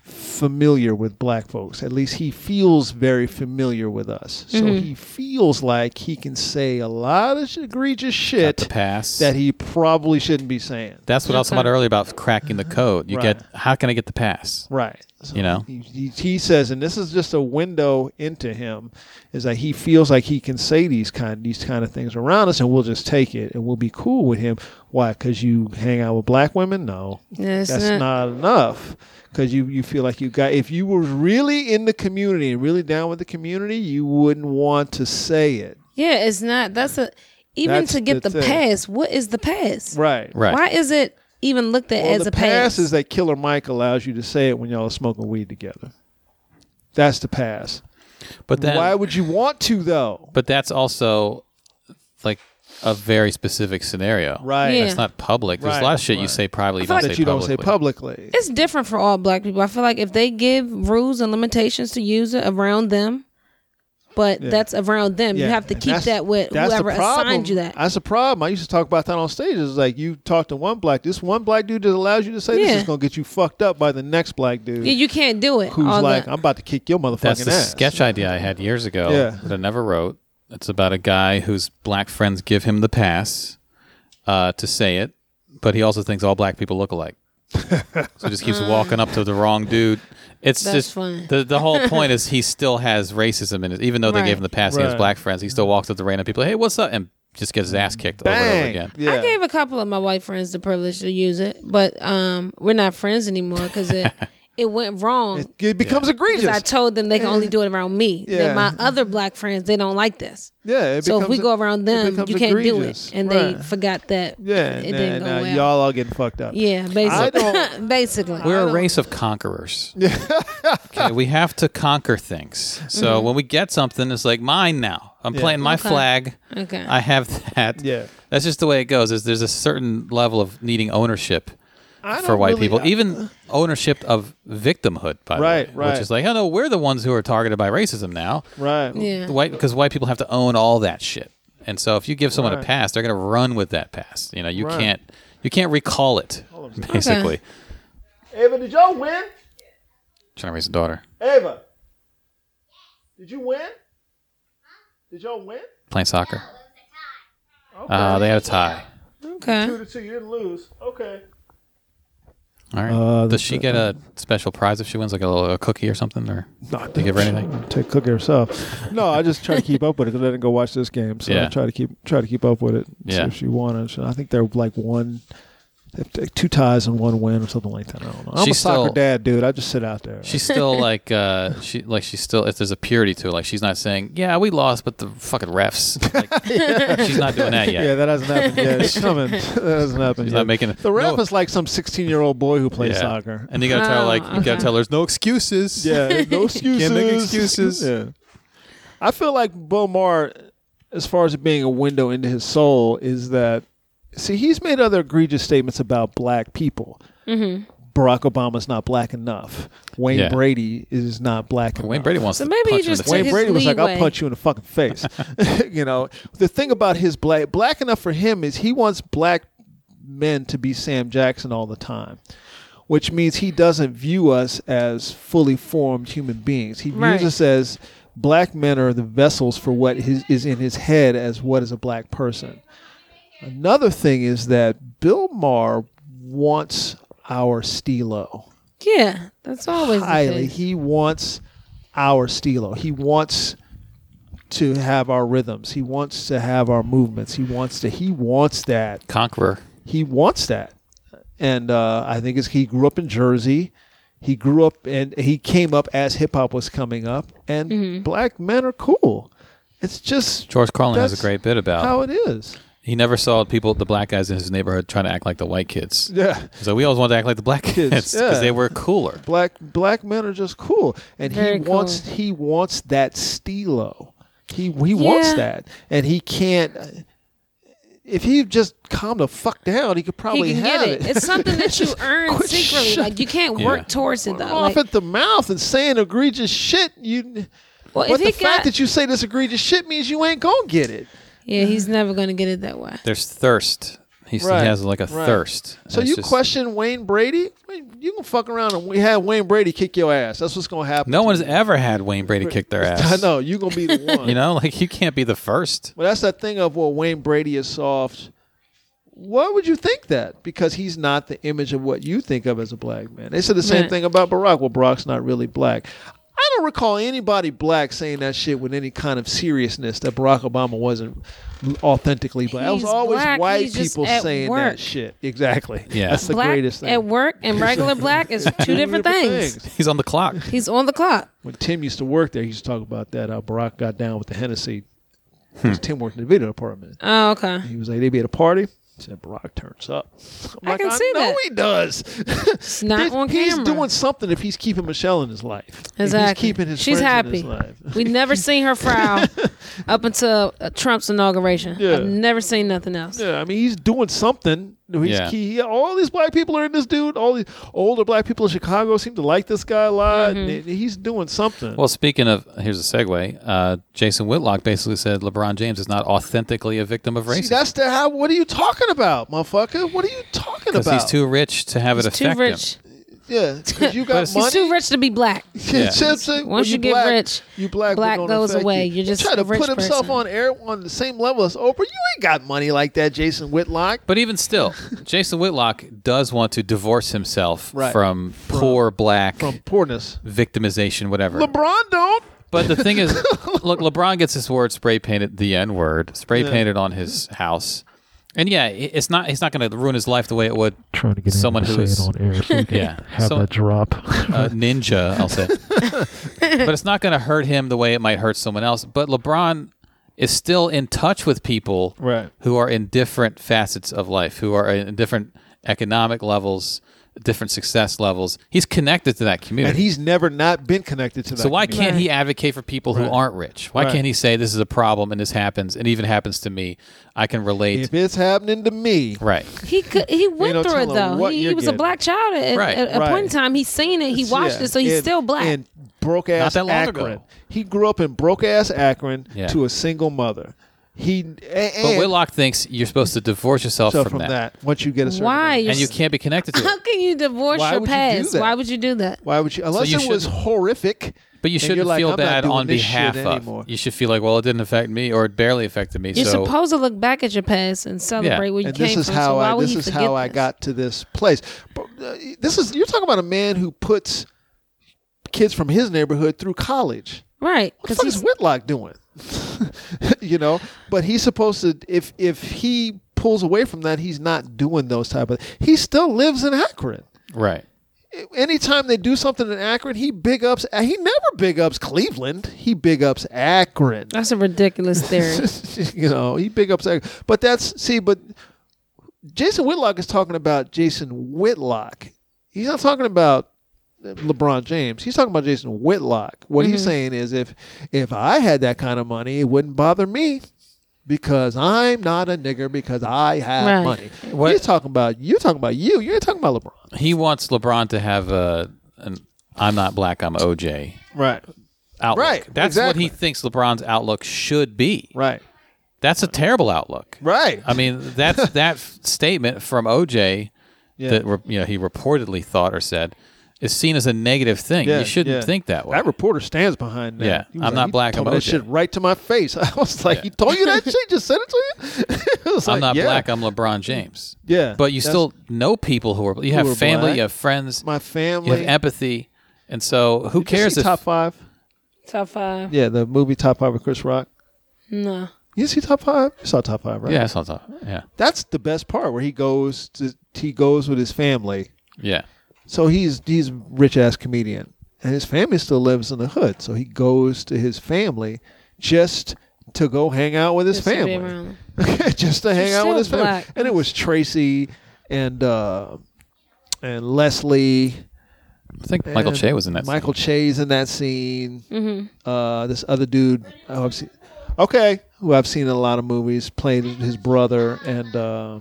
familiar with black folks. At least he feels very familiar with us. So he feels like he can say a lot of sh- egregious
Got
shit
the pass.
that he probably shouldn't be saying.
That's what I was talking about earlier about cracking the code. You
Right.
get how can I get the pass?
Right. So
You know?
he, he, he says, and this is just a window into him, is that he feels like he can say these kind these kind of things around us, and we'll just take it, and we'll be cool with him. Why? Because you hang out with black women? No,
Yeah, it's
that's
not-
not enough. Because you you feel like you got. If you were really in the community and really down with the community, you wouldn't want to say it.
Yeah, it's not. That's a even
That's
to get
the
the,
thing.
pass. What is the pass?
Right.
Right.
Why is it even looked at
Well,
as
the
a pass?
is that Killer Mike allows you to say it when y'all are smoking weed together. That's the pass.
But then
Why would you want to though?
But that's also like a very specific scenario.
Right.
Yeah.
It's not public. There's
Right,
a lot of shit you
right.
say privately you
feel
don't
like
say
that you don't say
publicly.
publicly.
it's different for all black people. I feel like if they give rules and limitations to use it around them, but that's around them. You
Yeah,
have to
and
keep
that's-
that with
that's the
whoever
problem.
assigned you that.
That's a problem. I used to talk about that on stage. It's like you talk to one black, this one black dude that allows you to say this
Yeah.
is going to get you fucked up by the next black dude
yeah, you can't do it.
who's
all
like,
the-
I'm about to kick your motherfucking
That's the
ass.
sketch idea I had years ago
Yeah.
that I never wrote. It's about a guy whose black friends give him the pass uh, to say it, but he also thinks all black people look alike. so he just keeps walking up to the wrong dude. It's
That's
just
funny.
the the whole point is he still has racism in it. Even though they
Right.
gave him the pass, he has
Right. Mm-hmm.
black friends. He still walks up to random people. Hey, what's up? And just gets his ass kicked over and over
Bang.
again.
Yeah.
I gave a couple of my white friends the privilege to use it, but um, we're not friends anymore because it it went wrong.
it, it becomes egregious.
Because I told them they can only do it around me.
Yeah.
Then my other black friends, they don't like this.
yeah, it
So if
becomes-
we go around
it
them,
becomes
you can't
egregious.
do it, and
Right.
they forgot that.
yeah,
it
and
didn't go
now
well.
y'all all getting fucked up.
yeah,
I
basically,
don't-
basically.
We're a race of conquerors. okay, we have to conquer things. So
Mm-hmm.
when we get something, it's like mine now. I'm playing my flag.
Okay.
I have that.
Yeah.
That's just the way it goes. Is there's a certain level of needing ownership
don't
for white
really- uh,
people, even ownership of victimhood. By
Right,
the way,
right.
Which is like, oh no, we're the ones who are targeted by racism now.
Right.
Yeah.
The
Mm-hmm.
White because white people have to own all that shit. And so if you give someone a pass, they're gonna run with that pass. You know, you
Right.
can't you can't recall it basically.
Ava, did y'all win?
Trying to raise a daughter.
Ava, did you win? Did y'all win?
playing soccer. Uh, they had a tie.
Okay.
to two. You didn't lose. Okay.
All right.
Uh,
Does she get a special prize if she wins, like a, little a cookie or something, or
No,
they give her anything?
Take cook herself. No, I just try to keep up with it because I didn't go watch this game, so I
Yeah.
try to keep try to keep up with it. and See
Yeah.
if she won it. So I think they're like one, two ties and one win or something like that. I don't know. I'm
She's
a soccer
still-
dad, dude. I just sit out there.
She's still like uh, she like she's still if there's a purity to it, like she's not saying yeah we lost, but the fucking refs. Like, She's not doing that yet.
Yeah, that hasn't happened yet. It's coming. That hasn't happened
She's
yet.
not making it-
The ref
No.
is like some 16 year old boy who plays
Yeah.
soccer.
And you gotta tell
Oh,
like you
okay.
gotta tell there's no excuses.
Yeah, no excuses.
Can't make excuses.
Yeah. I feel like Bo Maher, as far as it being a window into his soul, is that see he's made other egregious statements about black people. Mm-hmm. Barack Obama's not black enough. Wayne
Yeah.
Brady is not black enough.
Wayne Brady wants
So
to punch
maybe you
her in the
just
face.
take
Wayne
his
Brady was like, "I'll
leeway.
punch you in the fucking face." you know, the thing about his black black enough for him is he wants black men to be Sam Jackson all the time, which means he doesn't view us as fully formed human beings. He
Right.
views us as black men are the vessels for what his, is in his head as what is a black person. Another thing is that Bill Maher wants our Stilo
Yeah, that's always
highly.
highly.
He wants our stilo. He wants to have our rhythms. He wants to have our movements. He wants to. He wants that.
Conqueror.
He wants that. And uh, I think it's he grew up in Jersey. He grew up and he came up as hip hop was coming up. And black men are cool. It's just
George Carlin has a
That's
great bit about
how it is.
he never saw people the black guys in his neighborhood trying to act like the white kids.
Yeah.
So we always wanted to act like the black kids because
yeah.
they were cooler.
black black men are just cool and
Very
he wants
cool.
he wants that stilo he he wants
Yeah.
that and he can't if he just calmed the fuck down he could
He
probably
can
have
get it. It's something that you earn
Quit
secretly.
shut-
Like you can't
Yeah.
work towards it though.
off
Like,
at the mouth and saying egregious shit you
well,
but
if
the
he
fact
got,
that you say this egregious shit means you ain't gonna get it
yeah, he's never gonna get it that way.
There's thirst. He's,
Right,
He has like a
right.
thirst.
so
It's
you
just-
question wayne brady I mean, you can fuck around and we have wayne brady kick your ass that's what's gonna happen
No
to
one's
you.
ever had Wayne Brady kick their ass.
i know you're gonna be the one
You know, like you can't be the first.
Well, that's that thing of well, Wayne Brady is soft. Why would you think that? Because he's not the image of what you think of as a black man. They said the same
Right.
thing about Barack. Well, Barack's not really black. I don't recall anybody black saying that shit with any kind of seriousness that Barack Obama wasn't authentically black. That was
He's
always
black,
white
he's just
people
at
saying
work.
that shit. Exactly.
Yeah.
That's the
black
greatest thing.
at work and regular black is two different things.
He's on the clock.
He's on the clock.
When Tim used to work there, he used to talk about that how Barack got down with the Hennessy. 'Cause Tim worked in the video department.
Oh, okay.
He was like, they be at a party. He said, Barack turns up. I'm
I
like,
can see
know
that.
he does.
It's not
He's-
on
he's
camera.
doing something if he's keeping Michelle in his life. If
Exactly.
He's keeping his
She's
friends in
happy.
his life.
We never seen her frown up until uh, Trump's inauguration.
Yeah.
I've never seen nothing else.
Yeah, I mean, he's doing something. He's
Yeah.
key. he- all these black people are in this dude. All these older black people in Chicago seem to like this guy a lot. and
Mm-hmm.
He's doing something.
Well, speaking of, here's a segue. Uh, Jason Whitlock basically said LeBron James is not authentically a victim of
See,
racism
that's the how. What are you talking about, motherfucker? What are you talking about?
he's too rich to have it
He's too
affect
rich.
him.
yeah, 'cause you got money.
He's too rich to be black.
Yeah.
Chips, uh, when
you get
black,
rich,
you black,
black
don't
goes
affect
away.
You.
You're just
try to
a rich
put himself
person.
on air on the same level as Oprah. You ain't got money like that, Jason Whitlock.
But even still, Jason Whitlock does want to divorce himself
Right.
from, poor black
From poorness,
victimization, whatever.
LeBron don't.
but the thing is, look, LeBron gets his word spray painted, the N word, spray painted on his house. And yeah, it- it's not he's not going to ruin his life the way it would
Trying to get
Someone
someone to
who's-
say it on air so we can
Yeah.
have
So-
that drop.
uh, ninja, I'll say. but it's not going to hurt him the way it might hurt someone else. But LeBron is still in touch with people
Right.
who are in different facets of life, who are in different economic levels, different success levels. He's connected to that community.
And he's never not been connected to that.
so why
community.
can't he advocate for people who aren't rich? Why
Right.
can't he say this is a problem and this happens and even happens to me? I can relate.
If it's happening to me,
right.
He could. He went
no
through it
telling
though.
what
He,
you're
he was a
getting.
black child at,
Right.
at a point in
Right.
time. He's seen it. He watched
Yeah,
it, so he's
in-
still black.
In broke ass
that long
Akron,
ago.
he grew up in broke ass Akron
Yeah.
to a single mother. He and,
But Whitlock thinks you're supposed to divorce yourself
so
from, that.
once you get a certain
Why?
age.
You're
and you
s-
can't be connected to
How
it.
can you divorce
Why
your
would you do
past?
that?
Why would you do that?
Why would you? Unless
you
it was
shouldn't-
horrific.
But you
and you're
shouldn't
like,
feel
"I'm not
bad
doing
on
this shit
behalf
anymore."
of. You should feel like, well, it didn't affect me, or it barely affected me.
You're
so
supposed to look back at your past and celebrate
Yeah.
where you
and
came
this is
from.
how
so why
I
would
this
he
is
forget
how I
this?
got to this place. But, uh, this is you're talking about a man who puts kids from his neighborhood through college.
right
What the
because
fuck is
he's
Whitlock doing? you know, but he's supposed to if if he pulls away from that, he's not doing those type of. He still lives in Akron.
right.
Anytime they do something in Akron, he big ups. He never big ups Cleveland. He big ups Akron.
that's a ridiculous theory.
you know, he big ups. Akron. But that's see, but Jason Whitlock is talking about Jason Whitlock. He's not talking about LeBron James. He's talking about Jason Whitlock. What he's saying is, if if I had that kind of money, it wouldn't bother me because I'm not a nigger because I have
Right.
money.
What-
He's talking about you're talking about you. You ain't talking about LeBron.
He wants LeBron to have a an "I'm not black, I'm OJ"
Right.
outlook.
Right,
That's what
exactly.
he thinks LeBron's outlook should be.
Right.
That's a terrible outlook.
Right.
I mean, that's that f- statement from OJ
Yeah.
that re- you know he reportedly thought or said is seen as a negative thing.
Yeah,
you shouldn't
yeah.
think that way.
That reporter stands behind that.
Yeah,
He was
I'm not
he
black,
told
I'm
me that
OJ.
shit right to my face. I was like, he told you that shit? Just said it to you? It was
I'm
like,
not
yeah,
black. I'm LeBron James.
Yeah,
but you
that's-
still know people who are. You
are
have family.
black.
You have friends.
my family.
you have empathy, and so who
Did you
cares
see
if
top five?
Top five.
Yeah, the movie Top Five with Chris Rock.
No.
You see top five? You saw top five, right?
Yeah, that's on top. Yeah,
That's the best part where he goes to he goes with his family.
yeah.
So he's he's rich ass comedian. And his family still lives in the hood. So he goes to his family just to go hang out with his
Just to be
family.
around.
just to hang
You're
out with
still
his family.
black.
And it was Tracy and uh, and Leslie.
I think Michael
and
Che was in that.
Michael Che's in that scene. Uh, this other dude, oh, I've seen, okay, who I've seen in a lot of movies, played his brother. And uh,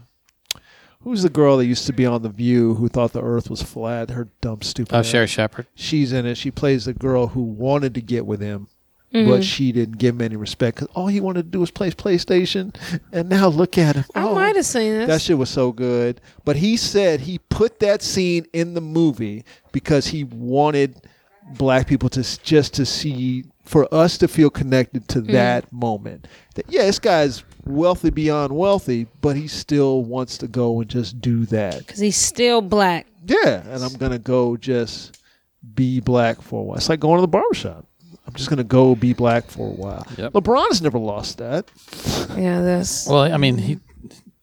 who's the girl that used to be on The View who thought the Earth was flat? Her dumb, stupid.
Oh,
ass.
Sherry Shepard.
She's in it. She plays the girl who wanted to get with him.
Mm-hmm.
But she didn't give him any respect because all he wanted to do was play his PlayStation, and now look at him.
I
Oh.
might have seen this.
That shit was so good. But he said he put that scene in the movie because he wanted black people to s- just to see for us to feel connected
Mm-hmm.
to that moment. That yeah, this guy's wealthy beyond wealthy, but he still wants to go and just do that.
Because he's still black.
Yeah, and I'm gonna go just be black for a while. It's like going to the barbershop. I'm just gonna go be black for a while.
Yep.
LeBron's never lost that.
Yeah,
Oh,
that's.
Well, I mean he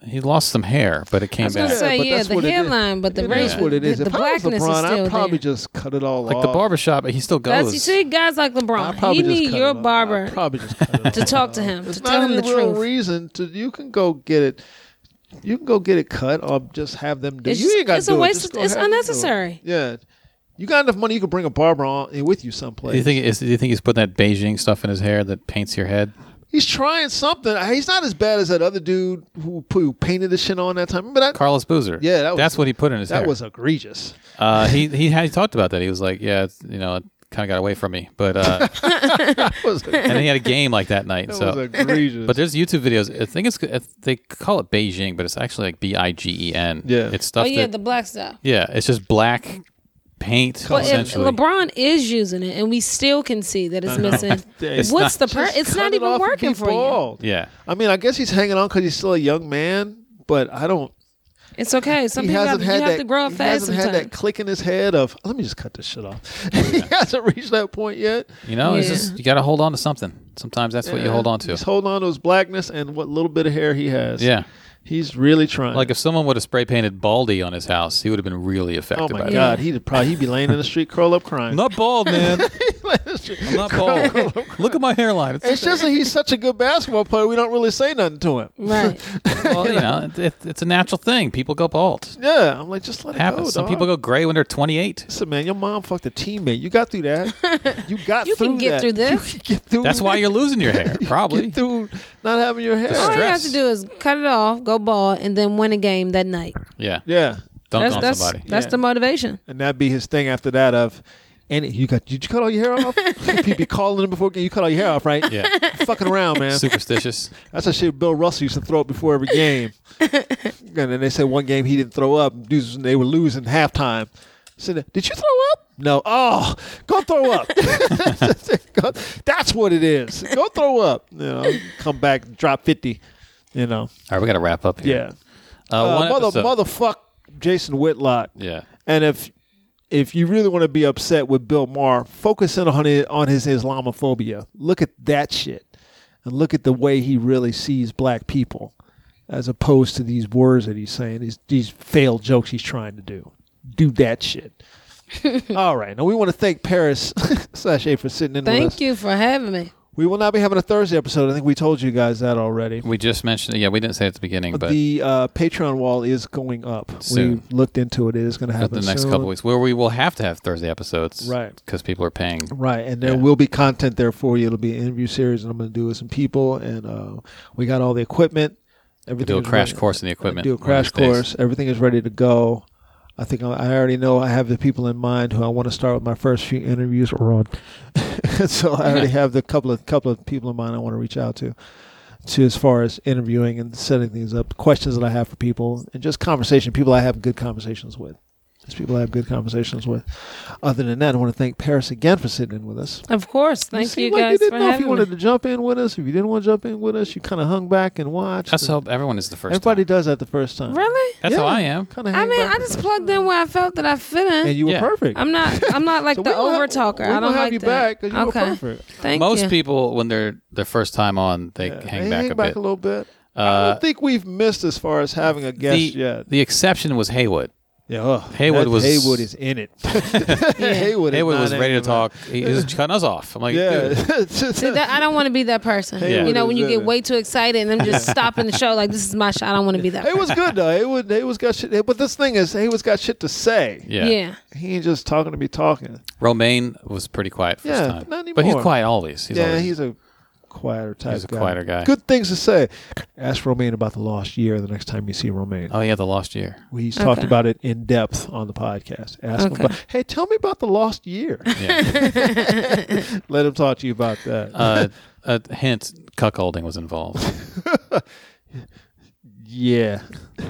he lost some hair, but it came
I was
back.
gonna say
but
yeah,
that's
the
what it is.
hairline, but the
It is
race,
what it is.
the, the
if I was
blackness is
LeBron,
still
I'd probably
there.
just cut it all
like
off.
the barbershop, he still goes.
That's you see guys like
I'd
LeBron.
probably
You
just
need
cut
your
it off. I'd
barber
probably just cut it
to
off.
talk to him to
It's
tell
not
him
any
the
real
truth.
reason to. You can go get it. You can go get it cut, or just have them do.
It's
you
just-
ain't got
it's
to
a
do it.
waste
Just
of-
go
it's
have them do it.
unnecessary.
Yeah, you got enough money. You could bring a barber on and with you
Do
someplace.
you think is, do you think he's putting that Beijing stuff in his hair that paints your head?
he's trying something. He's not as bad as that other dude who, put- who painted the shit on that time. But that,
Carlos Boozer.
Yeah, that was-
that's what he put in his
that
hair.
was egregious.
uh, he he had he talked about that. He was like, yeah, it's, you know, it kind of got away from me, but uh,
That was, that
and he had a game like that night.
was
so,
egregious.
but there's YouTube videos. I think it's they call it Beijing, but it's actually like B I G E N.
Yeah.
it's
Oh
stuff.
yeah,
that,
the black stuff.
yeah, it's just black paint
But if
essentially.
LeBron is using it, and we still can see that it's missing,
It's
what's the
Just
per? It's
cut
not
it
even
off and
working
be
for you.
bald.
yeah,
I mean, I guess he's hanging on because he's still a young man. But I don't.
It's okay. Some
he
people
hasn't
have, you
had
have
that.
to grow up
he
fast
hasn't had
sometimes.
that click in his head of let me just cut this shit off. he hasn't reached that point yet.
you know, it's
Yeah.
just you got to hold on to something. Sometimes that's what you hold on
He's
to.
holding on to his blackness and what little bit of hair he has.
Yeah.
he's really trying.
Like if someone would have spray painted Baldy on his house, he would have been really
oh
affected
my
by that.
god, he'd probably he'd be laying in the street, curl up crying.
I'm not bald, man. I'm not bald. Look at my hairline. It's,
It's just that he's such a good basketball player. We don't really say nothing to him.
Right.
well, you know, it, it- it's a natural thing. People go bald.
Yeah, I'm like, just let it
It happens.
go.
Some
dog.
people go gray when they're 28.
Listen, man, your mom fucked a teammate. You got through that. You got
You
through
can get
that.
through this.
You can get through
That's why you're losing your hair, probably.
Get through not having your hair.
All you have to
Stress.
do is cut it off, go ball, and then win a game that night.
Yeah.
Yeah.
Dunk
That's
on
that's
somebody.
that's
Yeah.
the motivation.
And that'd be his thing after that of And you got did you cut all your hair off? People be calling him before you cut all your hair off, right?
Yeah.
Fucking around, man.
Superstitious.
That's the shit Bill Russell used to throw up before every game. and then they said one game he didn't throw up. Dudes, they were losing halftime. Said, did you throw up? No. Oh, go throw up. That's what it is. Go throw up. You know, come back, drop fifty. You know.
All right, we got to wrap up here.
Yeah.
Uh,
Uh,
one
mother,
episode.
motherfuck Jason Whitlock.
Yeah.
And if if you really want to be upset with Bill Maher, focus in on his, on his Islamophobia. Look at that shit, and look at the way he really sees black people, as opposed to these words that he's saying, these these failed jokes he's trying to do. Do that shit. All right. Now we want to thank Paris Sachet for sitting in with us.
Thank you for having me.
We will not be having a Thursday episode. I think we told you guys that already.
We just mentioned it. Yeah, we didn't say it at the beginning, but
the uh, Patreon wall is going up.
Soon.
We looked into it. It is going to
at
happen
the next
soon.
couple weeks, where we will have to have Thursday episodes,
Right.
Because people are paying.
Right, and there
Yeah.
will be content there for you. It'll be an interview series, and I'm going to do with some people, and uh, we got all the equipment. Everything
Do a
is
crash
ready-
course in the equipment.
Do a
one of
crash
these days.
course. Everything is ready to go. I think I I already know I have the people in mind who I want to start with my first few interviews or on. so I already have the couple of couple of people in mind I want to reach out to, to as far as interviewing and setting things up, questions that I have for people, and just conversation. People I have good conversations with. Just people I have good conversations with. Other than that, I want to thank Paris again for sitting in with us.
Of course. Thank you
seemed like
guys
didn't
for
know if you
having
wanted
me.
to jump in with us. If you didn't want to jump in with us, you kind of hung back and watched.
That's how everyone is the first.
Everybody
time.
does that the first time.
Really?
That's how
Yeah.
I am.
Kind of.
I mean, I just plugged in where I felt that I fit
and
in.
you
Yeah.
were perfect.
I'm not. I'm not like
So we
the
will have-
over talker.
we
I
will
don't
have
like
you
that.
back 'cause you were
okay.
perfect.
Thank
Most
you.
people, when they're their first time on, they hang
They
back a bit.
little bit. I
Uh,
don't think we've missed as far as having a guest
the,
yet.
the exception was Haywood.
yeah, oh,
Haywood
that-
was-
Haywood is in it. Haywood, is
Haywood
not
was
in
ready
it,
to
man.
talk. He he was cutting us off. I'm like, dude.
Yeah,
See, that- I don't want to be that person.
Yeah.
You know, when you
Whatever.
get way too excited and I'm just stopping the show, like this is my show. I don't want to be that.
Haywood's
person.
good though. Haywood, Haywood's got shit. But this thing is, Haywood's got shit to say.
Yeah.
yeah.
He ain't just talking to be talking.
Romaine was pretty quiet first
Yeah,
time.
not
But he's
anymore.
quiet always. He's
yeah,
always,
he's a quieter type.
He's a quieter guy.
Good things to say. Ask Romaine about the lost year the next time you see Romaine.
Oh, yeah, the lost year.
He's talked
Okay.
about it in depth on the podcast. Ask him
Okay.
about, hey, tell me about the lost year.
Yeah.
Let him talk to you about that.
uh, a hint, cuckolding was involved.
yeah.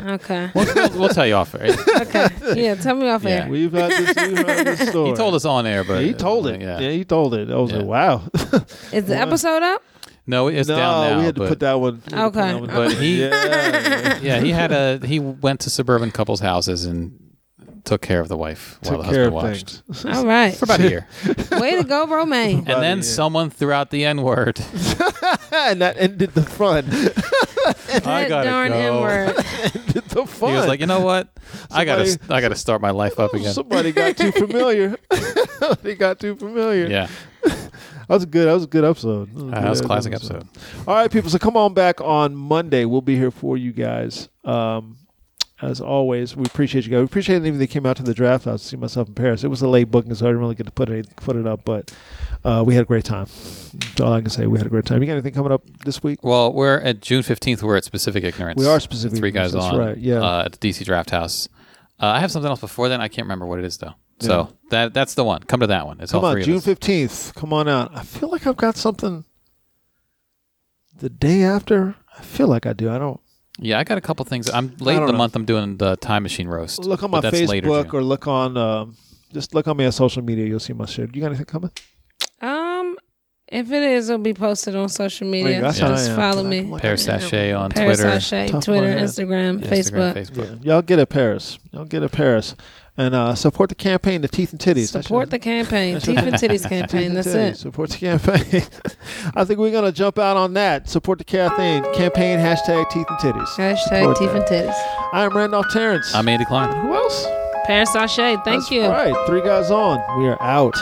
Okay.
We'll, we'll, we'll tell you off. air.
Okay. Yeah. Tell me off
Yeah.
air.
We've had this, we've had this story.
He told us on air, but
He told it. Yeah.
Yeah.
he told it. I was
Yeah.
like, wow.
Is the episode up?
No, it's
no,
down now.
we had to
but,
put that one. we had to put
Okay.
that one-
but he,
yeah,
yeah, he had a he went to suburban couples' houses and took care of the wife while
took
the
care
husband
of
watched
things.
All right.
for about a year.
Way to go, Romaine.
and then
year.
someone threw out the N word.
and that ended the fun.
I
That darn N-word.
Did the fun.
He was like, you know what? I gotta
Somebody-
I gotta start my life up again.
Somebody got too familiar. they got too familiar.
Yeah,
That was good. That was a good episode. That was,
Uh, that was a classic episode.
All right, people. So come on back on Monday. We'll be here for you guys. Um, as always, we appreciate you guys. We appreciate anybody that came out to the draft. I see myself in Paris. It was a late booking, so I didn't really get to put it put it up, but uh, we had a great time. That's all I can say. We had a great time. You got anything coming up this week?
Well, we're at June fifteenth. We're at Specific Ignorance.
We are Specific
Three guys
Ignorance, that's
on.
right, yeah.
Uh, at the DC Draft House. Uh, I have something else before then. I can't remember what it is though. So that that's the one. Come to that one. It's
Come
all
on,
three
June
of us.
fifteenth. Come on out. I feel like I've got something. The day after, I feel like I do. I don't
Yeah, I got a couple things. I'm late in
don't
the
know.
month. I'm doing the Time Machine roast.
look on my
but that's later,
Facebook
June.
or look on. Um, just look on me on social media. You'll see my shit. You got anything coming?
Um, if it is, it'll be posted on social media.
that's how I
Just
am.
follow
I'm
me.
like-
Paris Sachet on
Paris
Twitter,
Sachet,
Tough
Twitter,
one, yeah.
Instagram,
Instagram,
Facebook.
Facebook.
Y'all get at Paris. Y'all get at Paris, and uh, support the campaign, the teeth and titties. That's your-
Support the campaign.
That's
Teeth and titties
Teeth
campaign.
and
That's
Titties.
it.
Support the campaign. I think we're gonna jump out on that. Support the campaign. Campaign hashtag teeth and titties.
Hashtag
Support
teeth
that.
and titties.
I'm Randolph Terrence.
I'm Andy Klein.
Who else?
Paris Sachet, thank
That's
you.
Right. Three guys on. We are out.